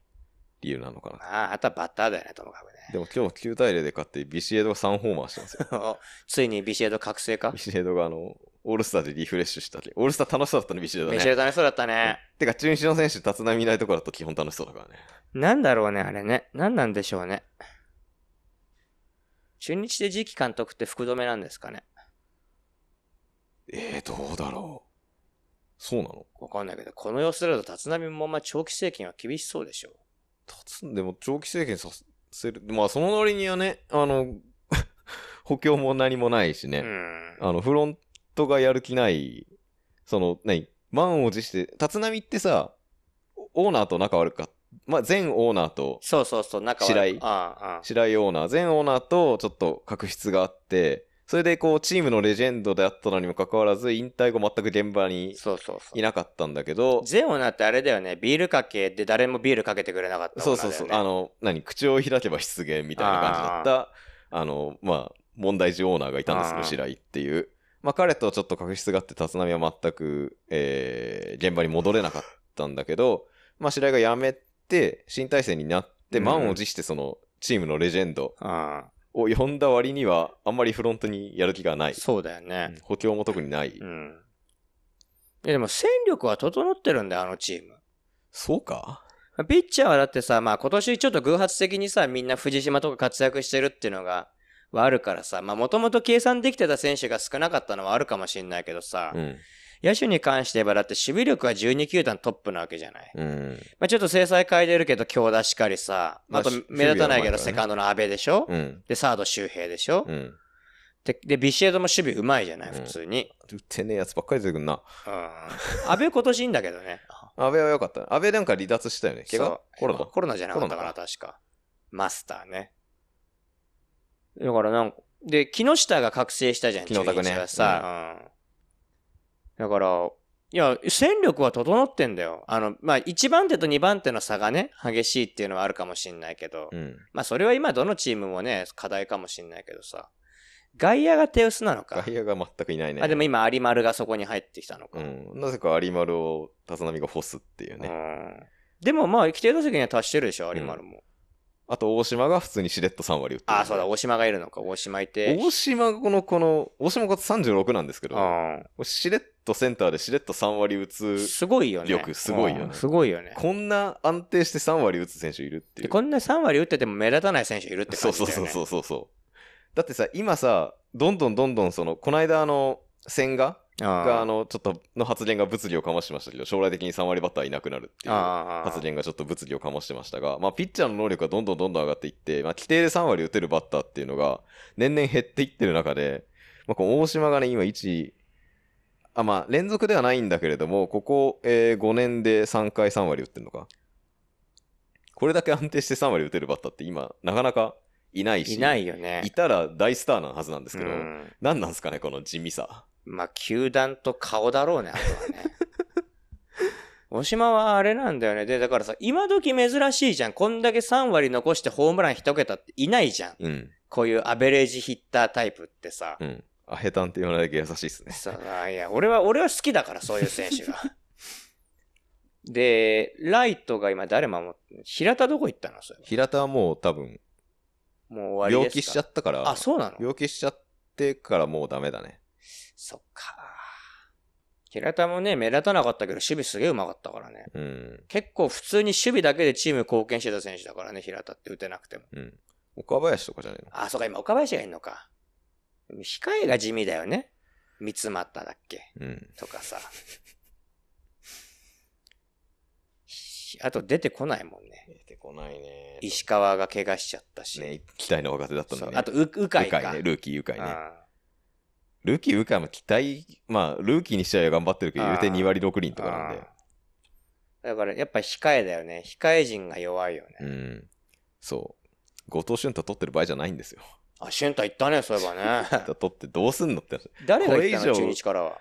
A: 理由なのかな。
B: ああ、あとはバッターだよね、ともかくね。
A: でも今日9対0で勝ってビシエドが3ホーマーしてますよ。
B: おついにビシエド覚醒か
A: ビシエドがあの、オールスターでリフレッシュしたり、オールスター楽しそうだったね、ビシエドね。
B: ビシエド楽しそうだったね。
A: てか、中日の選手、立浪いないところだと基本楽しそうだからね。
B: なんだろうね、あれね。なんなんでしょうね。中日で次期監督って福留なんですかね。
A: えー、どうだろう。そうなの
B: わかんないけど、この様子だと立浪もまあ長期政権は厳しそうでしょ
A: 立つんでも長期政権させる。まあ、その割にはね、あの、 補強も何もないし
B: う。
A: ね。
B: うん。
A: あの、フロントがやる気ない、その、何、満を持して、立浪ってさ、オーナーと仲悪か、まあ、前オーナーと、
B: そうそうそう、仲は
A: 白井
B: ああ、ああ。
A: 白井オーナー、前オーナーとちょっと確執があって、それでこう、チームのレジェンドであったのにもかかわらず、引退後全く現場に
B: そうそうそ
A: いなかったんだけど
B: う。、ゼオなってあれだよね、ビールかけで誰もビールかけてくれなかった
A: そ
B: オ
A: う
B: ーナ
A: そ
B: ー
A: うそ
B: だよ
A: う、
B: ね
A: あの、何、口を開けば失言みたいな感じだった、あの、まあ、問題児オーナーがいたんですけ
B: あ
A: ど、
B: ー
A: 白井っていう。まあ、彼とちょっと確執があって、立浪は全く、えー現場に戻れなかったんだけど、まあ、白井が辞めて、新体制になって、
B: うん
A: 満を持して、その、チームのレジェンド
B: あ
A: を呼んだ割には、あんまりフロントにやる気がな
B: あ
A: い。
B: そうだよね。
A: うん補強も特にない。
B: うん。いやでも戦力は整ってるんだよ、あのチーム。
A: そうか
B: ピッチャーはだってさ、まあ今年ちょっと偶発的にさ、みんな藤島とか活躍してるっていうのが、はあるからさ、まあもともと計算できてた選手が少なかったのはあるかもしんないけどさ、
A: うん。
B: 野手に関して言えばだって守備力は12球団トップなわけじゃない。
A: うん。
B: まあちょっと制裁変えてるけど強打しかりさ、まああと
A: まあ
B: 目立たないけ
A: 守備はうまいか
B: ど
A: らね
B: セカンドの阿部でしょ、
A: うん。
B: で、サード周平でしょ、
A: うん。
B: でで、ビシエドも守備うまいじゃない、
A: うん
B: 普通に。
A: 打ってねえやつばっかり出てくんな。
B: うん。阿部今年いいんだけどね。
A: 安倍は良かった。安倍なんか離脱したよね。怪
B: そう
A: 我コロナ
B: コロナじゃなかったかな、確か。マスターね。だからなんか、で、木下が覚醒したじゃん、
A: 木下君ね
B: 中日はさ、うんだから、いや、戦力は整ってんだよ。あの、まあ、1番手と2番手の差がね、激しいっていうのはあるかもしんないけど、
A: うん。
B: まあ、それは今どのチームもね、課題かもしんないけどさ、外野が手薄なのか。
A: 外野が全くいないね。
B: あ、でも今、有丸がそこに入ってきたのか。
A: うん。なぜか有丸を立浪が干すっていうね。
B: うんでもまあ、規定打席には達してるでしょ、有丸も。
A: あと大島が普通にしれっと3割打ってる
B: あ、そうだ、大島がいるのか、大島いて。
A: 大島がこの、この、大島が36なんですけど、
B: う
A: しれっとセンターでしれっと3割打
B: ん。
A: つ、
B: すごいよね。
A: 力すごいよね
B: うんすごいよね。
A: こんな安定して3割打つ選手いるってい
B: で
A: う。
B: こんな3割打ってても目立たない選手いるって
A: そ
B: 感
A: う
B: じ
A: そう
B: だよ
A: そ
B: ね。
A: うそうそうそう。だってさ、今さ、どんどんどんどんその、この間あの、千賀
B: うん
A: があの、ちょっとの発言が物議をかましてましたけど、将来的に3割バッターいなくなるっていう。
B: あー
A: 発言がちょっと物議を醸してましたが、まあ、ピッチャーの能力がどんどんどんどん上がっていって、まあ、規定で3割打てるバッターっていうのが年々減っていってる中で、まあ、この大島がね、今1、あまあ、連続ではないんだけれども、ここ、え5年で3回3割打ってるのか。これだけ安定して3割打てるバッターって今、なかなかいないし、
B: いないよね
A: い。たら大スターなはずなんですけど、
B: うん
A: 何なんですかね、この地味さ。
B: まあ、球団と顔だろうね、あとはね。 大島はあれなんだよね。で、だからさ、今時珍しいじゃん。こんだけ3割残してホームラン1桁っていないじゃん。
A: うん、
B: こういうアベレージヒッタータイプってさ。
A: うん。あ、下手んって言わないだけ優しいですね。
B: そうあいや、俺は、俺は好きだから、そういう選手 が。で、ライトが今誰守って、平田どこ行ったのそれ。
A: 平田はもう多分、
B: もう終わり
A: 病
B: ですか
A: 気しちゃったから、
B: あ、そうなの
A: 病気しちゃってからもうダメだね。
B: そっか。平田もね、目立たなかったけど、守備すげえうまかったからね。
A: うん。
B: 結構普通に守備だけでチーム貢献してた選手だからね、平田って打てなくても。
A: うん。岡林とかじゃないの
B: あ、そうか、今岡林がいるのか。控えが地味だよね。三つまっただっけ
A: うん。
B: とか さ。ひあと出てこないもんね。
A: 出てこないね
B: 石川が怪我しちゃったし。
A: ね、期待の若手だったん
B: そ
A: だ
B: う
A: ね。
B: あと、う、うかいか。
A: ね、ルーキー、ユカイね。
B: あ
A: ルーキー、ユカイも期待、まあ、ルーキーにしては頑張ってるけど、
B: あー
A: 言うて2割6厘
B: ー
A: とかなんで
B: あ。ーだから、やっぱ控えだよね。控え陣が弱いよね。
A: うん。そう。後藤俊太取ってる場合じゃないんですよ。
B: あ、俊太行ったね、そういえば ね。
A: 取ってどうすんのって話。
B: 誰が行った
A: これ
B: の、
A: 以
B: 中
A: 上
B: 日からは。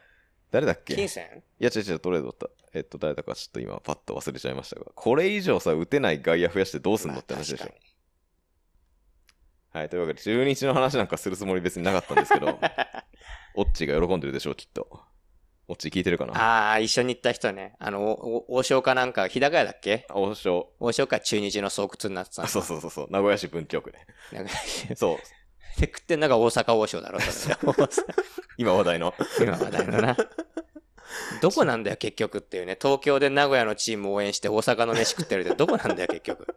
A: 誰だっけ
B: 金
A: い
B: 銭
A: や、違う違う、トレードだった。えっと、誰だかちょっと今、パッと忘れちゃいましたが、これ以上さ、打てない外野増やしてどうすんのって話でしょ
B: まあ。
A: はい、というわけで、中 日の話なんかするつもり別になかったんですけど、オッチが喜んでるでしょう、きっと。オッチ聞いてるかな
B: ああ、一緒に行った人ね。あの、おお王将かなんか、日高屋だっけ
A: あ、王将。
B: 王将か中日の巣窟になってた
A: あ、
B: の
A: そうそうそうそう。名古屋市文京 区ね。
B: なんか
A: そう。
B: で、食ってんのが大阪王将だろ、それ
A: 今話題の。
B: 今話題のな。どこなんだよ、結局っていうね。東京で名古屋のチーム応援して大阪の飯食ってるってどこなんだよ、結局。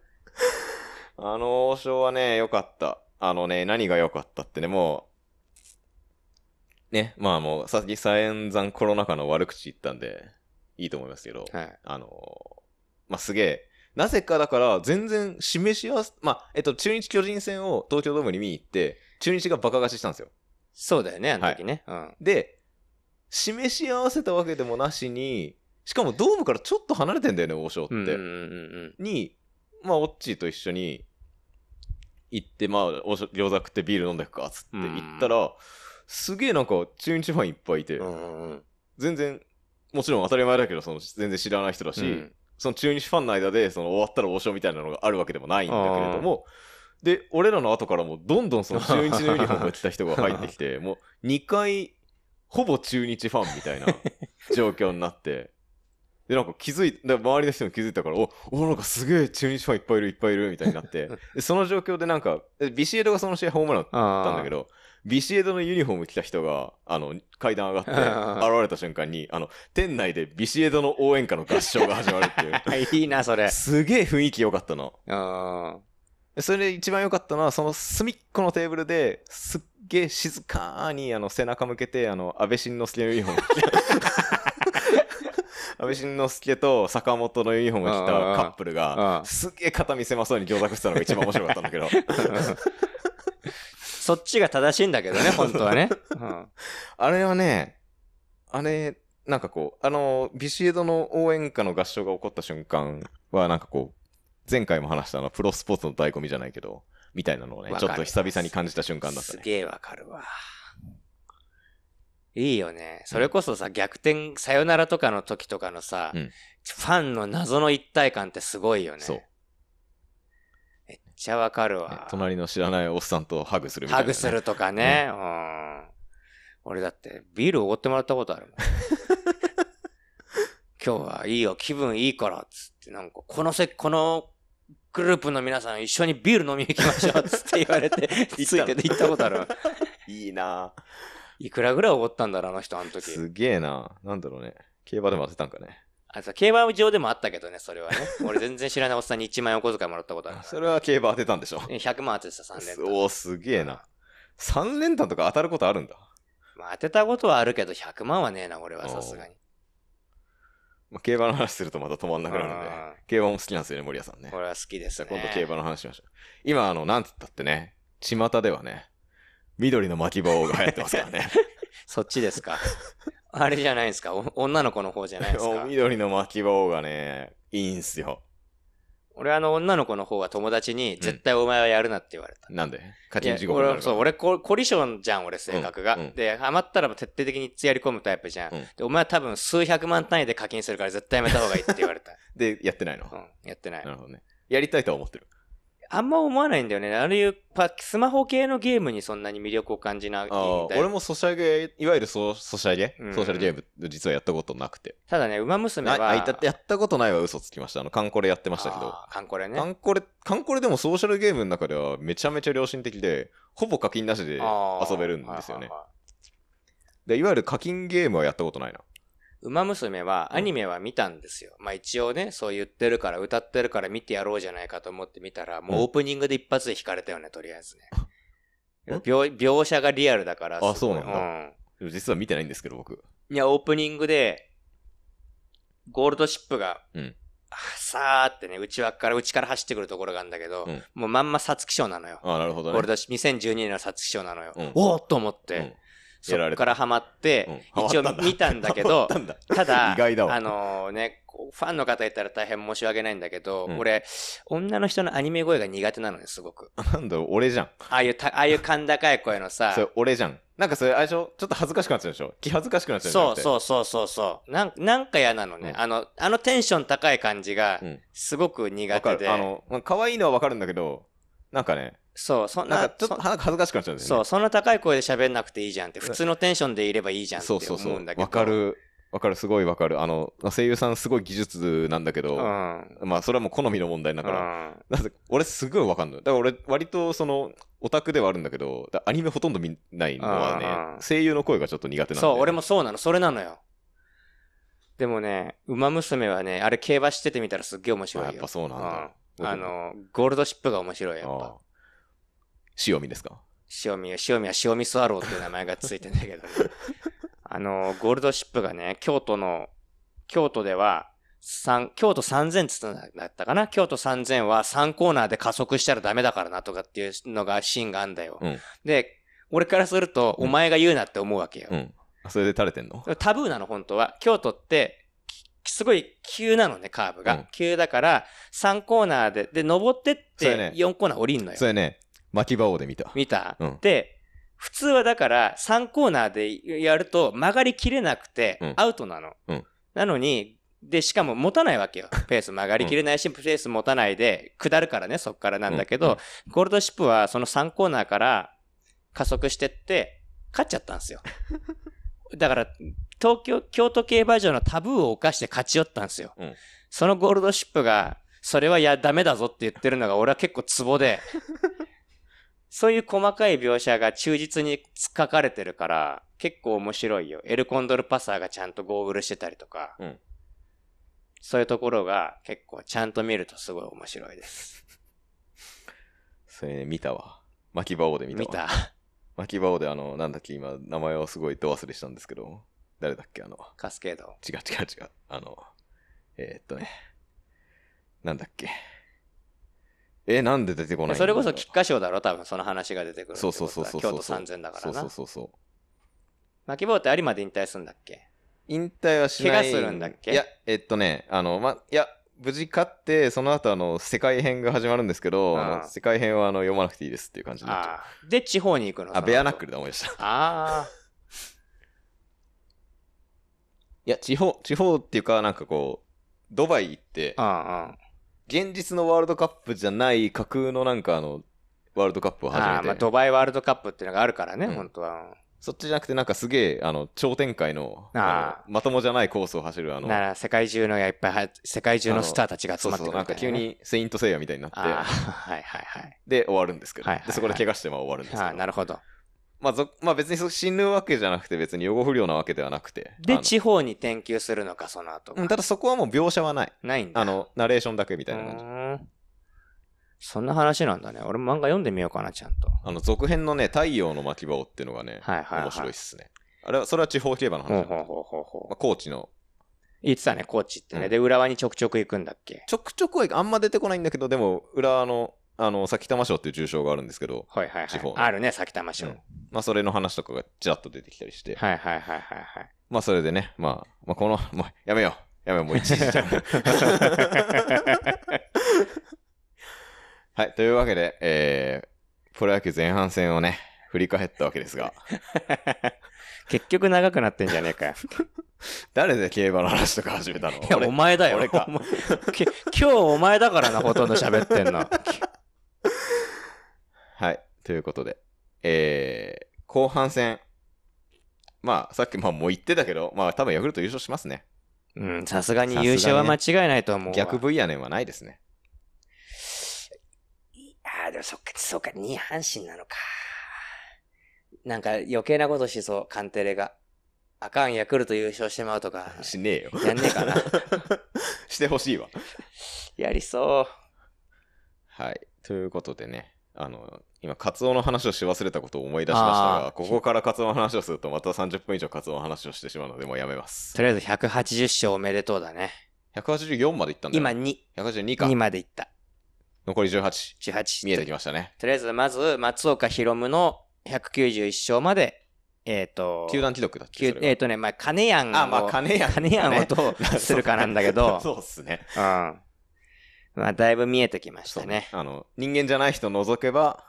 A: あの王将はね、良かった。あのね、何が良かったってね、もう、ね、まあもう、さっき散々コロナ禍の悪口言ったんで、いいと思いますけど、
B: はい。
A: あの、まあ、すげえ、なぜかだから、全然示し合わせ、まあ、えっと、中日巨人戦を東京ドームに見に行って、中日がバカ勝ちしたんですよ。
B: そうだよね、あの時ね。うん。
A: で、示し合わせたわけでもなしに、しかもドームからちょっと離れてんだよね、王将って。
B: うんうんうんうん
A: に、まあ、オッチーと一緒に行って、まあ、おしょ餃子食ってビール飲んでくか、つって
B: うん
A: 行ったら、すげえなんか中日ファンいっぱいいて、
B: うんうんうん。
A: 全然、もちろん当たり前だけど、その全然知らない人だし、
B: うん
A: その中日ファンの間で、その終わったら王将みたいなのがあるわけでもないんだけれども、で、俺らの後からもどんどんその中日のユニフォームを着た人が入ってきて、もう2回、ほぼ中日ファンみたいな状況になって、で、なんか気づいて、で周りの人も気づいたから、お、お、なんかすげえ中日ファンいっぱいいる、いっぱいいる、みたいになって、でその状況でなんか、でビシエドがその試合ホームラン打っ
B: あ
A: たんだけ
B: ど。
A: ど、ビシエドのユニフォーム着た人が、あの、階段 上がって、現れた瞬間に、あの、店内でビシエドの応援歌の合唱が始まるって いう。
B: いいな、そ れ。
A: すげえ雰囲気良かったな。
B: うん。
A: それで一番良かったのは、その隅っこのテーブルで、すっげえ静かに、あの、背中向けて、あの、安倍晋之助のユニフォーム着た。 安倍晋之助と坂本のユニフォーム着たカップル
B: う
A: が
B: ん、
A: すっげえ肩見せまそうに餃子食ってたのが一番面白かったんだ けど、
B: そっちが正しいんだけどね、本当はね。うん
A: あれはね、あれ、なんかこう、あの、ビシエドの応援歌の合唱が起こった瞬間は、なんかこう、前回も話したあの、プロスポーツの醍醐味じゃないけど、みたいなのをね、
B: わ
A: ち
B: か
A: ょ
B: る
A: っと久々に感じた瞬間だった
B: す
A: ね。
B: げえわかるわ。いいよね。それこそさ、逆転、さよならとかの時とかのさ、
A: うん
B: ファンの謎の一体感ってすごいよね。
A: そう。
B: めっちゃわかる
A: ね
B: わ。
A: 隣の知らないおっさんとハグするみたい
B: ハ
A: なね、
B: グするとかね。うん。俺だって、ビールおごってもらったこ とあるもん。今日はいいよ、気分いいから、つって、なんか、このせ、このグループの皆さん一緒にビール飲みに行きましょう、つって言わ れて、ついてて行ったことあるわ。
A: いいない
B: くらぐらいおごったんだろう、あの人、あの
A: ぁ
B: 時。
A: すげえなぁなんだろうね競馬でも当てたんかね
B: あと、競馬場でもあったけどね、それはね。 俺全然知らないおっさんに1万円お小遣いもらったことある。
A: それは競馬当てたんでしょ
B: え100万当ててた、3連単。
A: おおすげえな3連単とか当たることあるんだ、
B: まあ、当てたことはあるけど、100万はねえな、俺はさすがに。
A: まあ、競馬の話するとまた止まんなくなるんで
B: うん
A: 競馬も好きなんですよね森谷さんね
B: これは好きです
A: じゃ
B: ね。
A: あ今度競馬の話しましょう今あのなんつったってね巷ではね緑の巻き棒が流行ってますから ね
B: そっちですか。あれじゃないですか。お女の子の方じゃないです
A: お
B: か。
A: 緑の巻き棒がねいいんすよ
B: 俺あの女の子の方は友達に、絶対お前はやるなって言われた。
A: なんで課
B: いや
A: 金地獄になるか
B: 俺そう
A: ら
B: 俺ココリションじゃん俺性格が、
A: うんうん
B: でハマったらもう徹底的にやり込むタイプじゃん、
A: うん
B: でお前は多分数百万単位で課金するから絶対やめた方がいいって言われた、
A: でやってないの、
B: うん、やってない
A: なるほどねやりたいとは思ってる
B: あんま思わないんだよねああいうパスマホ系のゲームにそんなに魅力を感じないんだ
A: ああ
B: よ
A: 俺もソシャゲ、いわゆるソソシャゲ、
B: うん
A: ソーシャルゲーム、実はやったことなくて。
B: ただね馬娘
A: な
B: は
A: あいたやったことないは嘘つきました。あの、カンコレやってましたけど。
B: あーカンコレね
A: カンコレ、カンコレでもソーシャルゲームの中ではめちゃめちゃ良心的で、ほぼ課金なしで
B: あー
A: 遊べるんですよね
B: はいはい。はい
A: で、いわゆる課金ゲームはやったことないな。
B: 馬娘はアニメは見たんですよ。まあ一応ね、そう言ってるから、歌ってるから見てやろうじゃないかと思って見たら、もうオープニングで一発で引かれたよね、とりあえず ね
A: ん。
B: 描描写がリアルだからすごい
A: あそうなんだ
B: うん
A: でも実は見てないんですけど、僕。
B: いや、オープニングで、ゴールドシップが、
A: うん
B: あさーってね、内輪から、内から走ってくるところがあるんだけど、
A: うん
B: もうまんま皐月賞なのよ。
A: ああ、なるほ
B: ゴ
A: ど
B: ー
A: ね
B: ル。ドシ2012年の皐月賞なのよ。
A: うん
B: おおっと思っ
A: う
B: て
A: ん、
B: そ
A: やら
B: っ
A: れ
B: か
A: た
B: らハマって
A: うん、
B: 一応
A: ハマったんだ
B: 見たんだけど、
A: なんだ
B: ただ、
A: 意外だわ
B: あのね、こうファンの方いたら大変申し訳ないんだけど、
A: うん
B: 俺、女の人のアニメ声が苦手なのね、すごく。あ
A: なんだろう、俺じゃん。
B: あいう た、ああいう甲高い声のさ
A: そ、れ、俺じゃん。なんかそれ、あれでしょちょっと恥ずかしくなっちゃうでしょ気恥ずかしくなっちゃう
B: そう
A: う。
B: そうそうそうそう。なんなんか嫌なのね、
A: うん
B: あの、あのテンション高い感じが
A: うん、
B: すごく
A: わ
B: 苦
A: か
B: 手で、
A: る。あの、まあ、可愛いのはわかるんだけど、なんかね、
B: そう、そん
A: なん
B: な
A: か、ちょっと
B: そ
A: なんか恥ずかしくなっちゃうんだよね。
B: そう、そんな高い声で喋んなくていいじゃんって、普通のテンションでいればいいじゃんって
A: そうそうそ
B: 思うん
A: う
B: だ。けど。
A: わかる。わかる、すごいわかる。あの、声優さんすごい技術なんだけ
B: う
A: ど、
B: ん。
A: まあ、それはもう好みの問題だから、
B: うん
A: なぜ俺すごいわかんない。だから俺、割とその、オタクではあるんだけど、だアニメほとんど見ないのは
B: あ
A: ね
B: ー、
A: 声優の声がちょっと苦手なんで。
B: そう、俺もそうなの、それなのよ。でもね、馬娘はね、あれ競馬しててみたらすっげえ面
A: あ
B: 白いよ。
A: やっぱそうなんだ。
B: うんあの、ゴールドシップが面白い、やっぱ。
A: あー、塩見ですか
B: 塩見、塩見は塩見スワローっていう名前がついてん だけどね、あの、ゴールドシップがね、京都の、京都では、三京都3000つったんだったかな京都3000は3コーナーで加速したらダメだからなとかっていうのがシーンがあんだよ。
A: うん
B: で、俺からすると、
A: うん
B: お前が言うなって思うわけよ。
A: うん。あそれで垂れてんの
B: タブーなの、本当は。京都って、きすごい急なのね、カーブが。
A: うん
B: 急だから、3コーナーで、で、登ってっ
A: そうや
B: て
A: ね
B: 4コーナー降りんのよ。
A: それね、巻き場王で見た。
B: 見た、
A: うん
B: で、普通はだから3コーナーでやると曲がりきれなくて
A: うん
B: アウトなの。
A: うん
B: なのに、で、しかも持たないわけ よ。ペース曲がりきれないし、ペース持たないで、下るからね、そっからなんだけど、ゴールドシップはその3コーナーから加速してって、勝っちゃったん ですよ。だから、東京、京都競馬場のタブーを犯して勝ち寄ったんですよ。
A: うん
B: そのゴールドシップが、それはいや、ダメだぞって言ってるのが、俺は結構ツボで、そういう細かい描写が忠実に書かれてるから、結構面白いよ。エルコンドルパサーがちゃんとゴーグルしてたりとか、
A: うん
B: そういうところが結構ちゃんと見るとすごい面白いです。
A: それね、見たわ。巻き場王で見たわ。
B: 見た
A: 巻き場王であの、なんだっけ、今、名前をすごいど忘れしたんですけど、誰だっけ、あの、
B: カスケード。
A: 違う違う違う。あの、えーっとね、なんだっけ。え、なんで出てこないんだ
B: それこそ菊花賞だろ、多分その話が出てくるって
A: そ
B: こ
A: う
B: と
A: そ
B: は。
A: うそうそうそう。
B: 京都3000だから
A: そうそ
B: な
A: う。そうそう。
B: 巻き棒って有馬で引退するんだっけ
A: 引退はしない。
B: 怪我するんだっけ
A: いや、えっとね、あの、ま、いや、無事勝って、その後あの、世界編が始まるんですけど、あ
B: ああ
A: の世界編はあの読まなくていいですっていう感じになっちゃう
B: ああ。で、地方に行くの。
A: あ、ベアナック
B: ル。
A: ルだ思い出した。い
B: ああ。
A: や、地方、地方っていうか、なんかこう、ドバイ行って、
B: うんうん。
A: 現実のワールドカップじゃない架空のなんかあの、ワールドカップを始め
B: ああ、
A: て、
B: まあ、ドバイワールドカップっていうのがあるからね、
A: うん
B: 本当は。
A: そっちじゃなくてなんかすげえ、あの、超展開の、
B: ああ
A: のまともじゃないコースを走るあの、
B: なら、世界中のやいっぱいは、世界中のスターたちが集
A: そう
B: まってく
A: そ
B: る
A: う、なんか急にセイントセイヤみたいにな
B: ああー、
A: って、
B: はいはいはい。
A: で、終わるんですけど、
B: はいはいはい
A: でそこで怪我してまあ終わるんですけど。
B: ああ、なるほど。
A: まあ、ぞまあ別にそう死ぬわけじゃなくて別に予後不良なわけではなくてあ
B: で、
A: の
B: 地方に転球するのか、その後。
A: うんただそこはもう描写はない
B: ないんだ。
A: あのナレーションだけみたいな感じ
B: うーんそんな話なんだね。俺も漫画読んでみようかな、ちゃんと。
A: あの続編のね「太陽の巻き場」っていうのがね、
B: はいはいはい
A: 面白いっすねあれはそれは地方競馬の話な
B: ほう
A: だ
B: ん
A: けど
B: ほうほうほうほ
A: まあ、。
B: う
A: 高知の
B: 言ってたね、高知ってね。
A: うん
B: で、浦和にちょくちょく行くんだっけ。
A: ちょくちょくはあんま出てこないんだけどでも浦和のあの先玉賞っていう重賞があるんですけど、
B: はいはいは
A: 地
B: い
A: 方。
B: あるね、埼玉市
A: う
B: の。
A: んまあ、それの話とかがちらっと出てきたりして、
B: はいはいはいはいはい。
A: まあそれでね、まあ、まあ、このもうやめようやめようもう1時じゃん はい、というわけで、えー、プロ野球前半戦をね、振り返ったわけですが、
B: 結局長くなってんじゃねえかよ。
A: 誰で競馬の話とか始めたの
B: いや、
A: 俺
B: お前だよ。
A: 俺か
B: お前け今日お前だからな、ほとんど喋ってんの。
A: はい、ということで、えー、後半戦、まあ、さっき、まあ、もう言ってたけど、まあ、多分ヤクルト優勝しますね。
B: うん、さすがに優勝は間違いないと思うわ。
A: 逆 V やねんはないですね。
B: ああ、でもそっか、そうか、2位阪神なのか。なんか余計なことしそう、カンテレが。あかん、ヤクルト優勝してまうとか。
A: しねえよ。
B: やんねえかな。
A: してほしいわ。
B: やりそう。
A: はい。ということでね、あの、今、カツオの話をし忘れたことを思い出しました
B: あー
A: が、ここからカツオの話をすると、また30分以上カツオの話をしてしまうので、もうやめます
B: と。りあえず180勝おめでとうだね。
A: 184までいったんだよ
B: 今
A: ね。
B: 2、
A: 182か
B: 2。までいった。
A: 残り18。
B: 18。
A: 見えてきましたね。
B: とりあえず、まず、松岡博夢の191勝まで、えっ、と、
A: 球団記録だっ
B: き
A: け
B: ゅ
A: それ
B: え
A: が
B: っ、とね、まあ、金やんを、
A: あ、まあ、金やん。
B: 金やんをどう するかなんだけど、
A: そうっすね。
B: うん。まあ、だいぶ見えてきまし
A: そ
B: た
A: う
B: ね
A: ね。。あの、人間じゃない人除けば、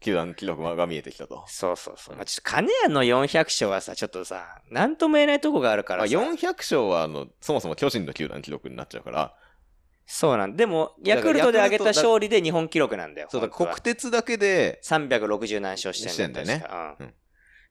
A: 球団記録が見えてきたと。
B: そうそうそう。まあ、ちょっと金やんの400勝はさ、ちょっとさ、なんとも言えないとこがあるか
A: まあ、
B: らさ。
A: 400勝は、あの、そもそも巨人の球団記録になっちゃうから、
B: そうなん。でも、ヤ
A: だか
B: ク
A: ら
B: ルトで上げ
A: ヤクル
B: た
A: トだ
B: 勝利で日本記録なんだよ。
A: そうだ、
B: 本当は
A: 国鉄だけで、
B: 360何勝してん
A: してんだよね
B: 確かうん
A: うん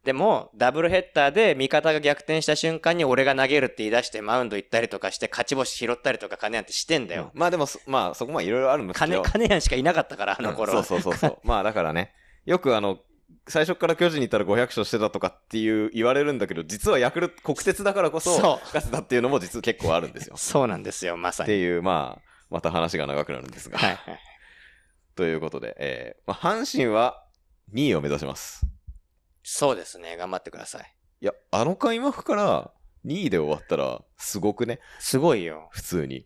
B: でも、ダブルヘッダーで味方が逆転した瞬間に俺が投げるって言い出してマウンド行ったりとかして勝ち星拾ったりとか金なんてしてんだよ。
A: まあでもそ、まあそこまでいろいろあるんですけ
B: 金、
A: ど。
B: 金やんしかいなかったから、あの頃は。
A: うんそうそうそうそう。まあだからね、よくあの、最初から巨人にいたら500勝してたとかっていう言われるんだけど、実はヤクルト、国鉄だからこそ、
B: そう。
A: ガスだっていうのも実は結構あるんですよ
B: そうなんですよ、まさ
A: っ
B: に。
A: ていう、まあ、また話が長くなるんですが。
B: はいはい。
A: ということで、えーまあ、阪神は2位を目指します。
B: そうですね、頑張ってください。
A: いや、あの開幕から2位で終わったら、すごくね、
B: すごいよ。
A: 普通に。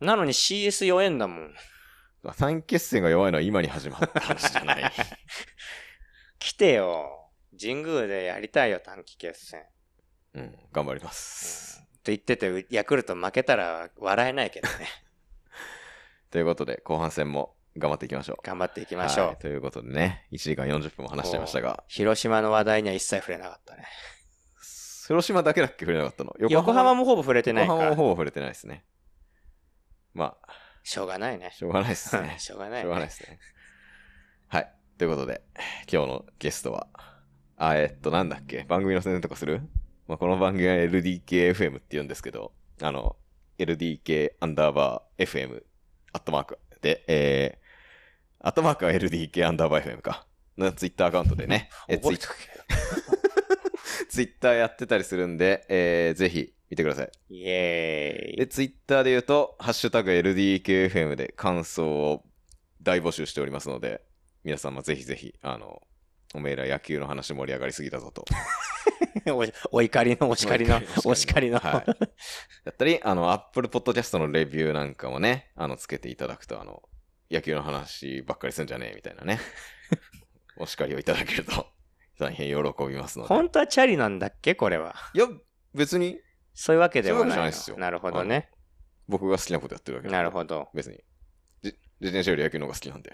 B: なのに CS4 円だもん。
A: 3位決戦が弱いのは今に始まった話じゃ ない。
B: 来てよ。神宮でやりたいよ、短期決戦。
A: うん、頑張ります。
B: と言ってて、うヤクルト負けたら笑えないけどね。
A: ということで、後半戦も頑張っていきましょう。
B: 頑張っていきましょう。
A: はいということでね、1時間40分も話しちゃいましたが、
B: 広島の話題には一切触れなかったね。
A: 広島だけだっけ触れなかったの
B: 横浜
A: も
B: もほぼ触れてない
A: 横浜も
B: か
A: ほ。ぼ触れてないですね。まあ、
B: しょうがないね。。
A: しょうがないですね
B: しょうがな
A: し
B: いね。
A: ょうがないですね。はい。ということで、今日のゲストは、あ、えっと、なんだっけ番組の宣伝とかするまあ、この番組は LDKFM って言うんですけど、あの、LDK アンダーバー FM、アットマーク。で、えー、アットマークは LDK アンダーバー FM か。なツイッターアカウントでね。え
B: 覚えと
A: ツイ
B: けよ。
A: ツイッターやってたりするんで、えー、ぜひ見てください。
B: イエー
A: で、
B: イ。
A: ツイッターで言うと、ハッシュタグ LDKFM で感想を大募集しておりますので、皆様ぜひぜひ、あの、おめえら野球の話盛り上がりすぎだぞと。
B: おお怒りの、お叱 りの、お叱りの。
A: はい。だったり、あの、Apple Podcast のレビューなんかもね、あの、つけていただくと、あの、野球の話ばっかりすんじゃねえみたいな ね、お叱りをいただけると、大変喜びますので。
B: 本当はチャリなんだっけこれは。
A: いや、別に
B: そういうわけではないの。
A: そういうわけじゃないですよ
B: なるほどね。
A: 僕が好きなことやってるわけ
B: なる
A: ど。
B: ほど。
A: 別に。じ自転車より野球の方が好きなんで。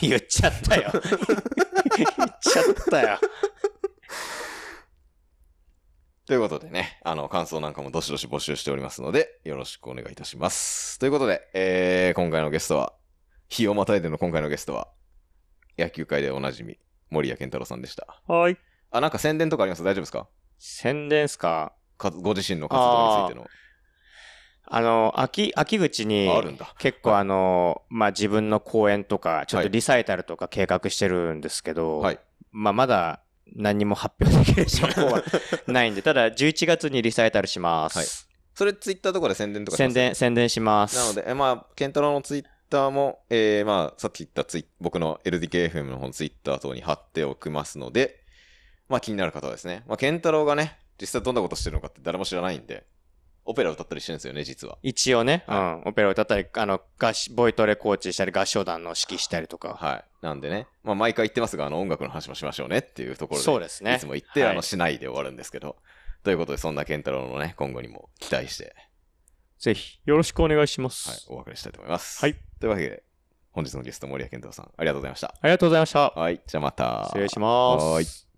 B: 言っちゃったよ。言っちゃったよ。
A: ということでね、あの、感想なんかもどしどし募集しておりますので、よろしくお願いいたします。ということで、えー、今回のゲストは、日をまたいでの今回のゲストは、野球界でおなじみ、森谷健太郎さんでした。
B: はい。
A: あ、なんか宣伝とかあります大丈夫ですか
B: 宣伝っすか
A: かご自身の活動についての。
B: あの、秋、秋口に
A: ああるんだ、
B: 結
A: は
B: 構
A: い
B: あの、まあ、自分の公演とか、ちょっ
A: は
B: と
A: い
B: リサイタルとか計画してるんですけど、
A: はい。
B: まあ、まだ何にも発表できる情報はな いんで、ただ11月にリサイタルします。
A: それツイッターとかで宣伝とかしま
B: 宣
A: す
B: 伝、宣伝します。
A: なので、えまあ、ケンタロウのツイッターも、えーまあ、さっき言ったツイ僕の LDKFM の方のツイッター等に貼っておきますので、まあ、気になる方はですね、まあ、ケンタロウがね、実際どんなことしてるのかって誰も知らないんで、オペラ歌ったりしてるんですよね、実は。
B: 一応ね、
A: はい
B: うん、オペラを歌ったり、あの、合唱ボイトレコーチしたり、合唱団の指揮したりとか、
A: はい。なんでね、まあ、毎回言ってますが、あの、音楽の話もしましょうねっていうところで、
B: そうですね。
A: いつも言って、
B: はい
A: あの、しないで終わるんですけど、ということで、そんなケンタロウのね、今後にも期待して、
B: ぜひ、よろしくお願いしま
A: はい
B: す。、
A: お別れしたいと思います。
B: はい。
A: というわけで、本日のゲスト、森谷健太郎さん、ありがとうございました。
B: ありがとうございました。
A: はい、じゃあまた。
B: 失礼します。
A: はーい